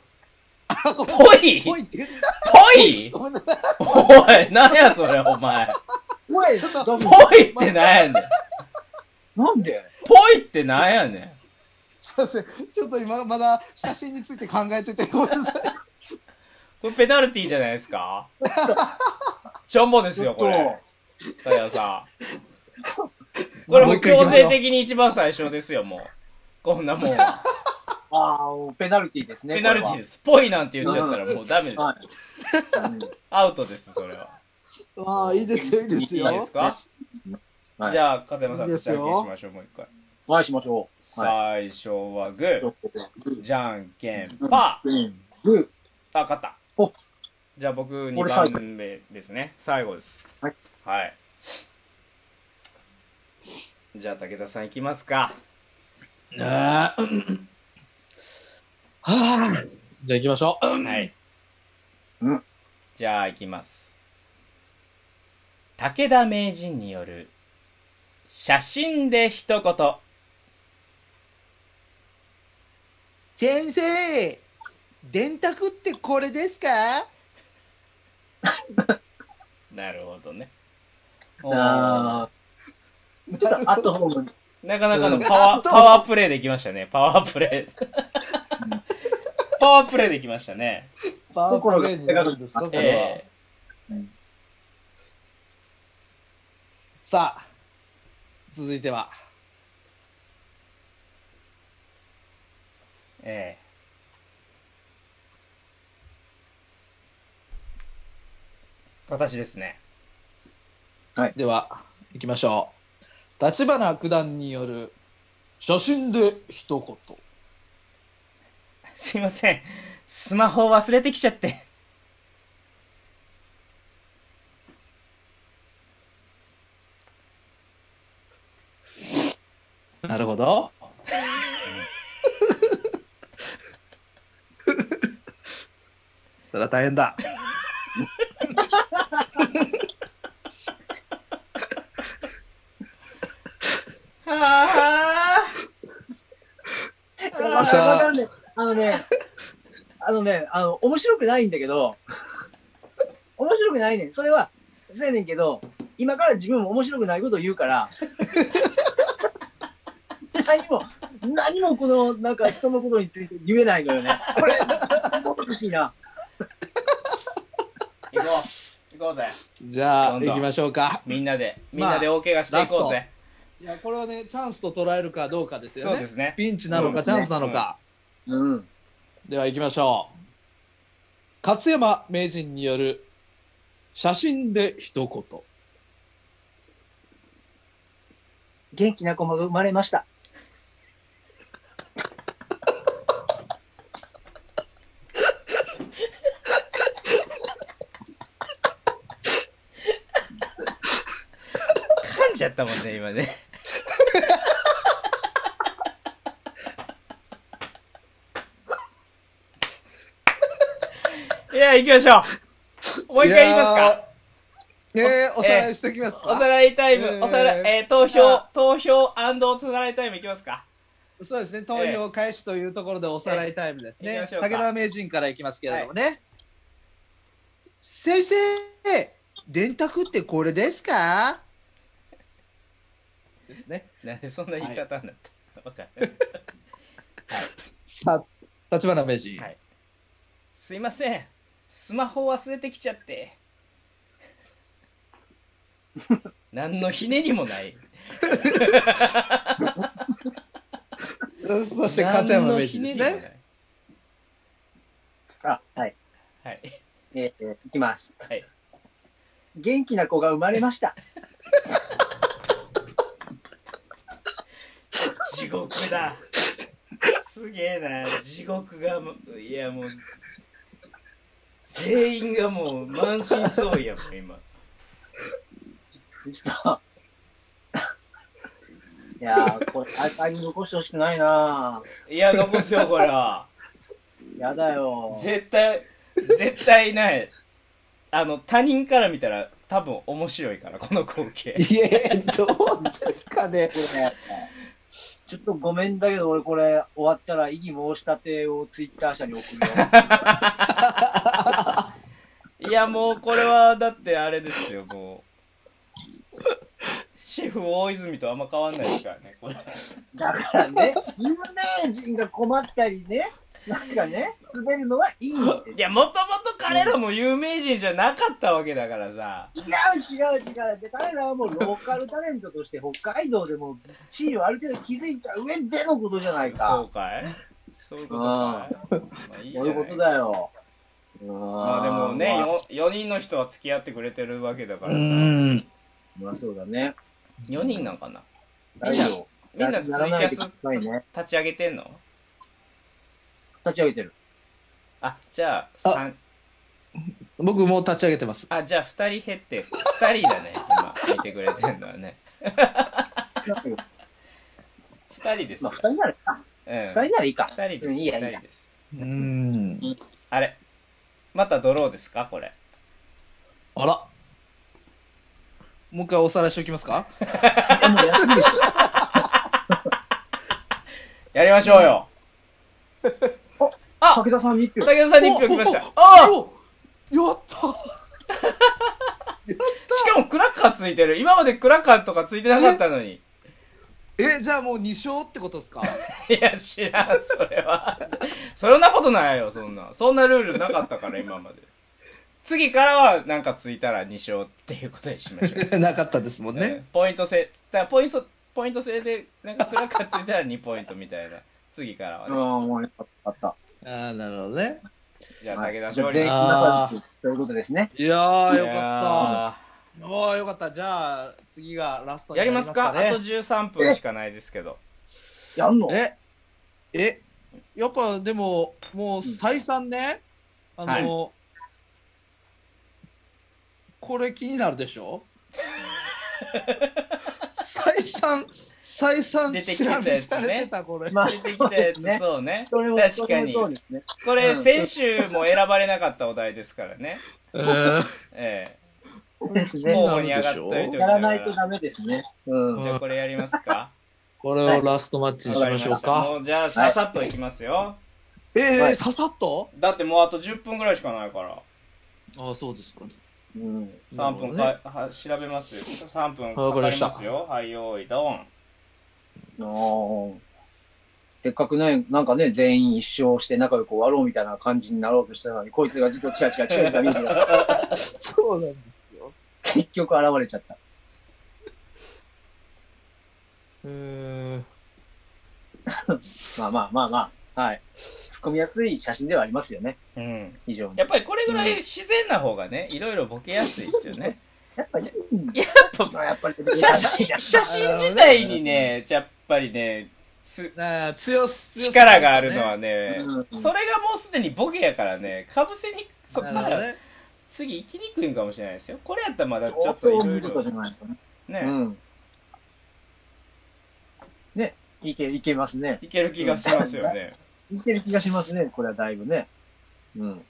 ぽいぽいって言ってた。ぽいごめんなさい。おい、なんやそれ、お前。声ちょっと出すぽいってなんやねん。なんでぽいってなんやねすいません。ちょっと今まだ写真について考えてて、ごめんなさい。ん。これペナルティーじゃないですかちょんぼですよ、これ。高田さん。これもう強制的に一番最初ですよ、もう。こんなもん。ああ、ペナルティーですね。ペナルティーでです。ぽいなんて言っちゃったらもうダメです。はい。アウトです、それは。ああ、いいですよ、いいですいいよ。ですかはいじゃあ、風間さんいいとですじゃんよけんしましょう、もう一回。お会いしましょう。は最初はグー、い。じゃんけん、パグー。ー。あ、勝ったお。じゃあ僕2俺最後番目ですね。最後です。はい。はい。じゃあ、武田さんいきますか。ああ。はあ。じゃあ行きましょう。はい。うんじゃあ、いきます。武田名人による、写真で一言。先生、電卓ってこれですかなるほどね。あーちょっと後の方のなかなかのうんパワー、パワープレイできましたね。パワープレイ。 (laughs) パワープレイできましたね。パワープレイになるんですかこれは。えさあ、続いては。えええ私ですね。 (laughs) では、行きましょう。立花九段による写真で一言。すいません。スマホ忘れてきちゃって。なるほど。 (laughs) そりゃ大変だ。あ (laughs) わかるわかんないあのね、あのね、あの、面白くないんだけど、面白くないねん。それは、そうやねんけど、今から自分も面白くないことを言うから、何も、何もこの、なんか人のことについて言えないのよね。これ、おかしいな。あ行こう。行こうぜ。じゃなあ、んだ行きましょうか。みんなで、みんまあなで大怪我していこうぜ。いや、これはね、チャンスと捉えるかどうかですよそうでね。すね。ピンチなのそか、うでチすねャンスなのか。うん。では、行きましょう。勝山名人による写真で一言。元気な子も生まれました。噛んじゃったもんね、今 (laughs) ね。いや、行きましょう。もう一回言いますか。いやーえー、おさらいしておきますか。おさらいタイム、えーおさらい、えー投じゃ票あ、投票おさらいタイムいきますか。そうですね、投票開始というところでおさらいタイムですええね行。きましょうか武田名人からいきますけれどもね。先生、電卓ってこれですかですね。なんでそんな言い方になったわかんないさあ、立花名人。はいすいませんスマホ忘れてきちゃ (laughs) って何のひねりもないそして勝山名何人でのひすねりもなね。いあ、はい。はいえー、えーいきます。はい元気な子が生まれま (laughs) した。地獄だすげえな地獄がもういやもう全員がもう満身創痍やもん今ちょっといやー、これ、アーカイブ残してほしくないないや残すよこれはーやだよー。絶対絶対ないあの他人から見たら多分面白いからこの光景いえ、どうですかね。これねちょっとごめんだけど、俺これ終わったら異議申し立てをツイッター社に送 (laughs) るよ。いやもうこれはだってあれですよもうシェフ大泉とあんま変わんないですからねこれだからね、有名人が困ったりね、なんかね、滑るのはいいんでいすやもともと彼らも有名人じゃなかったわけだからさ違う違う違う。で、彼らはもうローカルタレントとして北海道でも地位をある程度築いた上でのことじゃないそか。うかいそういうことかいまあいいじゃそないいううことだよ。ままあでもね、よ4人の人は付き合ってくれてるわけだかうらさん。まあそうだね。 4人なんかな大丈夫。みんなツイキやらないャスでくださいね立ち上げてんの立ち上げてる。あじゃああ三僕もう立ち上げてます。あじゃあ2人減って2人だね今見てくれてんのはね2人ですまあ二人なら、あ、うん、2二人ならいいか。人ですうんいいやいい2や人ですうん。あれまたドローですかこれあら。もう一回おさらいしておきますかいやもうやってるでしやりましょうよょ。武田さんに一票武。田さんに1票来ましたああしおやったかもクラッカーついてる今までクラッカーとかついてなかったのにえ、じゃあもう2勝ってことですかいや知らんそれはそんなことないよそんなそんなルールなかったから今まで次からはなんかついたら2勝っていうことにしましょう (laughs) なかったですもんうんね。ポイント制だからポイントポイント制でなんかクラッカーついたら2ポイントみたいな次からはうねん、もうよかった。ああ、なるほどね。じゃあ武田じゃあ勝利全員いあ仲良くということですね。いやー、よかっやた。おー、よかった。じゃあ、次がラストーにやなりりまますすかかあね。と13分しかないですけどやんのえ、え、やっぱでも、もう再三ね、あの、これ気になるでしょ再三、再三出てき調てたやつねべされてた、これ。まあ出てきたやつねそうねそれも確かにそれもそうですね。これうん先週も選ばれなかったお題ですからねうんえです (laughs) えもね。候補に上がっといておきなやがららないとダメですね。うん。じゃあこれやりますかこれをラストマッチにしましょうわりまか。たもうじゃあささっといきますよええはいささっとだってもうあと10分ぐらいしかないからああ、そうですかね。うん。 3分なるか、は調べますよ3分わかかりかまりしたますよはい用意ドンあーせっかくね、なんかね、全員一生して仲良く終わろうみたいな感じになろうとしたのに、こいつがずっとチラチラチラチラ見てたからほどねそうなんですよ。結局現れちゃった。えまあまあまあまあ、はい。突っ込みやすい写真ではありますよね、うん非常に。やっぱりこれぐらい自然な方がね、いろいろボケやすいですよね。やっぱり、うんやっぱ、やっぱり、写真、写真自体にね、やっぱりね、つー、なあ強す、強す力があるのはねうん、それがもうすでにボケやからね、かぶせに、そっかなるほどらね次行きにくいんかもしれないですよ。これやったらまだちょ相っと当いろ見い事じゃろ、ないですかね。うね、ん。ね、いけ、いけますね。いける気がしますよね。いける気がしますね、これはだいぶね。うん。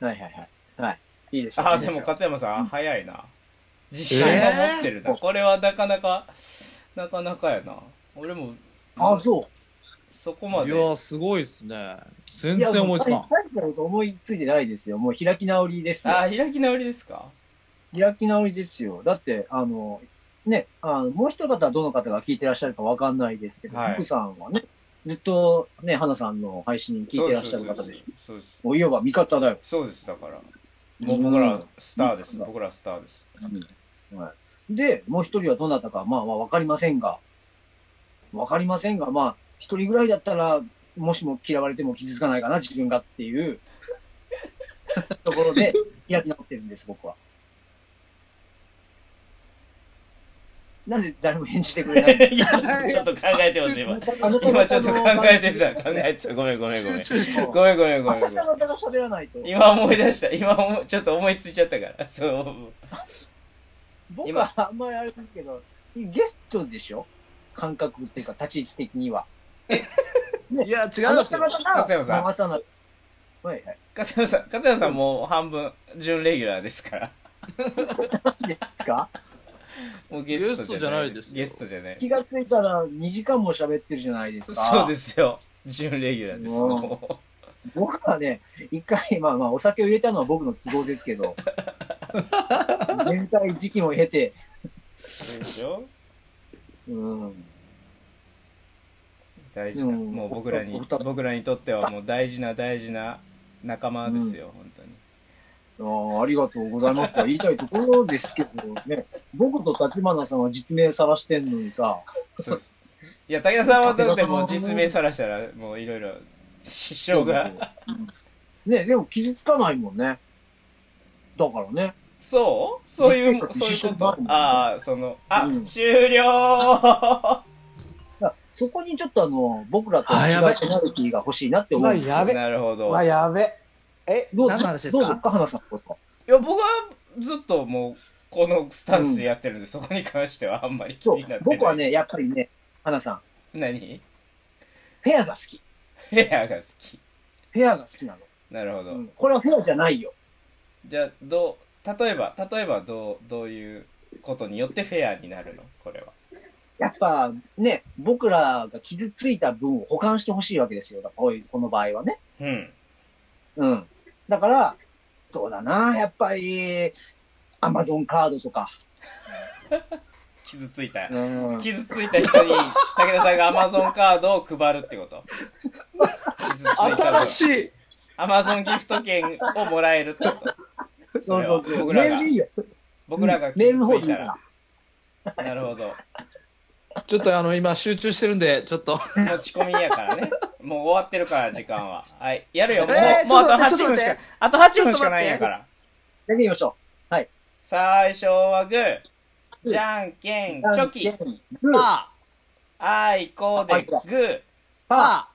はいはいはい。はい。いいでしょう。あ、いいでもしょう勝山さん、早いな。自信が持ってるな。えーこれはなかなか、なかなかやな俺もあ、そう。そこまいでやー、すごいっすね。全然思いつかいんやもう。大したこと思いついてないですよ。もう開き直りですよあー開き直りですか開き直りですよ。だって、あの、ね、あのもう一方はどの方が聞いてらっしゃるかわかんないですけど、はい福さんはね、ずっとね、花さんの配信聞いてらっしゃる方そうそうそで、うそうですもういわば味方だよ。そうですだからもう僕らスターですうん僕らスターですはい、で、もう一人はどなたか、まあまあわかりませんが、わかりませんが、まあ、一人ぐらいだったら、もしも嫌われても傷つかないかな、自分がっていう (laughs) ところで開き直ってるんです、僕は。なんで誰も返事してくれないん (laughs) でいやちょっと考えてます今すか今ちょっと考えてた考えてたごめんごめんごめん集中してる。ごめんごめんごあめんごめんなたが喋らないと。今思い出した今思うちょっと思いついちゃったからそう僕はあんまりあれですけど、ゲストでしょ感覚っていうか、立ち位置的には。いや、違いあまなすたよ。方勝山さんが流さない。はいはい。勝山さん勝山さんもう半分準レギュラーですからですかもうゲストじゃないですゲストじゃない気がついたら2時間も喋ってるじゃないです (laughs) か。そうですよ準レギュラーですうんも僕はね、一回、まあまあ、お酒を入れたのは僕の都合ですけど、全体時期も経て、うでしょうん。大事なうんもう僕らに僕と僕らにとってはもう大事な大事な仲間ですよ本当にあーありがとうございますとは言いたいところですけどね、僕と立花さんは実名さらしてんのにさ、そうですいや武田さんはだってもう実名さらしたらもういろいろ支障がうんね、でも傷つかないもんね。だからね。そうそういう実名、とそうい一緒うにこなとるもん。ねああ、その、あ、うん終了だからそこにちょっとあの、僕らとあ違やばいうペナルティーが欲しいなってう思うわ、んですよ。やべ。なるほうど。わ、いやべ。え、どう何の話ですどうでかすか、花さんのこと。や、僕はずっともう、このスタンスでやってるんで、そこに関してはあんまり気そうになってない。、僕はね、やっぱりね、花さん、何 (laughs) フェアが好き。ヘアが好き。フェアが好きななるほど。の。うんこれはフェアじゃないよ。じゃあ、どう、例えば、例えばどう、どういうことによってフェアになるのこれは。やっぱね、僕らが傷ついた分を保管してほしいわけですよ。だからこういうこの場合はね。うん。うん。だから、そうだな、やっぱり、アマゾンカードとか。傷ついたう。ん。傷ついた人に、武田さんが Amazon カードを配るってこと。傷ついた分新しい。アマゾンギフト券をもらえるってこと。そうそうそう。僕らメがールいいよ。僕らがうんメール傷のつ方いでいいた。からら。なるほど。ちょっとあの、今集中してるんで、ちょっと。持ち込みやからね。もう終わってるから、時間は。はい。やるよ。もう、えーもうあと8ちょっと待分ってしかちょっと待って、あと8分しかないんやから。やってみましょ最初はグー、うんじゃんけん、チう。ョキ、グー、パあいこでグー。ー、パパ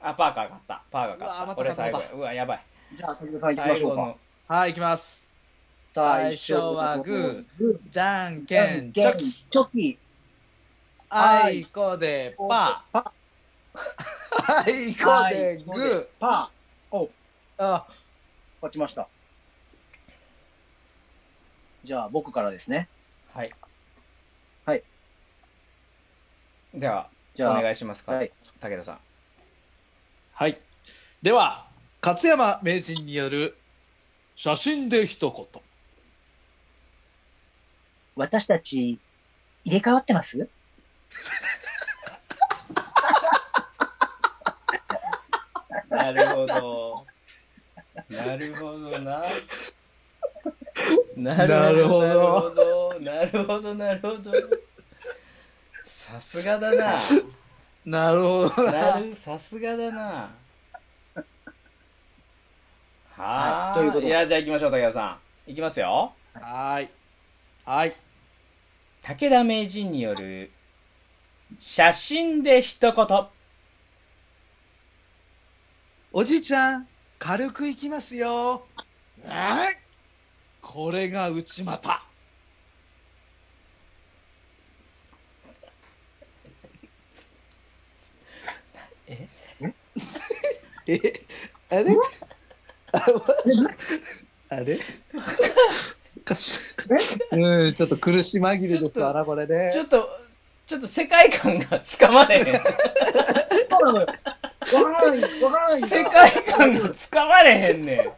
あ、パーが勝った。パーが勝うわっまた。た俺最後まや。うわ、やばい。ー。じゃあ、武田さん行き最ましょ後うか。の。ー。はい、行きます。最初はグー、グじゃんー、けん、チョキ。チョキ、あいこで、パパー。あいー、こで、グー。パー。お、あ、勝ちました。じゃあ、僕からですね。はい。はい。では、じおゃあ、願いしますか。はい武田さん。はい。では、勝山名人による写真で一言。私たち、入れ替わってますなるほど。なるほどな。なるほど。なるほど、なるほど。さすがだな。なるほどなる、さすがだな。ははいあ、ということい、でや、じゃあ行きましょう、武田さん。行きますよ。はい。はい。武田名人による写真で一言。おじいちゃん、軽くいきますよ。えいこれが内股。え (laughs) えあれあれかしうん、ちょっと苦し紛れですわな、これねちょっと、ちょっと世界観がつかまれへん。そうなのよ。わからない、わからないんだ。世界観がつかまれへんねん。難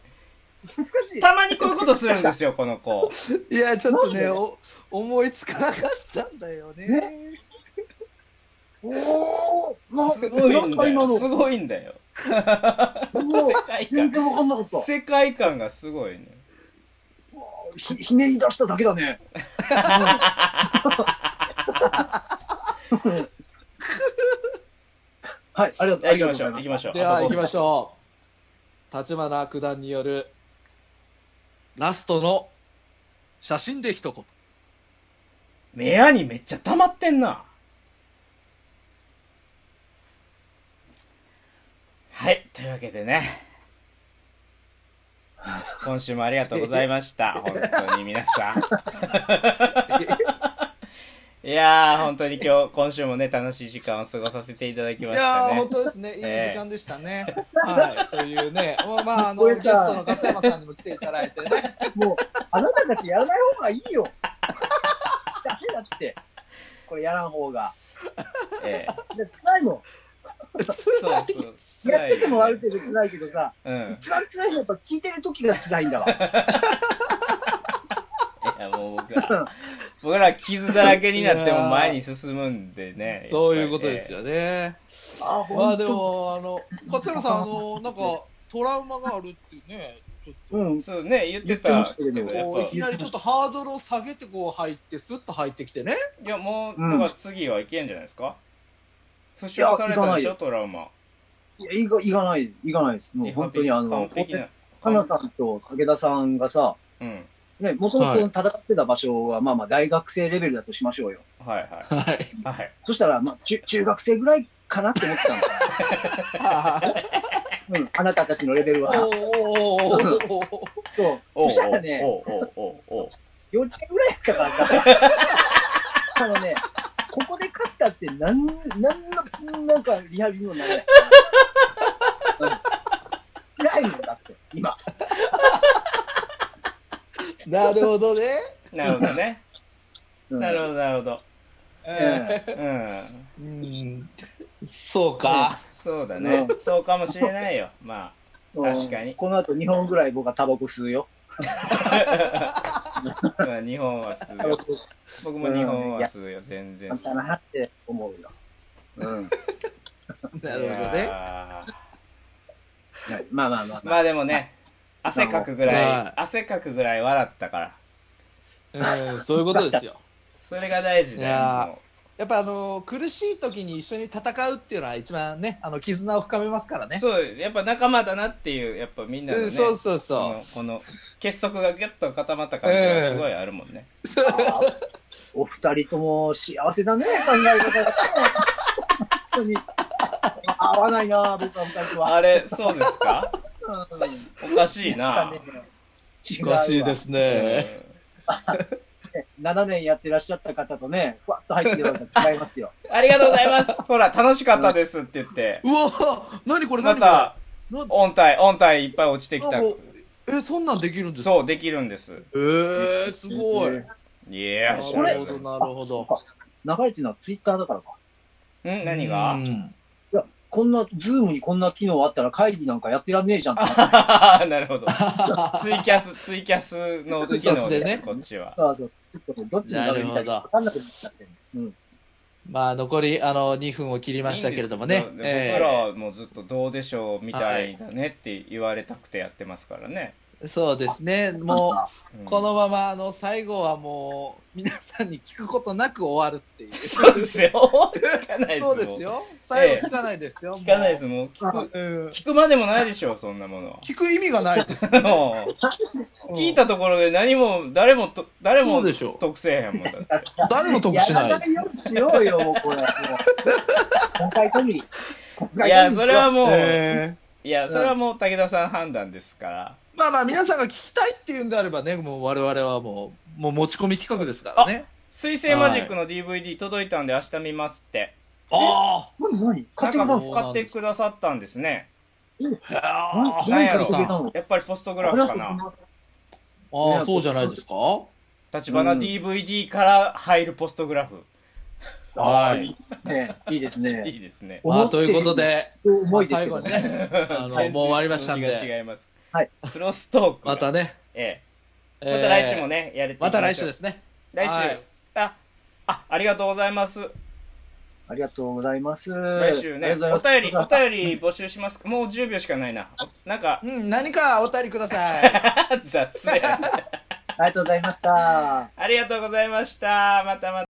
しい。たまにこういうことするんですよ、この子。いや、ちょっとなんね、でお思いつかなかったんだよね。おおな、すごいなんんだか今よ。の、すもごいんだよ。う世界観。全然わかんなかった。世界観がすごいね。ひひねり出しただけ (laughs) だね。はい、ありがとう。あ行りきがとましょ、うございうま行き。ますしょう。では、行きましょう。立花九段による、ラストの写真で一言。う。目やにめっちゃ溜まってんな。はい、というわけでね。今週もありがとうございま (laughs) した。本当に皆さん。いやー、本当に今日、今週もね、楽しい時間を過ごさせていただきいましやたー、ね本。当ですね。いい (laughs) ええ時間でしたね。はい。というね、もうまあ、あの、こゲれスさトの勝山さんにも来ていただいてね。もう、あなたたちやらない方がいいよ。ダメだって。これやらん方が。ええ、で辛いもそうそう。ん。やっててもあるい。程度辛いけどさ、うん。一番辛いのはやっぱ聞いてる時が辛いんだわ。いやもう僕ら、僕ら傷だらけになっても前に進むんでね。そういうことですよ。よね。あ、まほあんでと。も、あの、勝山さん、あの、なんか、トラウマがあるっていうね、ちょっと。うん。そうね、言って言たってましたけどけど、やっこぱういきなりちょっとハードルを下げてこう入ってスッと入ってきてねいや、もう、うんだから次はいけんじゃないですか負傷されたでいや行かないしょ、よトラウマ。いや、いかいかない、いかないです。もう本当にあの、完璧な。かなさんと武田さんがさ、うん。ね、もともと戦ってた場所は、まあまあ大学生レベルだとしましょうよ。はいははい。いはい。そしたら、まあ、中中学生ぐらいかなって思ってたんだ。 (laughs) うん、あなたたちのレベルは。おーおーおーおーおーそうおそうしたらね、おうおうおうおうおう幼稚園ぐらいだったからさ、 (laughs) あのね、ここで勝ったって、なん、なんの、なんかリハビリにも (laughs) ならない。うん辛いもんだって、今。なるほどね、なるほどね。うんなるほど、なるほど。えうん。ーうんそうか、そうだねう。そうかもしれないよ。まうん確かにこの後2本ぐらい僕はタバコ吸うよ。あ、まあ日本は吸うよ。僕も日本は吸うよ、全然あん吸たう。なって思うよ。うん。なるほどいねやーまあまあまあ、ままあでもね、汗かくぐらはいい、汗かくぐらい笑ったから。うんそういうことですよそれが大事だいやーよ。 (laughs) やっぱあの苦しい時に一緒に戦うっていうのは一番ねあの絆を深めますからもうねそう、やっぱ仲間だなっていう、やっぱみんなのうね、んそうそうそこのこの結束がギュッと固まった感じがすごいあるもんね。うそうあ、 (laughs) お二人とも幸せだね、考え方が。本 (laughs) 当に。合わないな、僕は昔は。あれ、そうですかうんおかしいな。違うおわかしいですね、 7年やってらっしゃった方とね、ふわっと入ってるわけと違いますよ。うんありがとうございます。ほら、楽しかったですって言って。うわ何これま何これた、なん音体、音体いっぱい落ちてきたな。んかえそんなんできるんですかそう、できるんです。えー、すごいうんいやー、こなれるほどなるほど流れてるのはツイッターだからか。ん何がうんこんな、ズームにこんな機能あったら会議なんかやってらんねえじゃんっ (laughs) て。なるほ (laughs) ど。ツイキャス、ツイキャスの機ツイキャ能スで、ですねこっちは。そうそうどっちの流れみたいか分かんなくなっちゃってる。うん。まあ残りあの2分を切りましたけれどもいいねんですけどえ僕らはもうずっとどうでしょうみたいだねって言われたくてやってますからね。えそうですねもううんこのままあの最後はもう皆さんに聞くことなく終わるっていうそうですよ。聞かないですそうです。よ最後聞かないですよ (laughs) 聞かないです。ももうな聞んかく、ううん聞くまでもないでしょう、そんなもの (laughs) は。聞く意味がないですもう聞いたところで何も、誰もと、誰もそうでしょう得せえへんもんだって。 (laughs) 誰も得しないやらないようにしようよ、もうこれ。もう今回限り。今い回限や、りそれはもう、えいや、それはもう武田さん判断ですから。ーまあまあ皆さんが聞きたいっていうんであればねもう我々はもうもう持ち込み企画ですからね水星マジックの DVD 届いたんで明日見ますって。あ何何な買っんてくれかたんもすうか買ってくださったんですね。ああななんや何買ろってくれたのやっぱりポストグラフかありがとうございな。ますああそうじゃないですか立花うん DVD から入るポストグラフ。あはーい。ね、いいですいね。いですね。まあ、ということで、重いでまあす最け後どにね。ね、あ (laughs) のもう終わりましたんで違います。はい。クロストークが。またね、ええ。まえーた来週もね、やれていきましょうた来週ですね。来週、はいあ、あ、ありがとうございます。ありがとうございます。来週あね、りがとうおござい便まり、すお便り募集します。もう10秒しかないな。おなんか、 (laughs) うん、何かお便りください。雑や。ありがとうございました。ありがとうございました。またまた。